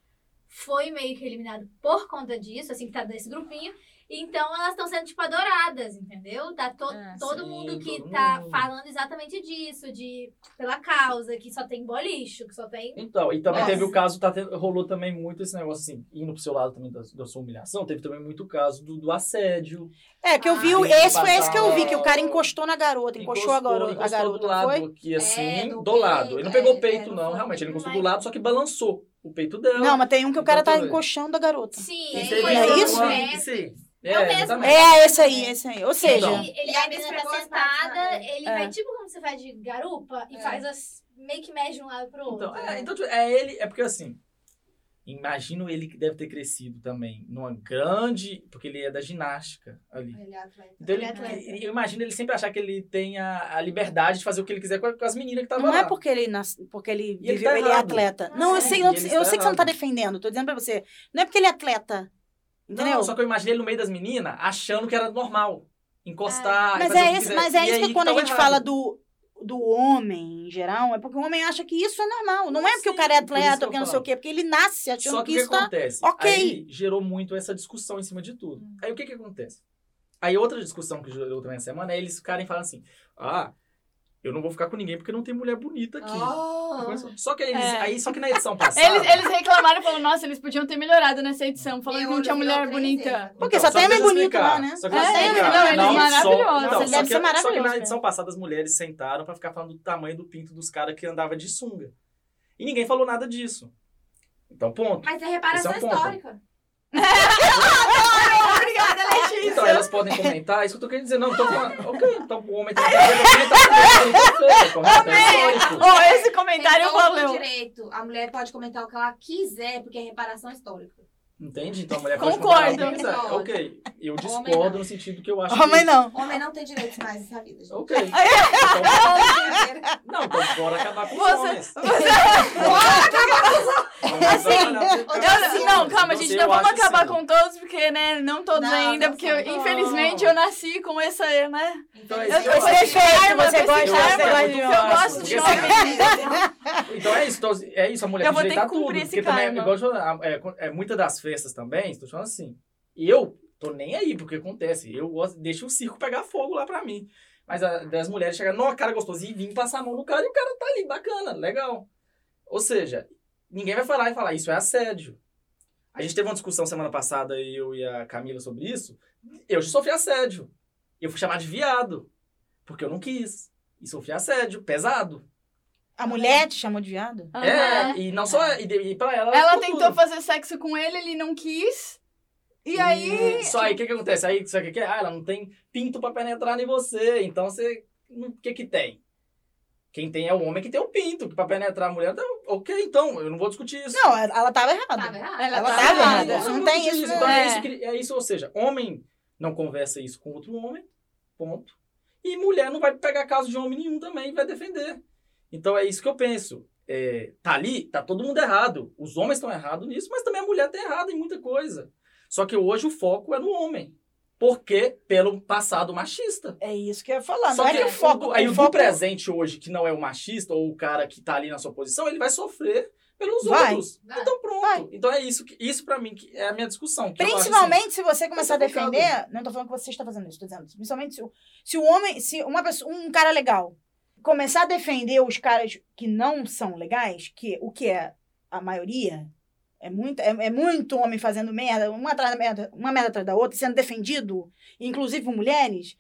D: foi meio que eliminado por conta disso, assim, que tá desse grupinho. e Então elas estão sendo, tipo, adoradas, entendeu? Tá to-
E: Ah,
A: É,
D: todo
C: sim,
D: mundo que
C: todo
D: tá
C: mundo.
D: falando exatamente disso, de pela causa, que só tem bolicho, que só tem.
C: Então, e também
D: Nossa.
C: teve o caso, tá tendo- rolou também muito esse negócio assim, indo pro seu lado também da, da sua humilhação, teve também muito o caso do, do assédio.
B: É, que eu vi.
C: Ah,
B: o-
C: tem que
B: Esse foi esse que eu vi,
C: passar.
B: que o cara encostou na garota, encoxou a garota, a
C: encostou
B: garota
C: do
B: não
C: lado
B: foi?
C: aqui, assim, do,
E: do
C: lado.
E: peito,
C: Ele não pegou o
E: é,
C: peito,
E: é,
C: não,
E: não foi-
C: realmente. Ele encostou do
D: mas-
C: lado, só que balançou o peito dela.
B: Não, mas tem um que o cara tá
C: Exatamente.
B: encoxando a garota.
D: Sim,
C: E
D: ele
C: teve
D: foi
B: é
D: todo
B: isso?
D: mundo
C: uma-
D: é,
C: Sim.
D: É o mesmo.
C: exatamente.
B: É, esse aí, esse aí. Ou seja,
C: Então.
D: Ele, ele
E: E aí
D: a menina
E: pegou
D: tá
E: as partes na
D: sentada,
E: área.
D: ele
B: É.
D: vai tipo como você faz de garupa e
E: né? É.
D: faz as. meio que mexe de um lado pro outro.
C: Então, é, então, tipo, é ele, é porque assim, imagino ele que deve ter crescido também numa grande, porque ele é da ginástica ali.
E: Ele é atleta.
C: Então, ele,
D: Ele é atleta.
C: eu imagino ele sempre achar que ele tem a, a liberdade de fazer o que ele quiser com, a- com as meninas que estavam
B: não
C: lá.
B: é porque ele nas- porque ele
C: E ele
B: viveu,
C: tá
B: ele é
C: errado.
B: atleta.
D: Não,
B: Não, eu
D: é.
B: sei,
C: E
B: eu,
C: ele
B: eu
C: está
B: sei que você não tá
C: errado.
B: defendendo, tô dizendo pra você. Não é porque ele é atleta. Entendeu?
C: Não, só que eu imaginei ele no meio das meninas achando que era normal. Encostar. e
B: Mas
C: fazer o
B: é,
C: que
B: esse,
C: quiser.
B: mas
C: E
B: é isso
C: aí
B: que quando a
C: tava
B: gente
C: errado.
B: fala do, do homem em geral, é porque o homem acha que isso é normal. Não é porque o cara é
C: Sim, por isso
B: atleta,
C: que eu
B: porque não sei
C: falo.
B: o quê, porque ele nasce achando
C: Só que
B: que,
C: o que
B: isso tá.
C: acontece?
B: ok. Hum.
C: Aí gerou muito essa discussão em cima de tudo. Aí o que que acontece? Aí outra discussão que gerou também essa semana é eles ficarem falando assim: ah, eu não vou ficar com ninguém porque não tem mulher bonita aqui.
B: Ah.
C: Só que eles,
A: É.
C: aí, só que na edição passada.
A: Eles, eles reclamaram e falaram, nossa, eles podiam ter melhorado nessa edição, falando que não tinha mulher bonita.
B: Porque só tem
C: então, deixa
B: homem
C: eu
B: bonito
C: explicar,
B: lá, né?
C: Só que
B: É,
C: deixa eu
B: eles-
C: explicar.
B: não, eles
C: só-
A: maravilhosos,
C: não,
B: eles
C: só
B: devem
C: que- Só
B: ser
C: que
B: maravilhosos, né?
C: na edição passada as mulheres sentaram pra ficar falando do tamanho do pinto dos caras que andava de sunga. E ninguém falou nada disso. Então, ponto.
F: Mas é reparação
C: Esse é um ponto.
F: histórica.
A: Obrigada, Letícia.
C: Então, elas podem comentar, isso que eu tô querendo dizer. Não, tô falando. Ok, então o homem tá fazendo tá fazendo, correto? É histórico.
A: Ó, esse comentário
F: Tem todo o
A: valeu.
F: direito. A mulher pode comentar o que ela quiser, porque é reparação histórica.
C: Entende? Então a mulher
A: Concordo.
C: pode comentar. Ok, eu
F: Homem
C: discordo
F: não.
C: no sentido que eu acho
B: Homem
C: que... é
B: não.
E: Homem não tem direitos mais nessa vida, gente.
C: Ok. Então,
E: Brincadeira.
C: não, então bora acabar com os
A: Você-
C: homens.
A: Assim,
C: Então,
A: Eu-
C: assim,
A: não, calma, gente, não vamos acabar
C: com
A: com todos, porque, né, não todos
E: Não,
A: ainda,
E: não
A: porque, eu,
E: são.
A: infelizmente, eu nasci com essa, né?
C: Então,
A: Eu- eu-
C: gosto-
A: eu-
B: Perfeito, você
A: eu-
B: gosta,
A: eu-
B: você
A: eu-
B: gosta de
A: eu-
E: um
B: homem.
A: eu gosto de
C: Porque Então é isso, então, é isso, a mulher
A: Eu
C: tem
A: vou ter
C: direito a
A: que cumprir
C: tudo,
A: esse
C: porque também,
A: karma.
C: igual eu tô falando, é, é, muitas das festas também, estou falando assim, eu tô nem aí porque acontece, eu gosto, deixo o circo pegar fogo lá pra mim. Mas a- das mulheres chegar, não, cara gostoso, e vim passar a mão no cara e o cara tá ali, bacana, legal. Ou seja, ninguém vai falar e falar, isso é assédio. A gente teve uma discussão semana passada, eu e a Camila, sobre isso. Eu já sofri assédio. Eu fui chamar de viado, porque eu não quis. E sofri assédio, pesado.
B: A mulher te chamou de viado?
A: Aham.
C: É, e não só. E, de- e pra ela.
A: Ela
C: ficou
A: tentou
C: tudo.
A: fazer sexo com ele, ele não quis. E aí.
C: Só aí, o que, que acontece? Aí, sabe o que, que é? Ah, ela não tem pinto pra penetrar em você. Então você. O que que tem? Quem tem é o homem que tem o pinto. Que pra penetrar a mulher. Então, ok, então, eu não vou discutir isso.
B: Não, ela
F: Tá
B: tava errada.
F: errado.
A: Ela
B: Ela
A: tá
B: tá
A: errada.
B: errada.
C: Eu
B: Não
C: vou
B: tem
C: discutir
B: isso, né?
C: Então
A: é.
C: é isso, que- é isso, ou seja, homem não conversa isso com outro homem. Ponto. E mulher não vai pegar caso de homem nenhum também e vai defender. Então é isso que eu penso. É, tá ali, tá todo mundo errado. Os homens estão errados nisso, mas também a mulher tá errada em muita coisa. Só que hoje o foco é no homem. Porque pelo passado machista.
B: É isso que eu ia falar.
C: Só
B: Não é que o foco.
C: do, aí
B: o
C: o do
B: foco
C: presente hoje, que não é o machista, ou o cara que tá ali na sua posição, ele vai sofrer pelos
B: Vai.
C: outros.
F: Vai.
C: Então pronto.
B: Vai.
C: Então é isso, que, isso para mim que é a minha discussão. que eu acho assim,
B: Principalmente se você começar a
C: Mas é complicado.
B: defender, não tô falando que você está fazendo isso, tô dizendo, principalmente se, o- se o homem, se uma pessoa, um cara legal começar a defender os caras que não são legais, que o que é a maioria, é muito, é, é muito homem fazendo merda, uma atrás da merda, uma merda atrás da outra, sendo defendido, inclusive por mulheres,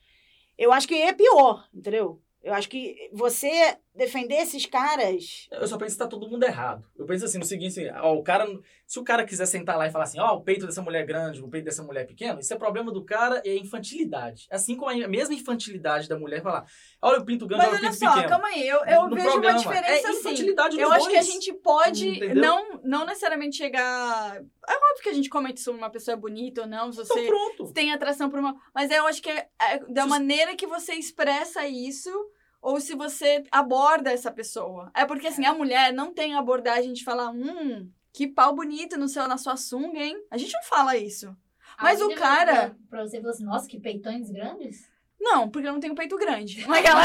B: eu acho que é pior, entendeu? Eu acho que você defender esses caras
C: Eu só penso que tá todo mundo errado. Eu penso assim, no seguinte, assim, ó, o cara Se o cara quiser sentar lá e falar assim, ó, o peito dessa mulher é grande, o peito dessa mulher é pequeno, isso é problema do cara e é infantilidade. Assim como a mesma infantilidade da mulher falar, olha o pinto grande,
A: Mas
C: olha
A: olha
C: o pinto
A: só,
C: pequeno.
A: calma aí, eu, eu
C: No
A: vejo
C: programa.
A: uma diferença
C: é
A: assim.
C: infantilidade
A: Eu
C: dos
A: acho que a
C: dois.
A: gente pode
C: Entendeu?
A: não, não necessariamente chegar. É óbvio que a gente comenta sobre uma pessoa é bonita ou não, se
C: Então
A: você
C: pronto.
A: tem atração por uma. Mas eu acho que é, é da
C: Se-
A: maneira que você expressa isso. Ou se você aborda essa pessoa. É porque, assim, a mulher não tem a abordagem de falar, hum, que pau bonito no seu, na sua sunga, hein? A gente não fala isso. Mas o cara-
D: Pra você falar assim, nossa, que peitões grandes.
A: Não, porque eu não tenho peito grande. Mas, ela...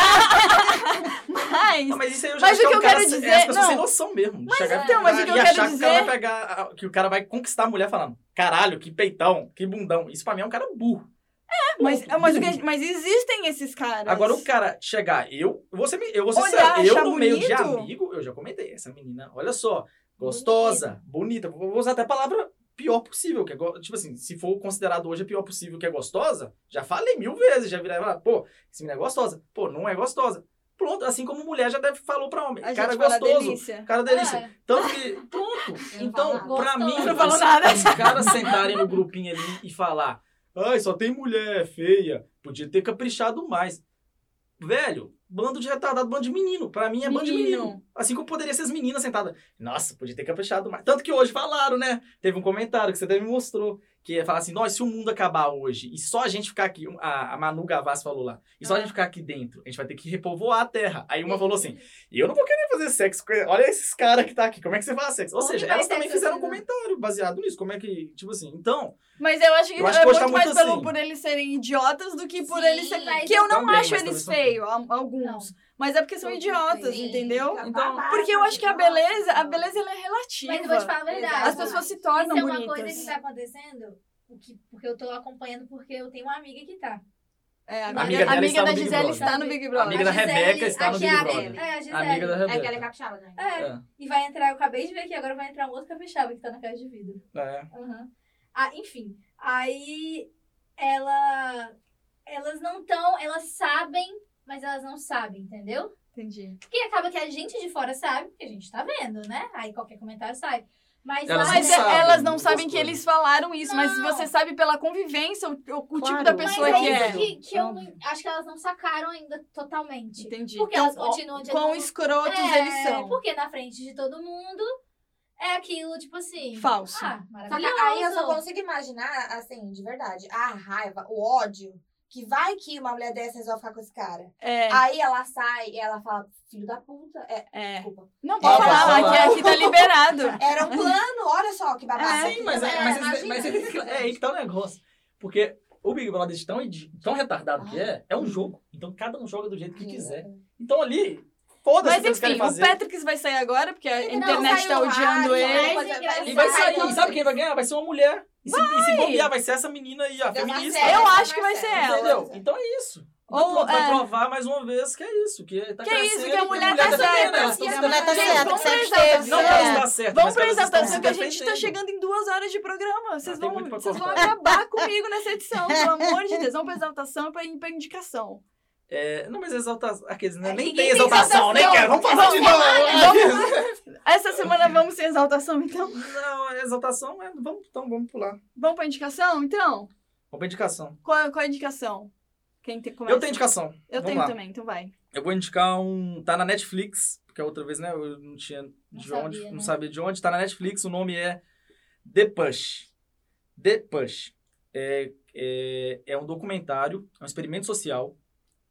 A: mas
C: Não, mas isso aí eu já
A: Mas
C: acho
A: o que
C: é um
A: eu quero
C: cara sem-
A: dizer-
C: É as pessoas sem
A: não.
C: noção mesmo. Mas
A: então, mas o que eu
C: e
A: quero
C: achar que o cara
A: dizer-
C: vai pegar... a- Que o cara vai conquistar a mulher falando, caralho, que peitão, que bundão. Isso pra mim é um cara burro.
A: É, Mas,
C: Ponto.
A: mas, o que a gente- mas existem esses caras.
C: Agora o cara chegar, eu, você me, eu vou ser
A: Olhar,
C: sincero, eu
A: achar
C: no meio de
A: bonito.
C: amigo, eu já comentei, essa menina, olha só, gostosa, bonita, vou usar até a palavra pior possível, que é, go- tipo assim, se for considerado hoje a pior possível que é gostosa, já falei mil vezes, já virei e falar, pô, essa menina é gostosa, pô, não é gostosa. Pronto, assim como mulher já deve falou pra homem,
A: a
C: cara é
A: gente fala
C: gostoso,
A: delícia.
C: cara é delícia.
D: Ah,
C: Tanto que, pronto,
F: não
C: então,
F: falo
C: pra
D: nada.
C: mim,
D: Gostoso.
A: Não falou nada.
C: os caras sentarem no grupinho ali e falar: ai, só tem mulher feia, podia ter caprichado mais. Velho, bando de retardado, bando de menino. Pra mim é bando de menino. Assim como poderia ser as meninas sentadas. Nossa, podia ter caprichado mais. Tanto que hoje falaram, né? Teve um comentário que você até me mostrou. Que ia falar assim, nós, se o mundo acabar hoje e só a gente ficar aqui, a, a Manu Gavassi falou lá, e só a gente ficar aqui dentro, a gente vai ter que repovoar a terra. Aí uma falou assim, eu não vou querer fazer sexo com ele. Olha esses caras que tá aqui, como é que você faz sexo? Ou
D: Como
C: seja,
D: que vai
C: elas
D: ter
C: também
D: sexo,
C: fizeram um
D: né?
C: comentário baseado nisso. Como é que, tipo assim, então...
A: Mas eu acho que
C: Eu acho
A: é
C: que hoje
A: muito
C: tá
A: mais
C: muito
A: pelo,
C: assim.
A: por eles serem idiotas do que por
D: Sim,
A: eles serem.
D: mas
A: Que eu não
C: Também,
A: acho
C: mas
A: eles
C: talvez não-
A: feios, al- alguns. Mas é porque são Tá
F: Alguns
A: idiotas,
F: sim.
A: entendeu?
F: Fica
C: Então-
D: tá.
F: babado,
A: Porque
D: Ah,
A: eu acho que a
F: nossa.
A: beleza, a beleza ela é relativa.
D: Mas eu vou te falar a verdade.
A: As pessoas se
D: Isso
A: tornam
D: é uma coisa que
A: bonitas.
D: tá acontecendo, o que, porque eu tô acompanhando, porque eu tenho uma amiga que tá.
A: É, a
D: Amiga
A: amiga,
D: dela
A: a
C: está
A: amiga
C: no
A: da
C: Big
A: Gisele
C: Brother.
A: está no Big Brother.
C: Amiga da
D: Gisele,
C: Rebeca está
D: a
C: no
D: que é
C: Big
D: a
C: Brother.
D: É, a Gisele.
C: Amiga da
F: É que ela é
C: Rebeca.
F: capixaba, né?
D: É. E vai entrar, eu acabei de ver aqui, agora vai entrar um outro capixaba que tá na casa de vidro.
C: É, é.
D: Aham. Ah, enfim, aí ela, elas não estão, elas sabem, mas elas não sabem, entendeu?
A: Entendi.
D: Porque acaba que a gente de fora sabe, porque a gente tá vendo, né? Aí qualquer comentário sai. Mas,
C: Elas
D: lá-
C: não
A: Mas é-
C: sabem
A: elas não
C: muitas
A: sabem que
C: coisas.
A: eles falaram isso, mas
D: Não.
A: você sabe pela convivência o, o- o tipo
B: Claro.
A: da
B: Mas
A: pessoa
D: mas
A: que
D: é
A: é.
D: isso que, que eu não, acho que elas não sacaram ainda totalmente.
A: Entendi.
D: Porque
A: Então,
D: elas continuam
A: ó,
D: de
A: Quão
D: novo.
A: escrotos
D: É,
A: eles são.
D: Porque na frente de todo mundo é aquilo, tipo assim.
A: Falso.
F: Só
D: Ah,
F: que
D: maravilhoso.
F: aí eu só
D: vou
F: consigo imaginar, assim, de verdade, a raiva, o ódio, que vai que uma mulher dessa resolve ficar com esse cara.
A: É,
F: Aí ela sai e ela fala, filho da puta. É,
A: é.
F: desculpa.
A: Não, pode
C: É,
A: falar,
C: pode
A: aqui,
C: falar.
A: aqui tá liberado.
F: Era um plano, olha só que
E: Ah,
F: babado.
A: É,
C: Sim, mas, é,
F: É,
C: mas,
F: imagina.
C: mas é, é aí que tá o negócio. Porque o Big Brother, de tão, idi- tão retardado que é, é um jogo. Então cada um joga do jeito que quiser. Então ali, foda-se o
A: Mas
C: que eles querem
A: enfim, o
C: fazer.
A: Patrick vai sair agora, porque a
F: Não,
A: internet
F: saiu
A: tá
F: lá,
A: odiando
F: não
A: ele.
F: é?
C: E vai
F: Vai,
C: sair.
F: vai,
C: E sabe quem é vai ganhar? Vai ser uma mulher. E se, e se bobear, vai ser essa menina aí, a
F: Deu uma
C: feminista.
F: série,
A: Eu
F: vai
A: acho
F: ser
A: que vai ser
F: Marcelo.
A: ela.
C: Entendeu? Então é isso.
A: Ou,
C: Então, pronto, vai
A: é.
C: provar mais uma vez que é isso. Que, tá
A: Que é isso,
C: crescendo,
A: que a mulher
C: mulher
A: tá
C: defendendo,
A: certa,
C: elas tão
A: e a
C: se
B: mulher tá
C: defendendo.
B: certa,
A: vamos
B: que sempre
A: pra exaltação.
B: teve. né?
C: Não
B: certa.
C: elas
A: É.
C: tá certa,
A: Vamos
C: mas
A: pra
C: elas estão
A: exaltação,
C: se
A: que a gente tá
C: defendendo. Ah,
A: chegando em duas horas de programa. Vocês
C: tem
A: vão,
C: muito pra
A: vocês vão
C: cortar.
A: acabar comigo nessa edição, pelo amor de Deus. Vamos pra exaltação e pra, pra indicação.
C: É, não, mas exaltação. Aqueles, né? Nem
D: Ninguém
C: tem
D: tem
C: exaltação, nem
A: exaltação.
C: quero. Vamos falar de É. novo.
A: Essa semana vamos sem exaltação, então?
C: Não, exaltação é. Vamos, então, vamos pular.
A: Vamos pra indicação, então?
C: Vamos pra indicação.
A: Qual, qual a indicação? Quem tem, começa?
C: Eu tenho indicação.
A: Eu
C: Vamos
A: tenho
C: lá.
A: também, então vai.
C: Eu vou indicar um. Tá na Netflix, porque a outra vez, né? Eu não tinha de
D: sabia,
C: onde. Não
D: né?
C: sabia de onde. Tá na Netflix, o nome é The Push. The Push. É, é, é um documentário, é um experimento social.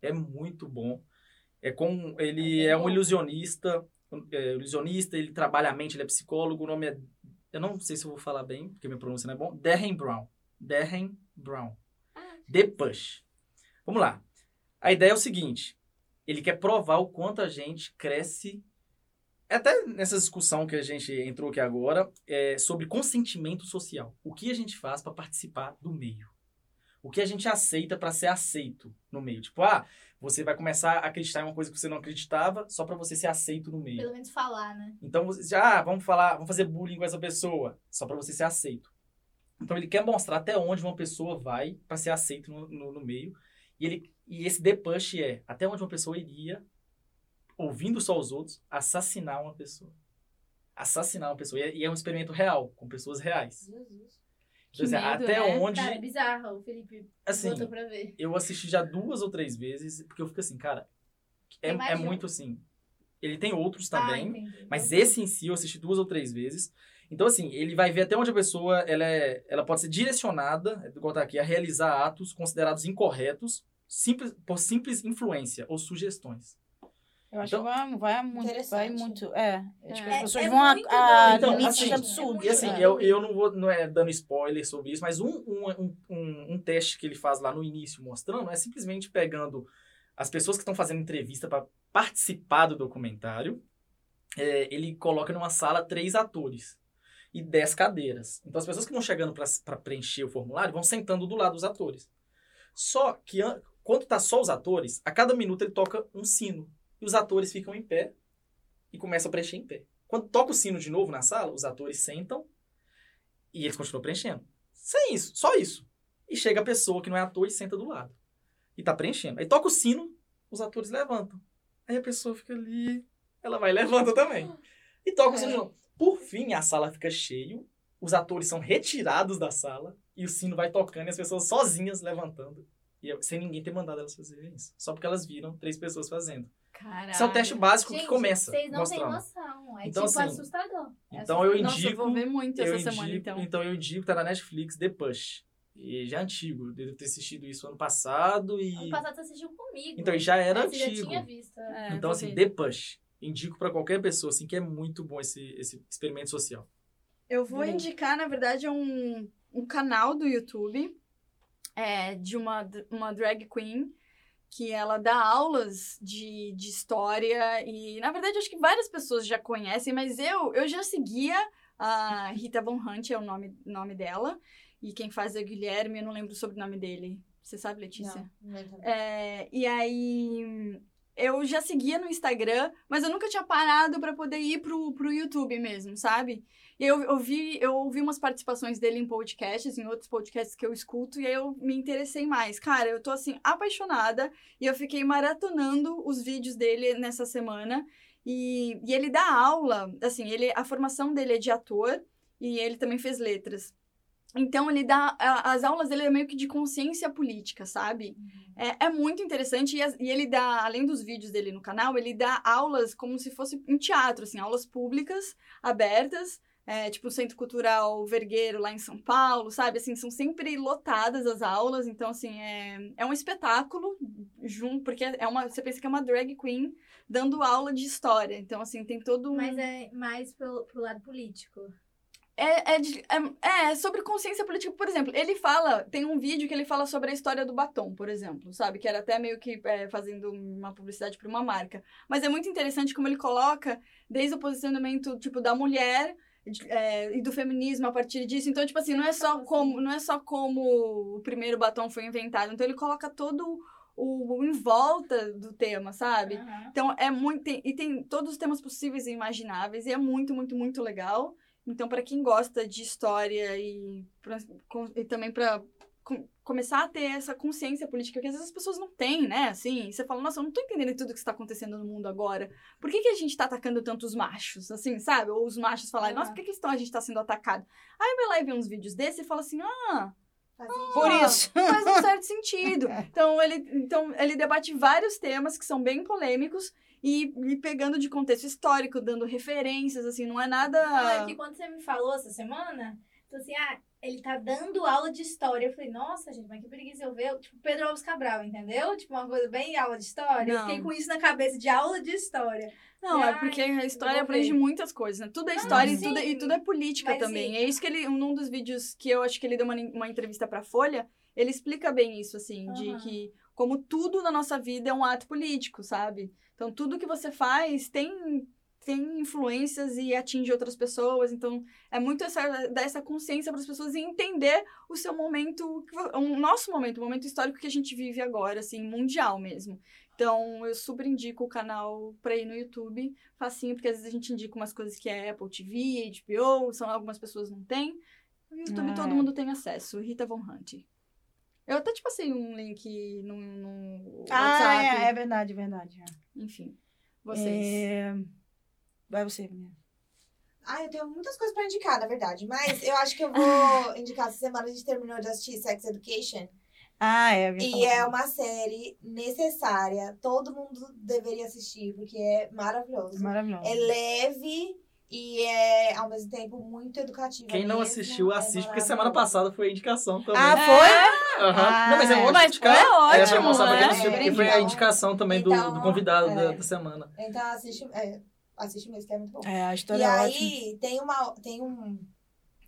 C: É muito bom. É com. Ele é um ilusionista. é, ilusionista, ele trabalha a mente, ele é psicólogo. O nome é. Eu não sei se eu vou falar bem, porque minha pronúncia não é bom. Derren Brown. Derren Brown. The Push. Vamos lá. A ideia é o seguinte: ele quer provar o quanto a gente cresce. Até nessa discussão que a gente entrou aqui agora, é sobre consentimento social. O que a gente faz para participar do meio? O que a gente aceita para ser aceito no meio? Tipo, ah, você vai começar a acreditar em uma coisa que você não acreditava só para você ser aceito no meio.
D: Pelo menos falar, né?
C: Então você já, ah, vamos falar, vamos fazer bullying com essa pessoa, só para você ser aceito. Então ele quer mostrar até onde uma pessoa vai para ser aceito no, no, no meio. E, ele, e esse The Push é até onde uma pessoa iria, ouvindo só os outros, assassinar uma pessoa. assassinar uma pessoa. E é, e é um experimento real, com pessoas reais.
F: Jesus.
A: Que
C: Então, assim,
A: medo,
C: até
A: né?
C: onde,
D: Cara, é bizarro. O Felipe
C: assim,
D: botou pra ver.
C: eu assisti já duas ou três vezes, porque eu fico assim, cara, é,
D: Tem mais
C: é
D: de um.
C: muito assim. Ele tem outros
D: Ah,
C: também,
D: entendi.
C: tá mas é esse em si eu assisti duas ou três vezes. Então, assim, ele vai ver até onde a pessoa ela, é, ela pode ser direcionada, igual tá aqui, a realizar atos considerados incorretos simples, por simples influência ou sugestões.
B: Eu acho que
C: Então
B: vai, vai muito, vai
E: Interessante.
B: muito. É, é, tipo,
A: É,
B: as pessoas
D: é
B: vão a,
D: muito
B: a
C: doido.
B: limites
C: Então, assim,
B: absurdos.
C: E assim,
B: é.
C: eu, eu não vou não é dando spoiler sobre isso, mas um, um, um- um, um teste que ele faz lá no início mostrando é simplesmente pegando as pessoas que estão fazendo entrevista para participar do documentário. é, ele coloca numa sala três atores e dez cadeiras. Então as pessoas que vão chegando para preencher o formulário vão sentando do lado dos atores. Só que an- quando tá só os atores, a cada minuto ele toca um sino. E os atores ficam em pé e começam a preencher em pé. Quando toca o sino de novo na sala, os atores sentam e eles continuam preenchendo. Sem isso, só isso. E chega a pessoa que não é ator e senta do lado. E tá preenchendo. Aí toca o sino, os atores levantam. Aí a pessoa fica ali, ela vai e levanta também. E toca o
D: É.
C: sino de novo. Por fim, a sala fica cheia, os atores são retirados da sala e o sino vai tocando e as pessoas sozinhas levantando. E eu- sem ninguém ter mandado elas fazerem isso. Só porque elas viram três pessoas fazendo.
A: Caraca.
C: Isso é o teste básico
D: Ah, Gente,
C: que começa.
D: Vocês não têm
C: mostrando.
D: noção. É
C: Então,
D: tipo
C: assim,
D: assustador. É
C: Então eu
A: Nossa, eu
C: indico.
A: vou ver muito essa
C: eu
A: semana,
C: indico-
A: então.
C: eu indico, tá na Netflix, The Push. E já é antigo. Eu devo ter assistido isso ano passado e.
D: Ano passado você assistiu comigo.
C: Então, e já era
D: Mas Você já
C: antigo.
D: tinha visto. é.
A: É,
C: então,
A: vou
C: assim,
A: ver.
C: The Push. Indico pra qualquer pessoa, assim, que é muito bom esse, esse experimento social.
A: Eu vou
E: Beleza.
A: indicar, na verdade, um, um canal do YouTube é, de uma, dr- uma drag queen que ela dá aulas de, de história e, na verdade, acho que várias pessoas já conhecem, mas eu, eu já seguia a Rita Von Hunt, é o nome, nome dela, e quem faz é o Guilherme, eu não lembro o sobrenome dele. Você sabe, Letícia? É, e aí eu já seguia no Instagram, mas eu nunca tinha parado pra poder ir pro, pro YouTube mesmo, sabe? E eu, eu, vi, eu ouvi umas participações dele em podcasts, em outros podcasts que eu escuto, e aí eu me interessei mais. Cara, eu tô assim, apaixonada, e eu fiquei maratonando os vídeos dele nessa semana. E, e ele dá aula, assim, ele, a formação dele é de ator e ele também fez letras. Então ele dá. a- As aulas dele é meio que de consciência política, sabe? É, é muito interessante e, as- e ele dá, além dos vídeos dele no canal, ele dá aulas como se fosse em teatro, assim, aulas públicas, abertas, é, tipo o Centro Cultural Vergueiro lá em São Paulo, sabe? Assim, são sempre lotadas as aulas, então, assim, é, é um espetáculo, junto, porque é uma, você pensa que é uma drag queen dando aula de história, então, assim, tem todo um...
D: Mas é mais pro, pro lado político.
A: É, é, de- é- é sobre consciência política. Por exemplo, ele fala. Tem um vídeo que ele fala sobre a história do batom, por exemplo, sabe? Que era até meio que é, fazendo uma publicidade para uma marca. Mas é muito interessante como ele coloca desde o posicionamento, tipo, da mulher. de- é, e do feminismo a partir disso. Então, tipo assim, não é só como não é só como o primeiro batom foi inventado. Então ele coloca todo o, o em volta do tema, sabe?
D: Aham.
A: Então é muito. tem- e tem todos os temas possíveis e imagináveis, e é muito, muito, muito legal. Então, pra quem gosta de história e, pra- com- e também pra com- começar a ter essa consciência política que às vezes as pessoas não têm, né? Assim, e você fala, nossa, eu não tô entendendo tudo que está acontecendo no mundo agora. Por que, que a gente tá atacando tantos machos, assim, sabe? Ou os machos falarem,
D: Aham.
A: nossa, por que, que estão, a gente tá sendo atacado? Aí vai lá e vê uns vídeos desses e fala assim, ah,
B: Por isso.
A: faz um certo sentido. Então ele, então, ele debate vários temas que são bem polêmicos e, e pegando de contexto histórico, dando referências, assim, não é
D: Não,
A: nada.
D: é que quando você me falou essa semana, então assim, ah, ele tá dando aula de história. Eu falei, nossa, gente, mas que preguiça eu ver. Tipo, Pedro Alves Cabral, entendeu? Tipo, uma coisa bem aula de história. Eu
A: Não.
D: fiquei com isso na cabeça de aula de história.
A: Não, é
D: Ai,
A: porque a história
D: vou ver.
A: aprende muitas coisas, né? Tudo é história e,
D: sim.
A: tudo é, e tudo é política
D: Mas,
A: também.
D: sim.
A: É isso que ele, num dos vídeos que eu acho que ele deu uma, uma entrevista pra Folha, ele explica bem isso, assim, de
D: Aham.
A: que como tudo na nossa vida é um ato político, sabe? Então tudo que você faz tem tem influências e atinge outras pessoas, então é muito essa, dar essa consciência para as pessoas e entender o seu momento, que vo- o nosso momento, o momento histórico que a gente vive agora, assim, mundial mesmo. Então, eu super indico o canal pra ir no YouTube, facinho, porque às vezes a gente indica umas coisas que é Apple TV, HBO, são algumas pessoas não têm. No YouTube
B: Ah,
A: todo
B: é.
A: mundo tem acesso, Rita Von Hunt. Eu até te passei um link no, no
B: Ah, é, é
A: WhatsApp,
B: verdade, é verdade. é.
A: enfim. Vocês.
B: É, Vai você, menina.
E: Ah, eu tenho muitas coisas pra indicar, na verdade. Mas eu acho que eu vou indicar essa semana. A gente terminou de assistir Sex Education.
B: Ah, é. eu ia
E: E
B: falar.
E: é uma série necessária. Todo mundo deveria assistir, porque é maravilhoso.
B: Maravilhoso.
E: É leve e é, ao mesmo tempo, muito educativa.
C: Quem não
E: mesmo.
C: assistiu,
E: É
C: assiste, porque
E: maravilhoso.
C: semana passada foi a indicação também.
B: Ah, foi?
C: Aham. não, mas é
B: ah,
C: ótimo
B: mas
C: indicar.
A: é ótimo,
C: Essa moça vai
A: né?
C: assistir, porque foi a
E: Então,
C: indicação também do,
E: então,
C: do convidado
E: é.
C: da, da semana.
E: Então assiste, é, assiste mesmo, que é muito bom.
B: É, a
E: E
B: história é ótima.
E: aí, tem uma, tem, um,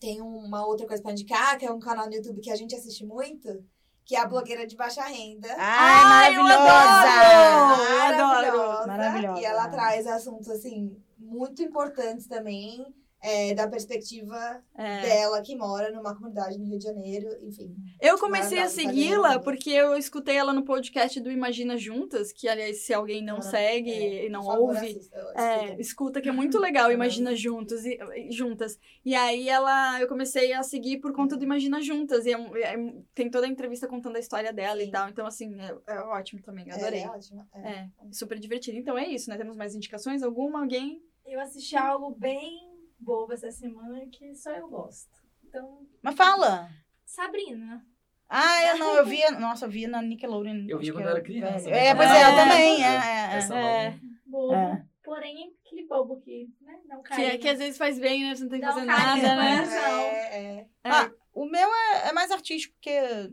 E: tem uma outra coisa pra indicar, que é um canal no YouTube que a gente assiste muito, que é
B: Hum.
E: a blogueira de baixa renda.
B: Ai,
A: Ai, eu
B: maravilhosa!
A: adoro! Eu adoro!
E: Maravilhosa.
B: Maravilhosa.
E: E ela traz assuntos, assim, muito importantes também, é, da perspectiva
A: É.
E: dela, que mora numa comunidade no Rio de Janeiro, enfim.
A: Eu comecei a
E: Maravilhosa,
A: segui-la
E: maravilhosa.
A: porque eu escutei ela no podcast do Imagina Juntas, que, aliás, se alguém não
E: Maravilhosa.
A: segue
E: É,
A: e não
E: por favor,
A: ouve,
E: assista, eu
A: É,
E: escuto.
A: escuta, que é muito legal, Imagina Juntos e e Juntas. E aí ela eu comecei a seguir por conta do Imagina Juntas. E é um- é um- tem toda a entrevista contando a história dela e
E: Sim.
A: tal. Então, assim, é, é ótimo também, eu
E: É,
A: adorei.
E: É, ótima. é.
A: É, super divertido. Então é isso, né? Temos mais indicações? Alguma? Alguém?
D: Eu assisti
A: Uhum.
D: algo bem bobo essa semana que só eu gosto. Então,
B: Mas fala.
D: Sabrina.
B: Ah, eu não, eu via. Nossa, eu via na Nickelodeon.
C: Eu via
B: acho que
C: quando eu era criança,
B: velho.
C: né?
B: É, pois é, eu
A: É.
B: também. É, é, é.
C: Essa
A: É.
C: não.
D: Bobo.
B: É.
D: Porém, aquele bobo que, né? Não
A: Que,
D: caiu.
A: é- que às vezes faz bem, né? Você não tem que
D: Não
A: fazer
D: cai,
A: nada, né?
D: né? Não.
E: É, é.
B: O meu é, é mais artístico, porque é,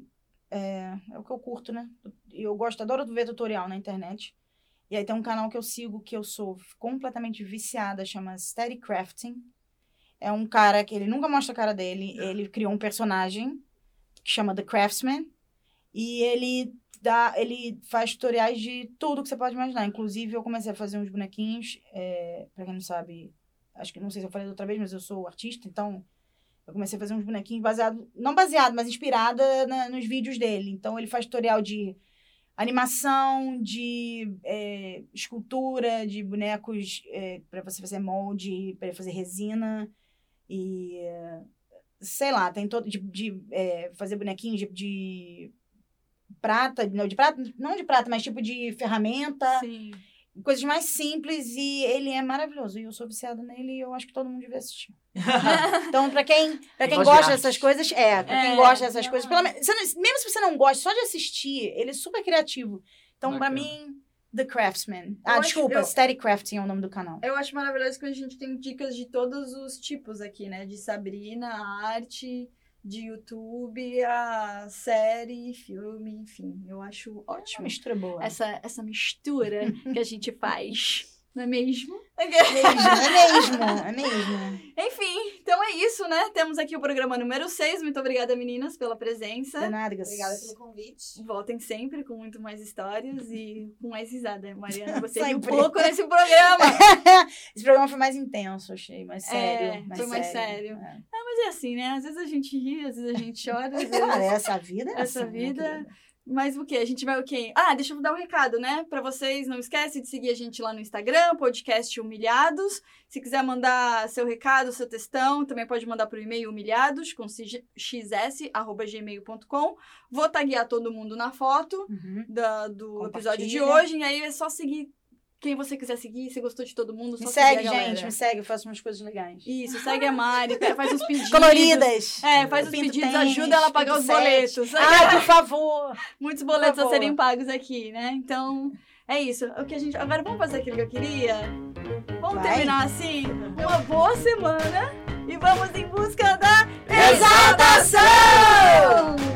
B: é o que eu curto, né? E eu gosto, adoro ver tutorial na internet. E aí tem um canal que eu sigo que eu sou completamente viciada, chama Steady Crafting. É um cara que ele nunca mostra a cara dele. Ele criou um personagem que chama The Craftsman. E ele dá, ele faz tutoriais de tudo que você pode imaginar. Inclusive, eu comecei a fazer uns bonequinhos. É, pra quem não sabe, acho que não sei se eu falei da outra vez, mas eu sou artista, então eu comecei a fazer uns bonequinhos baseado, não baseado, mas inspirada na- nos vídeos dele. Então ele faz tutorial de animação, de é, escultura, de bonecos é, para você fazer molde, para fazer resina e é, sei lá, tem todo de, de, é, fazer bonequinhos de, de prata, não de prata, não de prata, mas tipo de ferramenta
E: Tá.
A: Sim.
B: coisas mais simples e ele é maravilhoso. E eu sou viciada nele e eu acho que todo mundo devia assistir. então, pra quem, pra
C: Quem
B: quem
C: gosta de
B: gosta dessas
C: arte.
B: coisas, é, pra quem
A: É,
B: gosta dessas
D: não é.
B: coisas, pelo menos, você não- mesmo se você não gosta, só de assistir, ele é super criativo. Então, pra
C: Bacana.
B: mim, The Craftsman.
A: Eu
B: Ah,
A: acho-
B: desculpa,
A: eu-
B: Steady Crafting é o nome do canal.
A: Eu acho maravilhoso que a gente tem dicas de todos os tipos aqui, né? De Sabrina, arte, de YouTube, a série, filme, enfim. Eu acho
B: Acho
A: ótimo.
B: mistura boa.
A: É essa, essa mistura que a gente faz, não é mesmo?
B: É mesmo, é mesmo, é mesmo.
A: Enfim, então é isso, né? Temos aqui o programa número 6. Muito obrigada, meninas, pela presença.
B: Danádegas.
E: Obrigada pelo convite.
A: Voltem sempre com muito mais histórias e com mais risada. Mariana, você riu
B: Sempre.
A: pouco nesse programa.
B: Esse programa foi mais intenso, achei, mais sério.
A: É, foi mais sério.
B: É.
A: Mas é assim, né? Às vezes a gente ri, às vezes a gente chora. Às vezes...
B: Cara, essa vida é
A: Essa
B: assim, né,
A: vida-
B: querida?
A: Mas o que? A gente vai o quê? Ah, deixa eu dar um recado, né? Pra vocês, não esquece de seguir a gente lá no Instagram, podcast Humilhados. Se quiser mandar seu recado, seu textão, também pode mandar pro e-mail humilhados com xs, arroba gmail.com. Vou taguear todo mundo na foto
B: Uhum.
A: da- do
B: Compartilha.
A: episódio de hoje. E aí é só seguir quem você quiser seguir. Se gostou de todo mundo, só
B: Me
A: seguir
B: segue,
A: a galera.
B: gente, me segue, eu faço umas coisas legais.
A: Isso, segue a Mari, faz os pedidos.
B: Coloridas.
A: É, faz os
B: Pinto
A: pedidos,
B: tênis,
A: ajuda ela a pagar
B: pinto Ah,
A: os
B: sete.
A: boletos.
B: Ai, por favor.
A: muitos boletos
B: Por
A: a
B: favor.
A: serem pagos aqui, né? Então, é isso. O que a gente... Agora vamos fazer aquilo que eu queria? Vamos
B: Vai.
A: terminar assim? Uma boa semana e vamos em busca da
B: Exaltação!
A: exaltação!